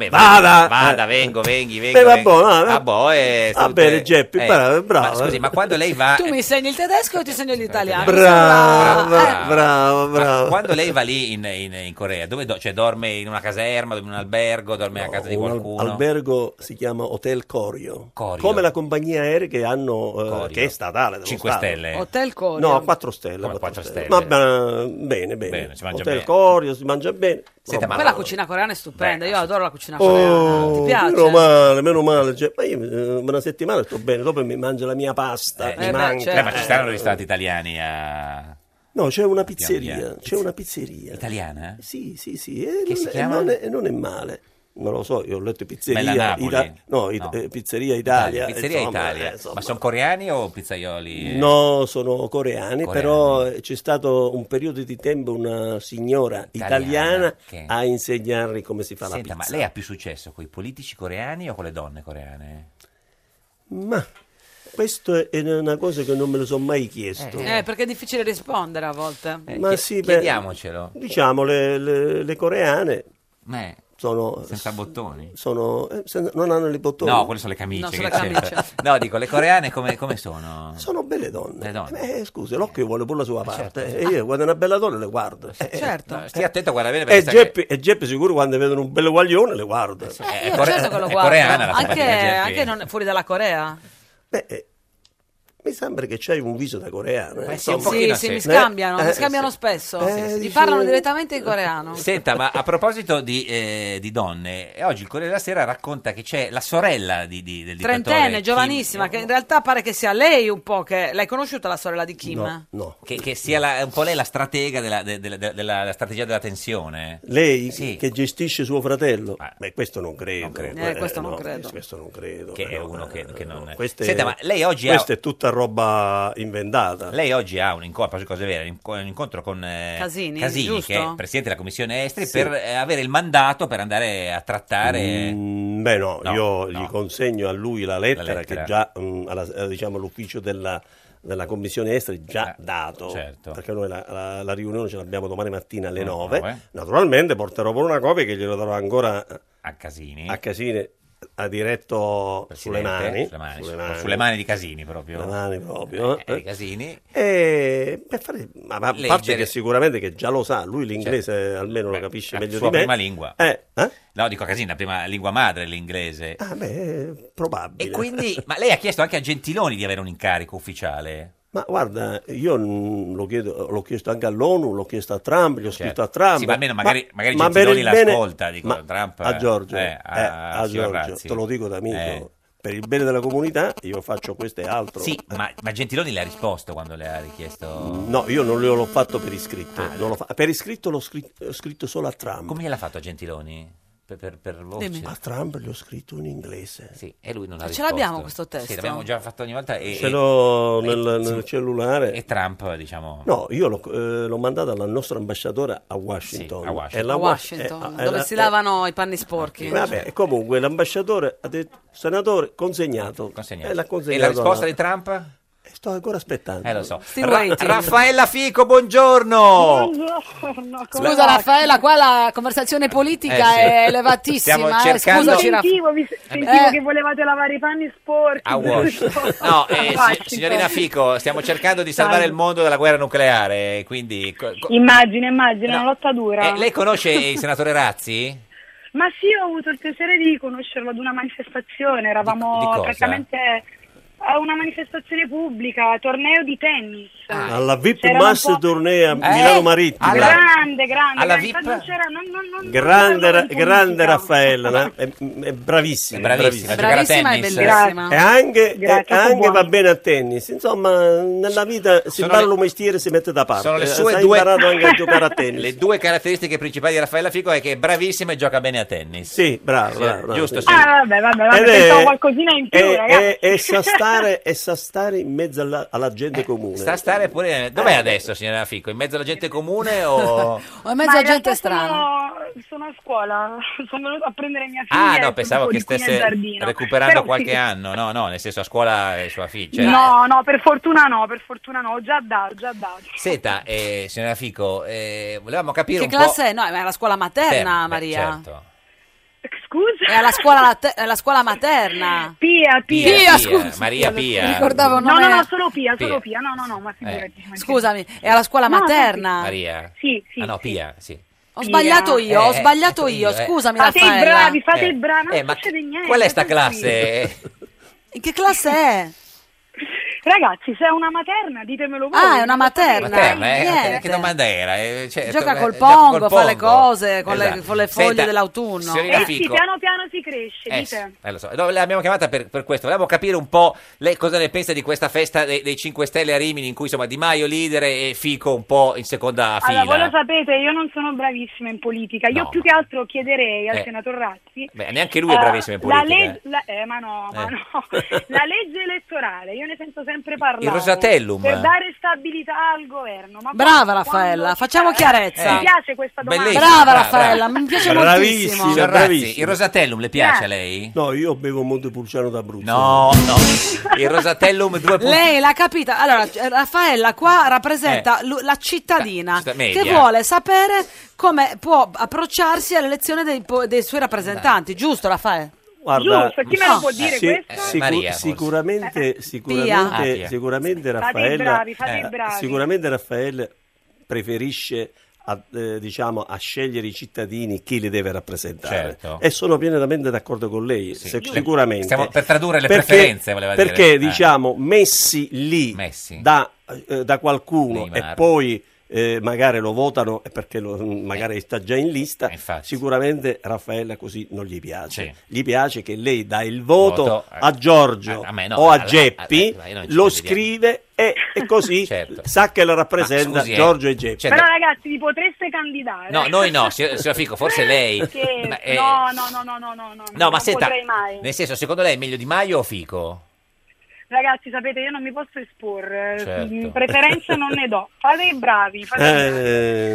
C: Beh,
T: Vada!
C: Vada,
T: Eh.
C: vengo, venghi, vengo.
T: Beh, vabbè,
C: vengo.
T: no, no.
C: Ah, boh, eh,
T: Va bene, Geppi,
C: eh.
T: bravo, bravo.
C: Ma scusi, ma quando lei
T: Ah,
C: va...
T: eh.
B: tu mi insegni il tedesco e io ti insegno l'italiano. Eh,
T: Brava, brava,
C: Ah, Ma
T: brava.
C: Quando lei va lì in, in- in Corea, dove do- cioè, dorme in una caserma, dorme in un albergo, dorme a casa di
T: un al-
C: qualcuno?
T: albergo si chiama Hotel Corio,
C: Corio.
T: come la compagnia aerea che hanno eh, che è statale dello
C: Cinque
T: Stato.
C: stelle.
B: Hotel Corio.
T: No, 4 stelle.
C: Come quattro
T: quattro
C: stelle?
T: Ma ba- bene, bene.
C: Bene, si mangia
T: Hotel
C: bene.
T: Corio, si mangia bene.
C: Senta,
T: No,
B: Poi la cucina coreana è stupenda, io adoro la cucina coreana.
T: Oh,
B: Ti piace?
T: meno male, meno male. cioè, ma io eh, una settimana sto bene, dopo mi mangio la mia pasta. mi
C: Eh,
T: manca.
C: eh, ma ci saranno ristoranti italiani a...
T: No, c'è
C: Piano
T: una pizzeria.
C: piano.
T: C'è una pizzeria.
C: italiana?
T: Sì, sì, sì. e
C: Che
T: non,
C: si
T: è-
C: chiama?
T: non è, non è male. Non lo so, io ho letto pizzeria
C: Bella Napoli?
T: no, it-
C: No.
T: eh, pizzeria Italia.
C: Pizzeria
T: insomma,
C: Italia.
T: eh, insomma.
C: Ma sono coreani o pizzaioli? eh,
T: No, sono coreani,
C: Coreani.
T: però eh, c'è stato un periodo di tempo una signora italiana,
C: Italiana, che-
T: a insegnarli come si fa
C: Senta,
T: la
C: ma
T: pizza.
C: lei ha più successo con i politici coreani o con le donne coreane?
T: Ma Questo è- è una cosa che non me lo sono mai chiesto.
B: Eh, perché è difficile rispondere a volte.
C: eh,
T: Eh, Ma sì, beh, Diciamo, le, le- le coreane sono... Senza
C: bottoni.
T: Sono, eh, senza- non hanno i bottoni.
C: No, quelle sono le camicie. che c'entra. No, dico, le coreane come, come sono?
T: Sono belle donne.
C: Le donne.
T: Eh, scusi, l'occhio vuole pure la sua parte.
C: certo.
T: E io guardo una bella donna e le guardo. Eh,
C: Certo.
T: eh,
C: stia attento a guardare bene
T: E
C: perché sai
T: Geppi, e Geppi sicuro quando vedono un bel guaglione le guarda.
B: Eh, io certo che lo guardo. anche anche non- fuori dalla Corea.
T: Mi sembra che c'hai un viso da coreano. eh,
B: Sì,
T: insomma.
B: sì, mi scambiano, mi scambiano spesso.
T: Eh,
B: mi
T: dici-
B: parlano direttamente in coreano.
C: Senta, ma a proposito di, eh, di donne, eh, oggi il Corriere della Sera racconta che c'è la sorella di, di- del dittatore.
B: Trentenne,
C: Kim-
B: giovanissima, che in realtà pare che sia lei un po' che... L'hai conosciuta la sorella di Kim?
C: Che, che sia la- un po' lei la stratega della, de- de- de- della- la strategia della tensione.
T: Lei che gestisce suo fratello? Beh, questo non credo.
C: Eh, questo non
T: no,
C: credo.
T: Questo non credo.
C: Che è
T: però,
C: uno che,
T: eh,
C: che non...
T: questo è-
C: Senta, ma lei oggi ha...
T: questa è tutta roba inventata.
C: Lei oggi ha un incontro, a proposito di cose vere, un inco- un incontro con eh,
B: Casini, giusto?
C: che è il presidente della commissione esteri,
T: Sì.
C: per eh, avere il mandato per andare a trattare...
T: Mm, beh, no,
C: No,
T: io gli consegno a lui la lettera,
C: La lettera.
T: che già mm, alla- eh, diciamo, l'ufficio della, della commissione esteri
C: Eh,
T: già dato. Perché noi la, la- la riunione ce l'abbiamo domani mattina alle
C: certo. Mm,
T: 9.
C: nove.
T: Naturalmente porterò pure una copia che glielo darò ancora eh,
C: a Casini.
T: A Casini, a diretto sulle mani.
C: Sulle mani, su- sulle mani di Casini proprio.
T: Sulle mani proprio.
C: Eh, di Casini.
T: E per fare, ma ma a parte
C: Leggere. Certo.
T: che sicuramente che già lo sa, lui l'inglese almeno lo capisce
C: La
T: meglio
C: sua
T: di me.
C: prima lingua.
T: Eh,
C: No, dico a Casini, la prima lingua madre è l'inglese.
T: Ah, beh, è probabile.
C: E quindi, ma lei ha chiesto anche a Gentiloni di avere un incarico ufficiale?
T: Ma guarda, io mm, lo chiedo- l'ho chiesto anche all'ONU, l'ho chiesto a Trump, gli ho scritto a Trump.
C: Certo. Sì, ma almeno magari, magari
T: ma per
C: Gentiloni
T: il bene-
C: l'ascolta, dico,
T: ma
C: Trump...
T: A Giorgio,
C: eh,
T: eh,
C: a,
T: a
C: signor
T: Giorgio,
C: Razzi.
T: te lo dico da amico.
C: Eh.
T: Per il bene della comunità io faccio questo e altro.
C: Sì, ma, ma Gentiloni le ha risposto quando le ha richiesto...
T: No, io non lo- l'ho fatto per iscritto. non l'ho fa- per iscritto l'ho scritto, ho scritto solo a Trump.
C: Ah, Come gliel'ha fatto a Gentiloni? Per, per, per voce?
T: Dimmi. A Trump gli ho scritto in inglese.
C: Sì, e lui non ha
B: Ma ce
C: risposto.
B: l'abbiamo questo testo?
C: Sì, l'abbiamo già fatto ogni volta. E,
T: Ce
C: e-
T: l'ho nel,
C: e-
T: nel
C: sì.
T: cellulare.
C: E Trump, diciamo...
T: No, io l'ho, eh, l'ho mandata alla nostra ambasciatore a Washington.
C: a Washington.
T: E
B: A
T: la Was-
B: Washington,
T: eh, eh,
B: dove
T: la-
B: si lavano i panni sporchi.
T: eh, vabbè, e comunque l'ambasciatore ha detto, senatore, consegnato. E, l'ha
C: E
T: consegnato
C: la risposta
T: alla-
C: di Trump?
T: Sto ancora aspettando.
C: Eh, lo so.
B: Still waiting.
C: Raffaella Fico, buongiorno!
S: Scusa Raffaella, qua la conversazione politica
C: Eh, sì.
S: è elevatissima.
C: Stiamo
S: eh.
C: cercando-
S: Scusaci, Raff-
U: Sentivo, vi- sentivo che volevate lavare i panni sporchi.
C: Eh.
U: Ah,
C: A Washington. No, eh, si-
U: Washington.
C: signorina Fico, stiamo cercando di salvare il mondo dalla guerra nucleare, quindi... co- co-
U: Immagino, immagino, è una lotta dura.
C: Eh, lei conosce il senatore Razzi?
U: Ma sì, ho avuto il piacere di conoscerlo ad una manifestazione,
C: Di- di
U: eravamo
C: cosa?
U: praticamente a una manifestazione pubblica, torneo di tennis.
C: Ah.
T: Alla VIP
U: C'erano un
T: Mass
U: po'-
T: Tournée a Milano Marittimo.
U: grande, grande,
C: Eh, alla
U: grande, infatti non c'era, non, non, non- non
T: Grande,
U: c'era
T: Ra-
U: di
T: grande
U: politica.
T: Raffaella, no? è, è bravissima,
C: È bravissima, Bravissima
B: e tennis. bellissima.
T: E anche,
B: Grazie,
T: e anche
B: buono.
T: va bene a tennis. Insomma, nella vita si
C: Sono
T: parla
C: le-
T: un mestiere e si mette da parte.
C: Sono le
T: Eh,
C: sue
T: sai,
C: due...
T: imparato anche a giocare a tennis.
C: Le due caratteristiche principali di Raffaella Fico è che è bravissima e gioca bene a tennis.
T: Sì, bravo,
C: bravo. giusto, sì.
U: Ah, vabbè, vabbè, vabbè,
C: Ed è-
U: pensavo qualcosina in più,
T: E,
U: ragazzi.
T: e- e sa stare, e sa stare in mezzo alla, alla gente comune.
C: Eh, Sta a stare
T: Eh.
C: pure... Dov'è adesso, signora Fico? In mezzo alla gente comune o...
U: Ma
S: in mezzo a
U: realtà
S: gente strana.
U: Sono, sono a scuola, sono venuta a prendere mia figlia.
C: Ah,
U: e
C: no,
U: sono
C: pensavo che
U: qui nel
C: stesse
U: giardino.
C: recuperando
U: Però sì.
C: qualche anno. cioè. No, no, nel senso a scuola è sua figlia.
U: No, no, per fortuna no, per fortuna no, ho già dato, già dato.
C: Senta, eh, signora Fico, eh, volevamo capire
B: Che
C: un
B: classe
C: po'...
B: è? Eh, No, è alla scuola materna,
C: Terna, beh,
B: Maria.
C: certo.
U: Scusa?
B: È alla scuola, late- è alla scuola materna.
U: Pia,
C: Pia, Pia, scusa. Maria Pia. Ricordavo
B: il
U: No,
B: nome-
U: no, no, solo Pia, solo
C: Pia. Eh.
U: Pia. No, no, no, ma figurati. ma-
B: Scusami, è alla scuola
U: No,
B: materna.
C: Maria.
U: Sì, sì.
C: Ah no, Pia, sì.
B: Ho sbagliato io, ho
C: Eh,
B: sbagliato
C: ecco
B: io,
C: io, eh.
B: scusami
U: Fate i
B: Raffaella.
U: bravi, fate
C: Eh,
U: i bravi, ma
C: eh,
U: non
C: ma
U: succede niente.
C: Qual è sta
U: tranquilli.
C: classe?
B: In che classe è?
U: Ragazzi, se è una materna, ditemelo voi.
B: Ah, è una materna.
C: Materna, eh?
B: Niente.
C: Che domanda era? Eh, cioè,
B: Gioca
C: to-
B: col
C: eh, gioca
B: pongo,
C: col
B: fa le
C: pongo.
B: cose con le-
C: Esatto.
B: con le foglie
C: Senta,
B: dell'autunno.
C: signorina
U: Eh sì,
C: Fico,
U: piano piano si cresce,
C: Eh,
U: dite.
C: eh, lo so. No, l'abbiamo chiamata per, per questo. Volevamo capire un po' lei cosa ne pensa di questa festa dei, dei 5 Stelle a Rimini, in cui insomma Di Maio leader e Fico un po' in seconda fila.
U: Allora, voi lo sapete, io non sono bravissima in politica. Io
C: No.
U: più che altro chiederei al
C: Eh.
U: senatore Razzi.
C: Beh, neanche lui è
U: eh,
C: bravissimo in
U: la
C: politica.
U: leg- la- eh, ma no, ma
C: Eh.
U: no. la legge elettorale, io ne sento sempre parlare.
C: Il Rosatellum.
U: Per dare stabilità al governo. Ma
B: Brava
U: poi,
B: Raffaella,
U: quando-
B: facciamo chiarezza.
C: Eh,
U: Mi piace questa domanda.
C: Bellissimo,
B: Brava
C: brava,
B: Raffaella,
C: brava.
B: Eh, mi piace
C: Bravissima,
B: moltissimo.
C: Ferrazzi,
T: bravissima.
C: il Rosatellum le piace a lei?
T: No, io bevo Montepulciano d'Abruzzo.
C: No, no. Il Rosatellum 2.0.
B: Lei l'ha capita. Allora, eh, Raffaella qua rappresenta lu- la cittadina
C: città Eh. Cioè, media.
B: che vuole sapere come può approcciarsi all'elezione dei, po- dei suoi rappresentanti, giusto Raffaella?
T: Guarda,
U: Giusto, chi me lo può dire
T: sì,
U: questo? Eh,
T: sicu-
C: Eh, Maria, forse.
T: sicuramente,
B: Ah,
T: sicuramente,
C: Pia.
T: sicuramente
U: Fate i
T: Raffaella, eh,
U: bravi, fate i bravi.
T: sicuramente Raffaele preferisce a, eh, diciamo, a scegliere i cittadini chi li deve rappresentare
C: Certo.
T: e sono pienamente d'accordo con lei se-
C: Le-
T: sicuramente
C: stiamo per tradurre le
T: Perché-
C: preferenze, voleva dire.
T: perché
C: Eh.
T: diciamo messi lì Da, eh, da qualcuno
C: Neymar.
T: e poi eh, magari lo votano eh, perché lo- magari sta già in lista
C: Eh,
T: sicuramente Raffaella così non gli piace gli piace che lei dà il voto,
C: Voto a-
T: a Giorgio
C: a- a me no,
T: o a
C: alla-
T: Geppi
C: alla- io non ci
T: lo
C: voglio
T: scrive e, e così sa che lo rappresenta
C: Ma scusi, eh,
T: Giorgio e Geppi
C: cioè,
U: Però ragazzi, vi potreste candidare.
C: No, noi no, signor signor Fico, forse lei.
U: Che-
C: Ma, eh,
U: No, no, no, no, no, no, no,
C: no, ma
U: non
C: senta,
U: potrei mai.
C: nel senso, secondo lei è meglio Di Maio o Fico?
U: Ragazzi, sapete, io non mi posso esporre,
C: Certo.
U: Mm, preferenze non ne do. Fate i bravi, fate i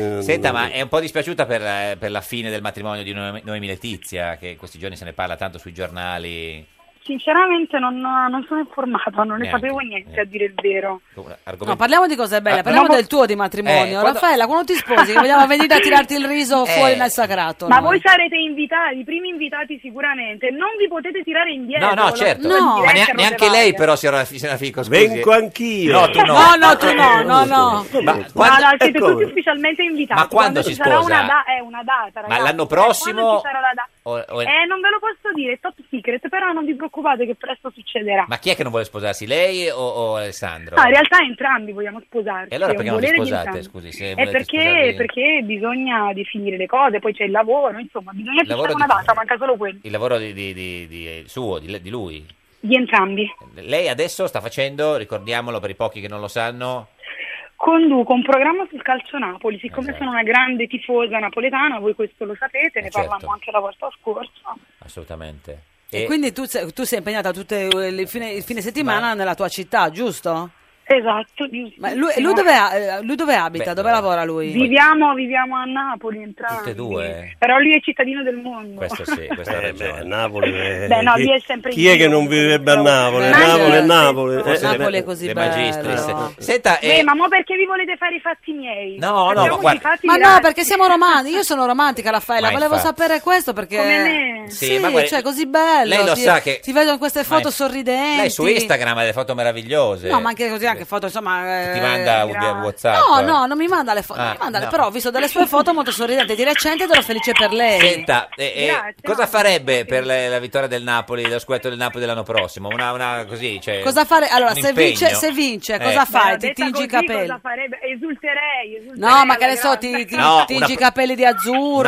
U: bravi.
C: Senta, ma è un po' dispiaciuta per, eh, per la fine del matrimonio di Noemi Noemi Letizia, che in questi giorni se ne parla tanto sui giornali.
U: Sinceramente non, non sono informata, non ne
C: Neanche,
U: sapevo niente a dire il vero.
C: Argomento-
B: No, parliamo di cose belle,
C: Ah,
B: parliamo
C: no,
B: del tuo di matrimonio.
C: Eh, quando-
B: Raffaella, quando ti sposi, che vogliamo venire a tirarti il riso
C: Eh.
B: fuori nel sacrato.
U: Ma
B: no?
U: voi sarete invitati, i primi invitati sicuramente, non vi potete tirare indietro.
C: No, no,
U: lo-
C: certo.
U: lo direte
C: Ma nea-
U: a
C: neanche
U: Rosevalle.
C: lei, però, signora, signora Fico. Scusi.
T: Vengo anch'io.
C: No, tu no.
B: No, no, tu no, no, no.
C: Ma
U: No,
C: quando-
U: no, siete
C: ecco.
U: tutti ufficialmente invitati.
C: Ma quando
U: ci
C: si
U: sarà
C: sposa?
U: una, da- eh, una data, ragazzi. eh,
C: l'anno
U: Quando
C: prossimo Oh,
U: ci sarà la da-
C: o- o-
U: Eh, non ve lo posso dire, è top secret, però non vi preoccupate che presto succederà.
C: Ma chi è che non vuole sposarsi, lei o, o Alessandro?
U: No, in realtà entrambi vogliamo sposarci.
C: E allora
U: è
C: perché
U: un
C: non vi
U: volere di
C: sposate,
U: entrambi.
C: scusi? Se
U: Eh,
C: volete
U: perché,
C: sposarvi?
U: perché bisogna definire le cose, poi c'è il lavoro, insomma, bisogna
C: Il lavoro
U: fissare una
C: di-
U: data, manca solo quello.
C: Il lavoro di, di- di- di- suo, di, di lui.
U: Di entrambi.
C: Lei adesso sta facendo, ricordiamolo per i pochi che non lo sanno,
U: Conduco un programma sul calcio Napoli, siccome sono una grande tifosa napoletana, voi questo lo sapete,
C: Esatto.
U: ne
C: Eh, certo.
U: parlammo anche la volta scorsa.
C: assolutamente.
B: E quindi tu, sei- tu sei impegnata tutto il fine, il fine settimana nella tua città, giusto?
U: Esatto, giusto.
B: Ma lui, lui dove, ha- eh, lui dove abita?
C: Beh,
B: dove lavora lui?
U: Viviamo, viviamo a Napoli entrambi.
C: Tutte e due?
U: Però lui è cittadino del mondo.
C: Questo sì, questa ha
T: Eh,
C: ragione.
T: beh, Napoli è-
U: Beh, no,
T: chi,
U: lì è sempre in
T: chi è che
U: giro.
T: non viverebbe a Napoli?
U: Eh,
T: Napoli è
U: sì.
T: Napoli.
C: Forse
T: Eh,
C: le-
T: eh,
C: le
T: beh,
C: magistris.
T: no.
C: Senta,
U: Beh,
C: eh,
U: ma mo perché vi volete fare i fatti miei?
C: No, no,
U: Facciamoci
C: ma guarda-
U: i fatti
B: Ma no,
U: grassi.
B: perché siamo romantici. Io sono romantica, Raffaella.
C: Ma
B: Volevo
C: infatti.
B: sapere questo perché.
U: Come me.
C: Sì,
B: Sì,
C: ma guarda-
B: cioè, così bello.
C: lei lo
B: ti,
C: sa che-
B: Ti vedono queste
C: Ma
B: foto
C: inf-
B: sorridenti.
C: lei su Instagram ha delle foto meravigliose.
B: No, ma anche così, anche foto, insomma.
C: Ti
B: eh,
C: manda un
B: grazie.
C: WhatsApp.
B: No, no, non mi manda le foto.
C: Ah,
B: non mi manda le-
C: no.
B: Però ho visto delle sue foto molto sorridenti di recente ed ero felice per lei.
C: Senta, eh, eh,
B: Grazie,
C: cosa farebbe per le- la vittoria del Napoli, lo scudetto del Napoli dell'anno prossimo? Una, una così, cioè,
B: Cosa fare? Allora,
C: un
B: se vince,
C: impegno?
B: se vince,
C: Eh.
B: cosa Ah, fai?
U: Beh,
B: Ti
U: detta
B: tingi
U: così
B: i capelli.
U: cosa farebbe? Esulterei, esulterei.
B: No, ma che ne
U: alla grande.
B: so, ti, ti
C: No,
B: tingi
C: una
B: i
C: pro-
B: capelli di azzurro,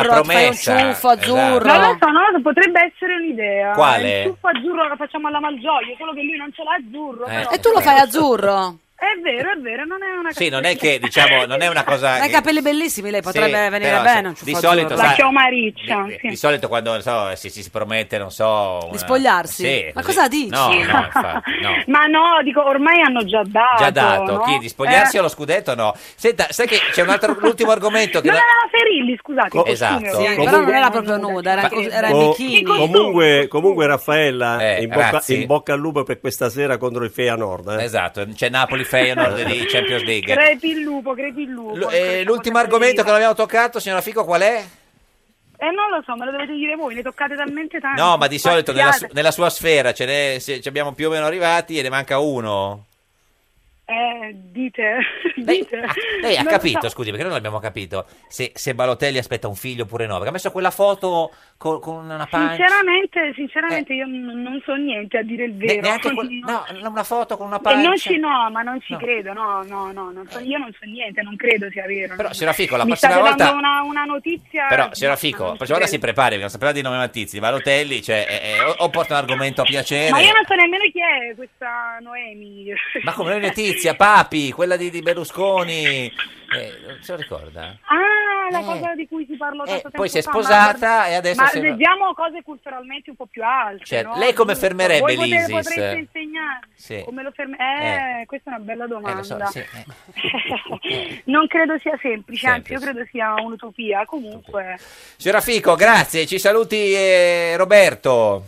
C: una
B: ti fai un
C: promessa,
B: ciuffo azzurro.
C: esatto.
U: Non lo so, non lo so, potrebbe essere un'idea.
C: Quale?
U: Il ciuffo azzurro lo facciamo alla Malgioglio, solo che lui non ce l'ha azzurro.
C: Eh.
U: però-
B: E tu lo fai azzurro?
U: È vero, è vero, non è una
C: Sì, non è che diciamo, non è una cosa.
B: Ha i
C: che-
B: capelli bellissimi, lei potrebbe
C: Sì,
B: venire
C: però, se-
B: bene. un
C: di
B: ciuffo
C: solito,
B: azzurro.
C: sai,
U: Mariccia.
C: di, di solito quando non so, si, si si promette, non so. una-
B: spogliarsi?
C: Sì,
B: Ma
C: così.
B: cosa dici?
C: No, no, infatti, no.
U: Ma no, dico, ormai hanno già dato.
C: Già dato,
U: no?
C: chi di spogliarsi
U: Eh,
C: o lo scudetto? No. Senta, sai che c'è un altro l'ultimo argomento che
U: Non
C: la-
U: aveva ferilli, scusate.
C: Co-
U: il costume,
C: esatto.
U: ovviamente.
C: Sì,
B: Però non era proprio nuda, era,
C: Ma-
B: era in
T: Oh,
B: bikini.
T: comunque, comunque Raffaella
C: Eh,
T: in, bocca,
C: ragazzi.
T: in bocca al lupo per questa sera contro il Feyenoord eh.
C: Esatto, c'è Napoli Feyenoord di Champions League.
U: Crepi il lupo, crepi il lupo.
C: L- eh, l'ultimo argomento che non abbiamo toccato, signora Fico, qual è?
U: Eh, non lo so, me lo dovete dire voi, ne toccate talmente tanti.
C: No, ma di solito nella, su-
U: Spaziate.
C: nella sua sfera ce n'è- se- ci abbiamo più o meno arrivati e ne manca uno.
U: Eh, dite, dite.
C: Lei ha
U: Eh, Non
C: capito,
U: so.
C: scusi, perché noi non abbiamo capito se, se Balotelli aspetta un figlio oppure no. Perché ha messo quella foto co- con, una pancia.
U: Sinceramente, sinceramente io n- non so niente a dire il vero.
C: Eh. neanche quel-
U: No.
C: no, una foto con una
U: E
C: pancia.
U: non ci no, ma non ci
C: No.
U: credo, no, no, no, non so- io non so niente, non credo sia vero.
C: Però,
U: non-
C: signora Fico, la
U: Mi
C: prossima
U: state
C: volta-
U: dando una, una notizia...
C: Però, signora
U: No,
C: Fico, la
U: non ci
C: prossima volta si
U: credo.
C: prepari, perché non sapeva di nome Mattizi, di Balotelli, cioè, eh, eh, o, o porta un argomento a piacere.
U: Ma io non so nemmeno chi è questa Noemi.
C: Ma come noi Letizia, Papi, quella di, di Berlusconi, eh, non se lo ricorda?
U: Ah, la
C: Eh.
U: cosa di cui si parlò tanto tempo
C: poi si è
U: fa,
C: sposata
U: ma-
C: e adesso
U: Ma
C: si-
U: vediamo cose culturalmente un po' più alte.
C: Cioè,
U: no?
C: lei come fermerebbe
U: Voi pote-
C: l'ISIS?
U: potreste insegnare.
C: Sì.
U: Come lo fermi? Eh, questa è una bella
C: Eh, lo so,
U: domanda.
C: sì, eh.
U: Non credo sia semplice,
C: Semplice.
U: anzi, io credo sia un'utopia. Comunque,
C: Signora Fico, grazie, ci saluti eh, Roberto.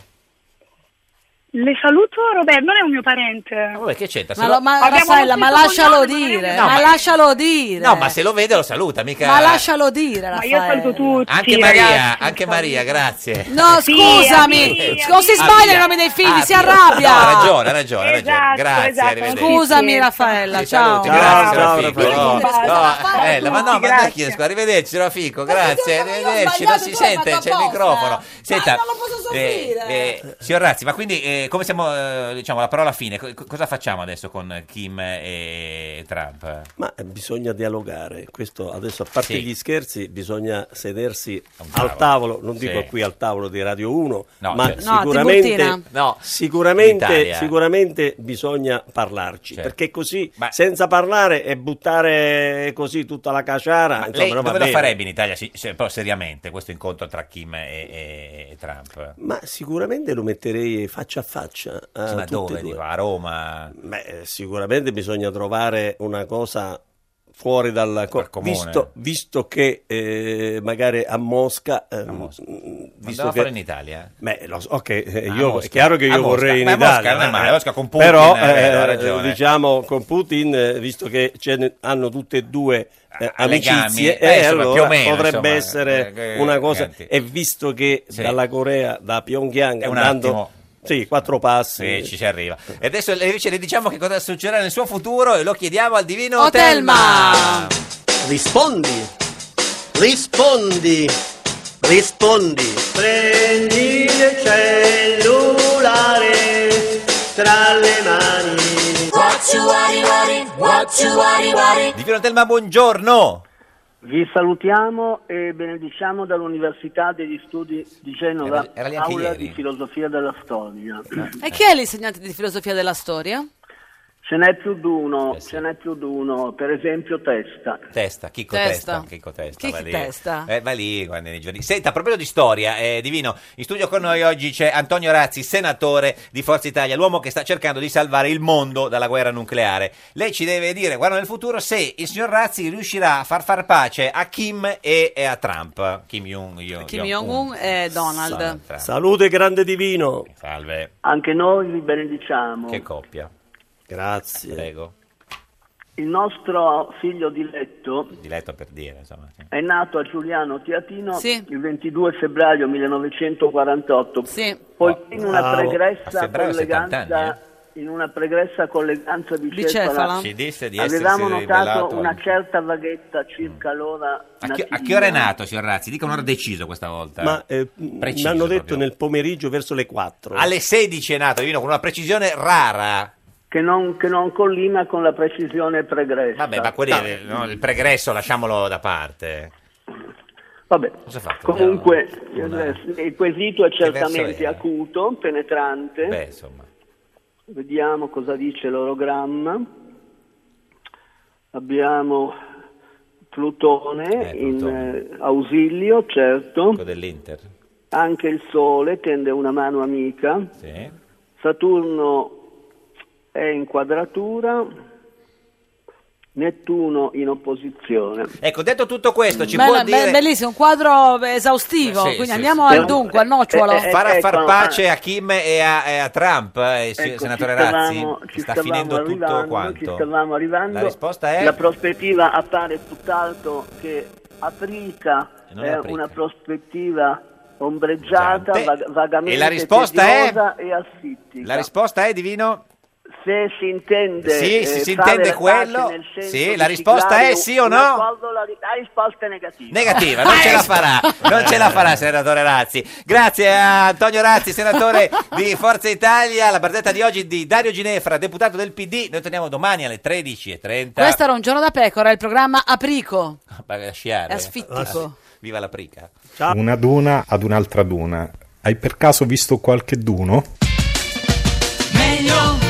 U: le saluto, Roberto. Non è un mio parente.
C: Vabbè, che c'entra? Se
U: Ma
C: lo-
U: lo- ma- Abbiamo
S: Raffaella, ma
U: lo stesso
S: lascialo
U: cognome,
S: dire,
C: No,
S: ma,
C: ma-
S: lascialo dire.
C: No, ma se lo vede lo saluta, mica...
S: Ma lascialo dire,
U: Ma io
S: Raffaella.
U: saluto tutti.
C: Eh. Anche Maria, anche Maria, grazie.
S: No,
U: Sì,
S: scusami,
C: via,
S: non si
C: via.
S: sbaglia i nomi dei figli,
C: Ah,
S: si
C: via.
S: arrabbia.
C: No, ha ragione, ha ragione, ha ragione.
S: Esatto,
C: Grazie,
S: esatto,
C: arrivederci.
S: Scusami Raffaella,
C: Ci
S: ciao.
C: saluti, grazie,
V: Ciao,
C: signora
V: ciao,
C: Fico.
V: Raffaella.
C: No,
V: Scusa,
C: no, eh, ma no, ma
V: Grazie.
C: dai, chiedo scusa, arrivederci, signora Fico, grazie, arrivederci,
V: io ho
C: non si
V: sbagliato, tu hai
C: sente, c'è il
V: fatto
C: microfono.
V: apposta. Ma
C: Senta,
V: Ah, non lo posso
C: eh, eh, signor Razzi, ma quindi eh, come siamo, eh, diciamo, la parola fine, co- cosa facciamo adesso con Kim e Trump?
T: Ma eh, bisogna dialogare, questo adesso a parte
C: Sì.
T: gli scherzi bisogna sedersi
C: tavolo.
T: al tavolo, non dico
C: Sì.
T: qui al tavolo di Radio 1,
C: No,
T: ma
C: certo. No,
T: sicuramente,
C: Tiburtina. No, in
T: sicuramente,
C: Italia.
T: sicuramente bisogna parlarci,
C: Certo.
T: perché così senza parlare e buttare così tutta la caciara,
C: Ma
T: insomma,
C: lei
T: non va
C: dove lo
T: bene.
C: farebbe in Italia, sì, se- però seriamente, questo incontro tra Kim e, e- e Trump?
T: Ma sicuramente lo metterei faccia a faccia. a
C: Sì, ma
T: tutti e
C: dove,
T: due.
C: dico, a Roma?
T: Beh, sicuramente bisogna trovare una cosa fuori dal co-
C: comune.
T: visto, visto che eh, magari a Mosca, eh, mm, visto
C: Andava a
T: che-
C: fare in Italia?
T: Beh, lo so, ok, eh,
C: A
T: io-
C: Mosca.
T: è chiaro che
C: A
T: io
C: Mosca.
T: vorrei in
C: Beh, a Mosca
T: Italia,
C: non è male, a Mosca con Putin,
T: però
C: eh, vero, ha
T: eh,
C: ragione.
T: diciamo con Putin, eh, visto che ce ne- hanno tutte e due eh,
C: legami,
T: amicizie,
C: eh,
T: eh,
C: insomma,
T: allora
C: più o meno,
T: potrebbe
C: insomma,
T: essere
C: eh, eh,
T: una cosa.
C: giganti.
T: E visto che
C: Sì.
T: dalla Corea, da Pyongyang,
C: È un
T: andando
C: attimo.
T: sì, quattro passi,
C: Sì, ci si arriva. E adesso le- invece le diciamo che cosa succederà nel suo futuro e lo chiediamo al divino
O: Oh,
C: Telma.
O: Telma! Rispondi, rispondi, rispondi. Prendi il cellulare tra le mani.
A: What you worry, worry, what you worry, worry.
C: Divino Telma, buongiorno.
Q: Vi salutiamo e benediciamo dall'Università degli Studi di Genova,
C: Era- era lì anche
Q: aula
C: ieri.
Q: di filosofia della storia.
S: E chi è l'insegnante di filosofia della storia?
Q: Ce n'è più d'uno,
C: Eh,
Q: ce n'è più d'uno, per esempio Testa.
C: Testa, Chicco
Q: Testa.
C: testa, Chicco testa,
Q: Chicco
C: va lì.
Q: Testa.
C: Eh, va lì, guarda nei giorni. Senta, a proposito di storia, eh, Divino, in studio con noi oggi c'è Antonio Razzi, senatore di Forza Italia, l'uomo che sta cercando di salvare il mondo dalla guerra nucleare. Lei ci deve dire, guarda nel futuro, se il signor Razzi riuscirà a far far pace a Kim e, e a Trump. Kim Jong-un.
S: Kim
C: Mm.
S: Jong-un e Donald.
T: Salute grande divino.
C: Salve.
Q: Anche noi vi benediciamo.
C: Che coppia.
T: Grazie.
C: Prego.
Q: Il nostro figlio diletto
C: Diletto per dire, insomma. sì.
Q: è nato a Giuliano Teatino il 22 febbraio 1948, poiché in una
C: Wow. A
Q: pregressa
C: febbraio eh? 70
Q: colleganza... In una pregressa colleganza
C: Bicefala.
Q: bicefala,
C: Ci disse di
Q: avevamo
C: essersi
Q: notato
C: ribellato
Q: una
C: al- Mm.
Q: certa vaghezza circa l'ora
C: A che, a
Q: nativa.
C: che ora è nato, signor Razzi? Dica un'ora deciso questa volta.
T: Ma eh, mi
C: Preciso
T: hanno detto
C: proprio.
T: nel pomeriggio verso le 4.
C: Alle 16 è nato, Divino, con una precisione rara.
Q: che non, che non collima con la precisione pregressa.
C: Vabbè, ma quelli, eh, no, il pregresso lasciamolo da parte.
Q: Vabbè,
C: Cosa fate?
Q: comunque
C: Una-
Q: il- eh, il quesito è
C: verso
Q: certamente
C: era?
Q: acuto, penetrante.
C: Beh, insomma.
Q: Vediamo cosa dice l'orogramma. Abbiamo Plutone, in eh, ausilio, certo.
C: Quello dell'Inter.
Q: Anche il Sole tende una mano amica.
C: Sì.
Q: Saturno è in quadratura. Nettuno in opposizione.
C: Ecco, detto tutto questo, ci
S: Bella-
C: può
S: be-
C: dire...
S: Bellissimo, un quadro esaustivo,
C: Sì,
S: quindi
C: sì,
S: andiamo
C: sì. Eh,
S: al dunque, al nocciolo.
C: Far, far
Q: ecco,
C: pace a Kim e a, e a Trump, eh, si-
Q: Ecco,
C: senatore
Q: ci stavamo-
C: Razzi?
Q: ci
C: Sta
Q: stavamo
C: finendo tutto
Q: arrivando,
C: quanto.
Q: Ci stavamo arrivando.
C: La risposta è?
Q: La prospettiva appare tutt'altro che aprica,
C: E non è
Q: è
C: aprica.
Q: una prospettiva ombreggiata,
C: Pesante.
Q: vag- vagamente
C: E la risposta è?
Q: tediosa e assittica.
C: La risposta è, Divino?
Q: se si intende
C: Sì, se
Q: eh,
C: si
Q: fare
C: intende
Q: la
C: quello,
Q: pace nel senso
C: sì,
Q: di
C: la risposta
Q: siglare
C: è sì o
Q: un
C: no?
Q: accordo, la, ri- la risposta è negativa.
C: Negativa, non ce la farà, non ce la farà senatore Razzi. Grazie a Antonio Razzi, senatore di Forza Italia, la barzetta di oggi di Dario Ginefra, deputato del PD. Noi torniamo domani alle 13.30.
S: Questo era un giorno da pecora, il programma Aprico.
C: a sciare.
S: È asfittico.
C: Viva la prica.
W: Una duna ad un'altra duna. Hai per caso visto qualche duno?
X: Meglio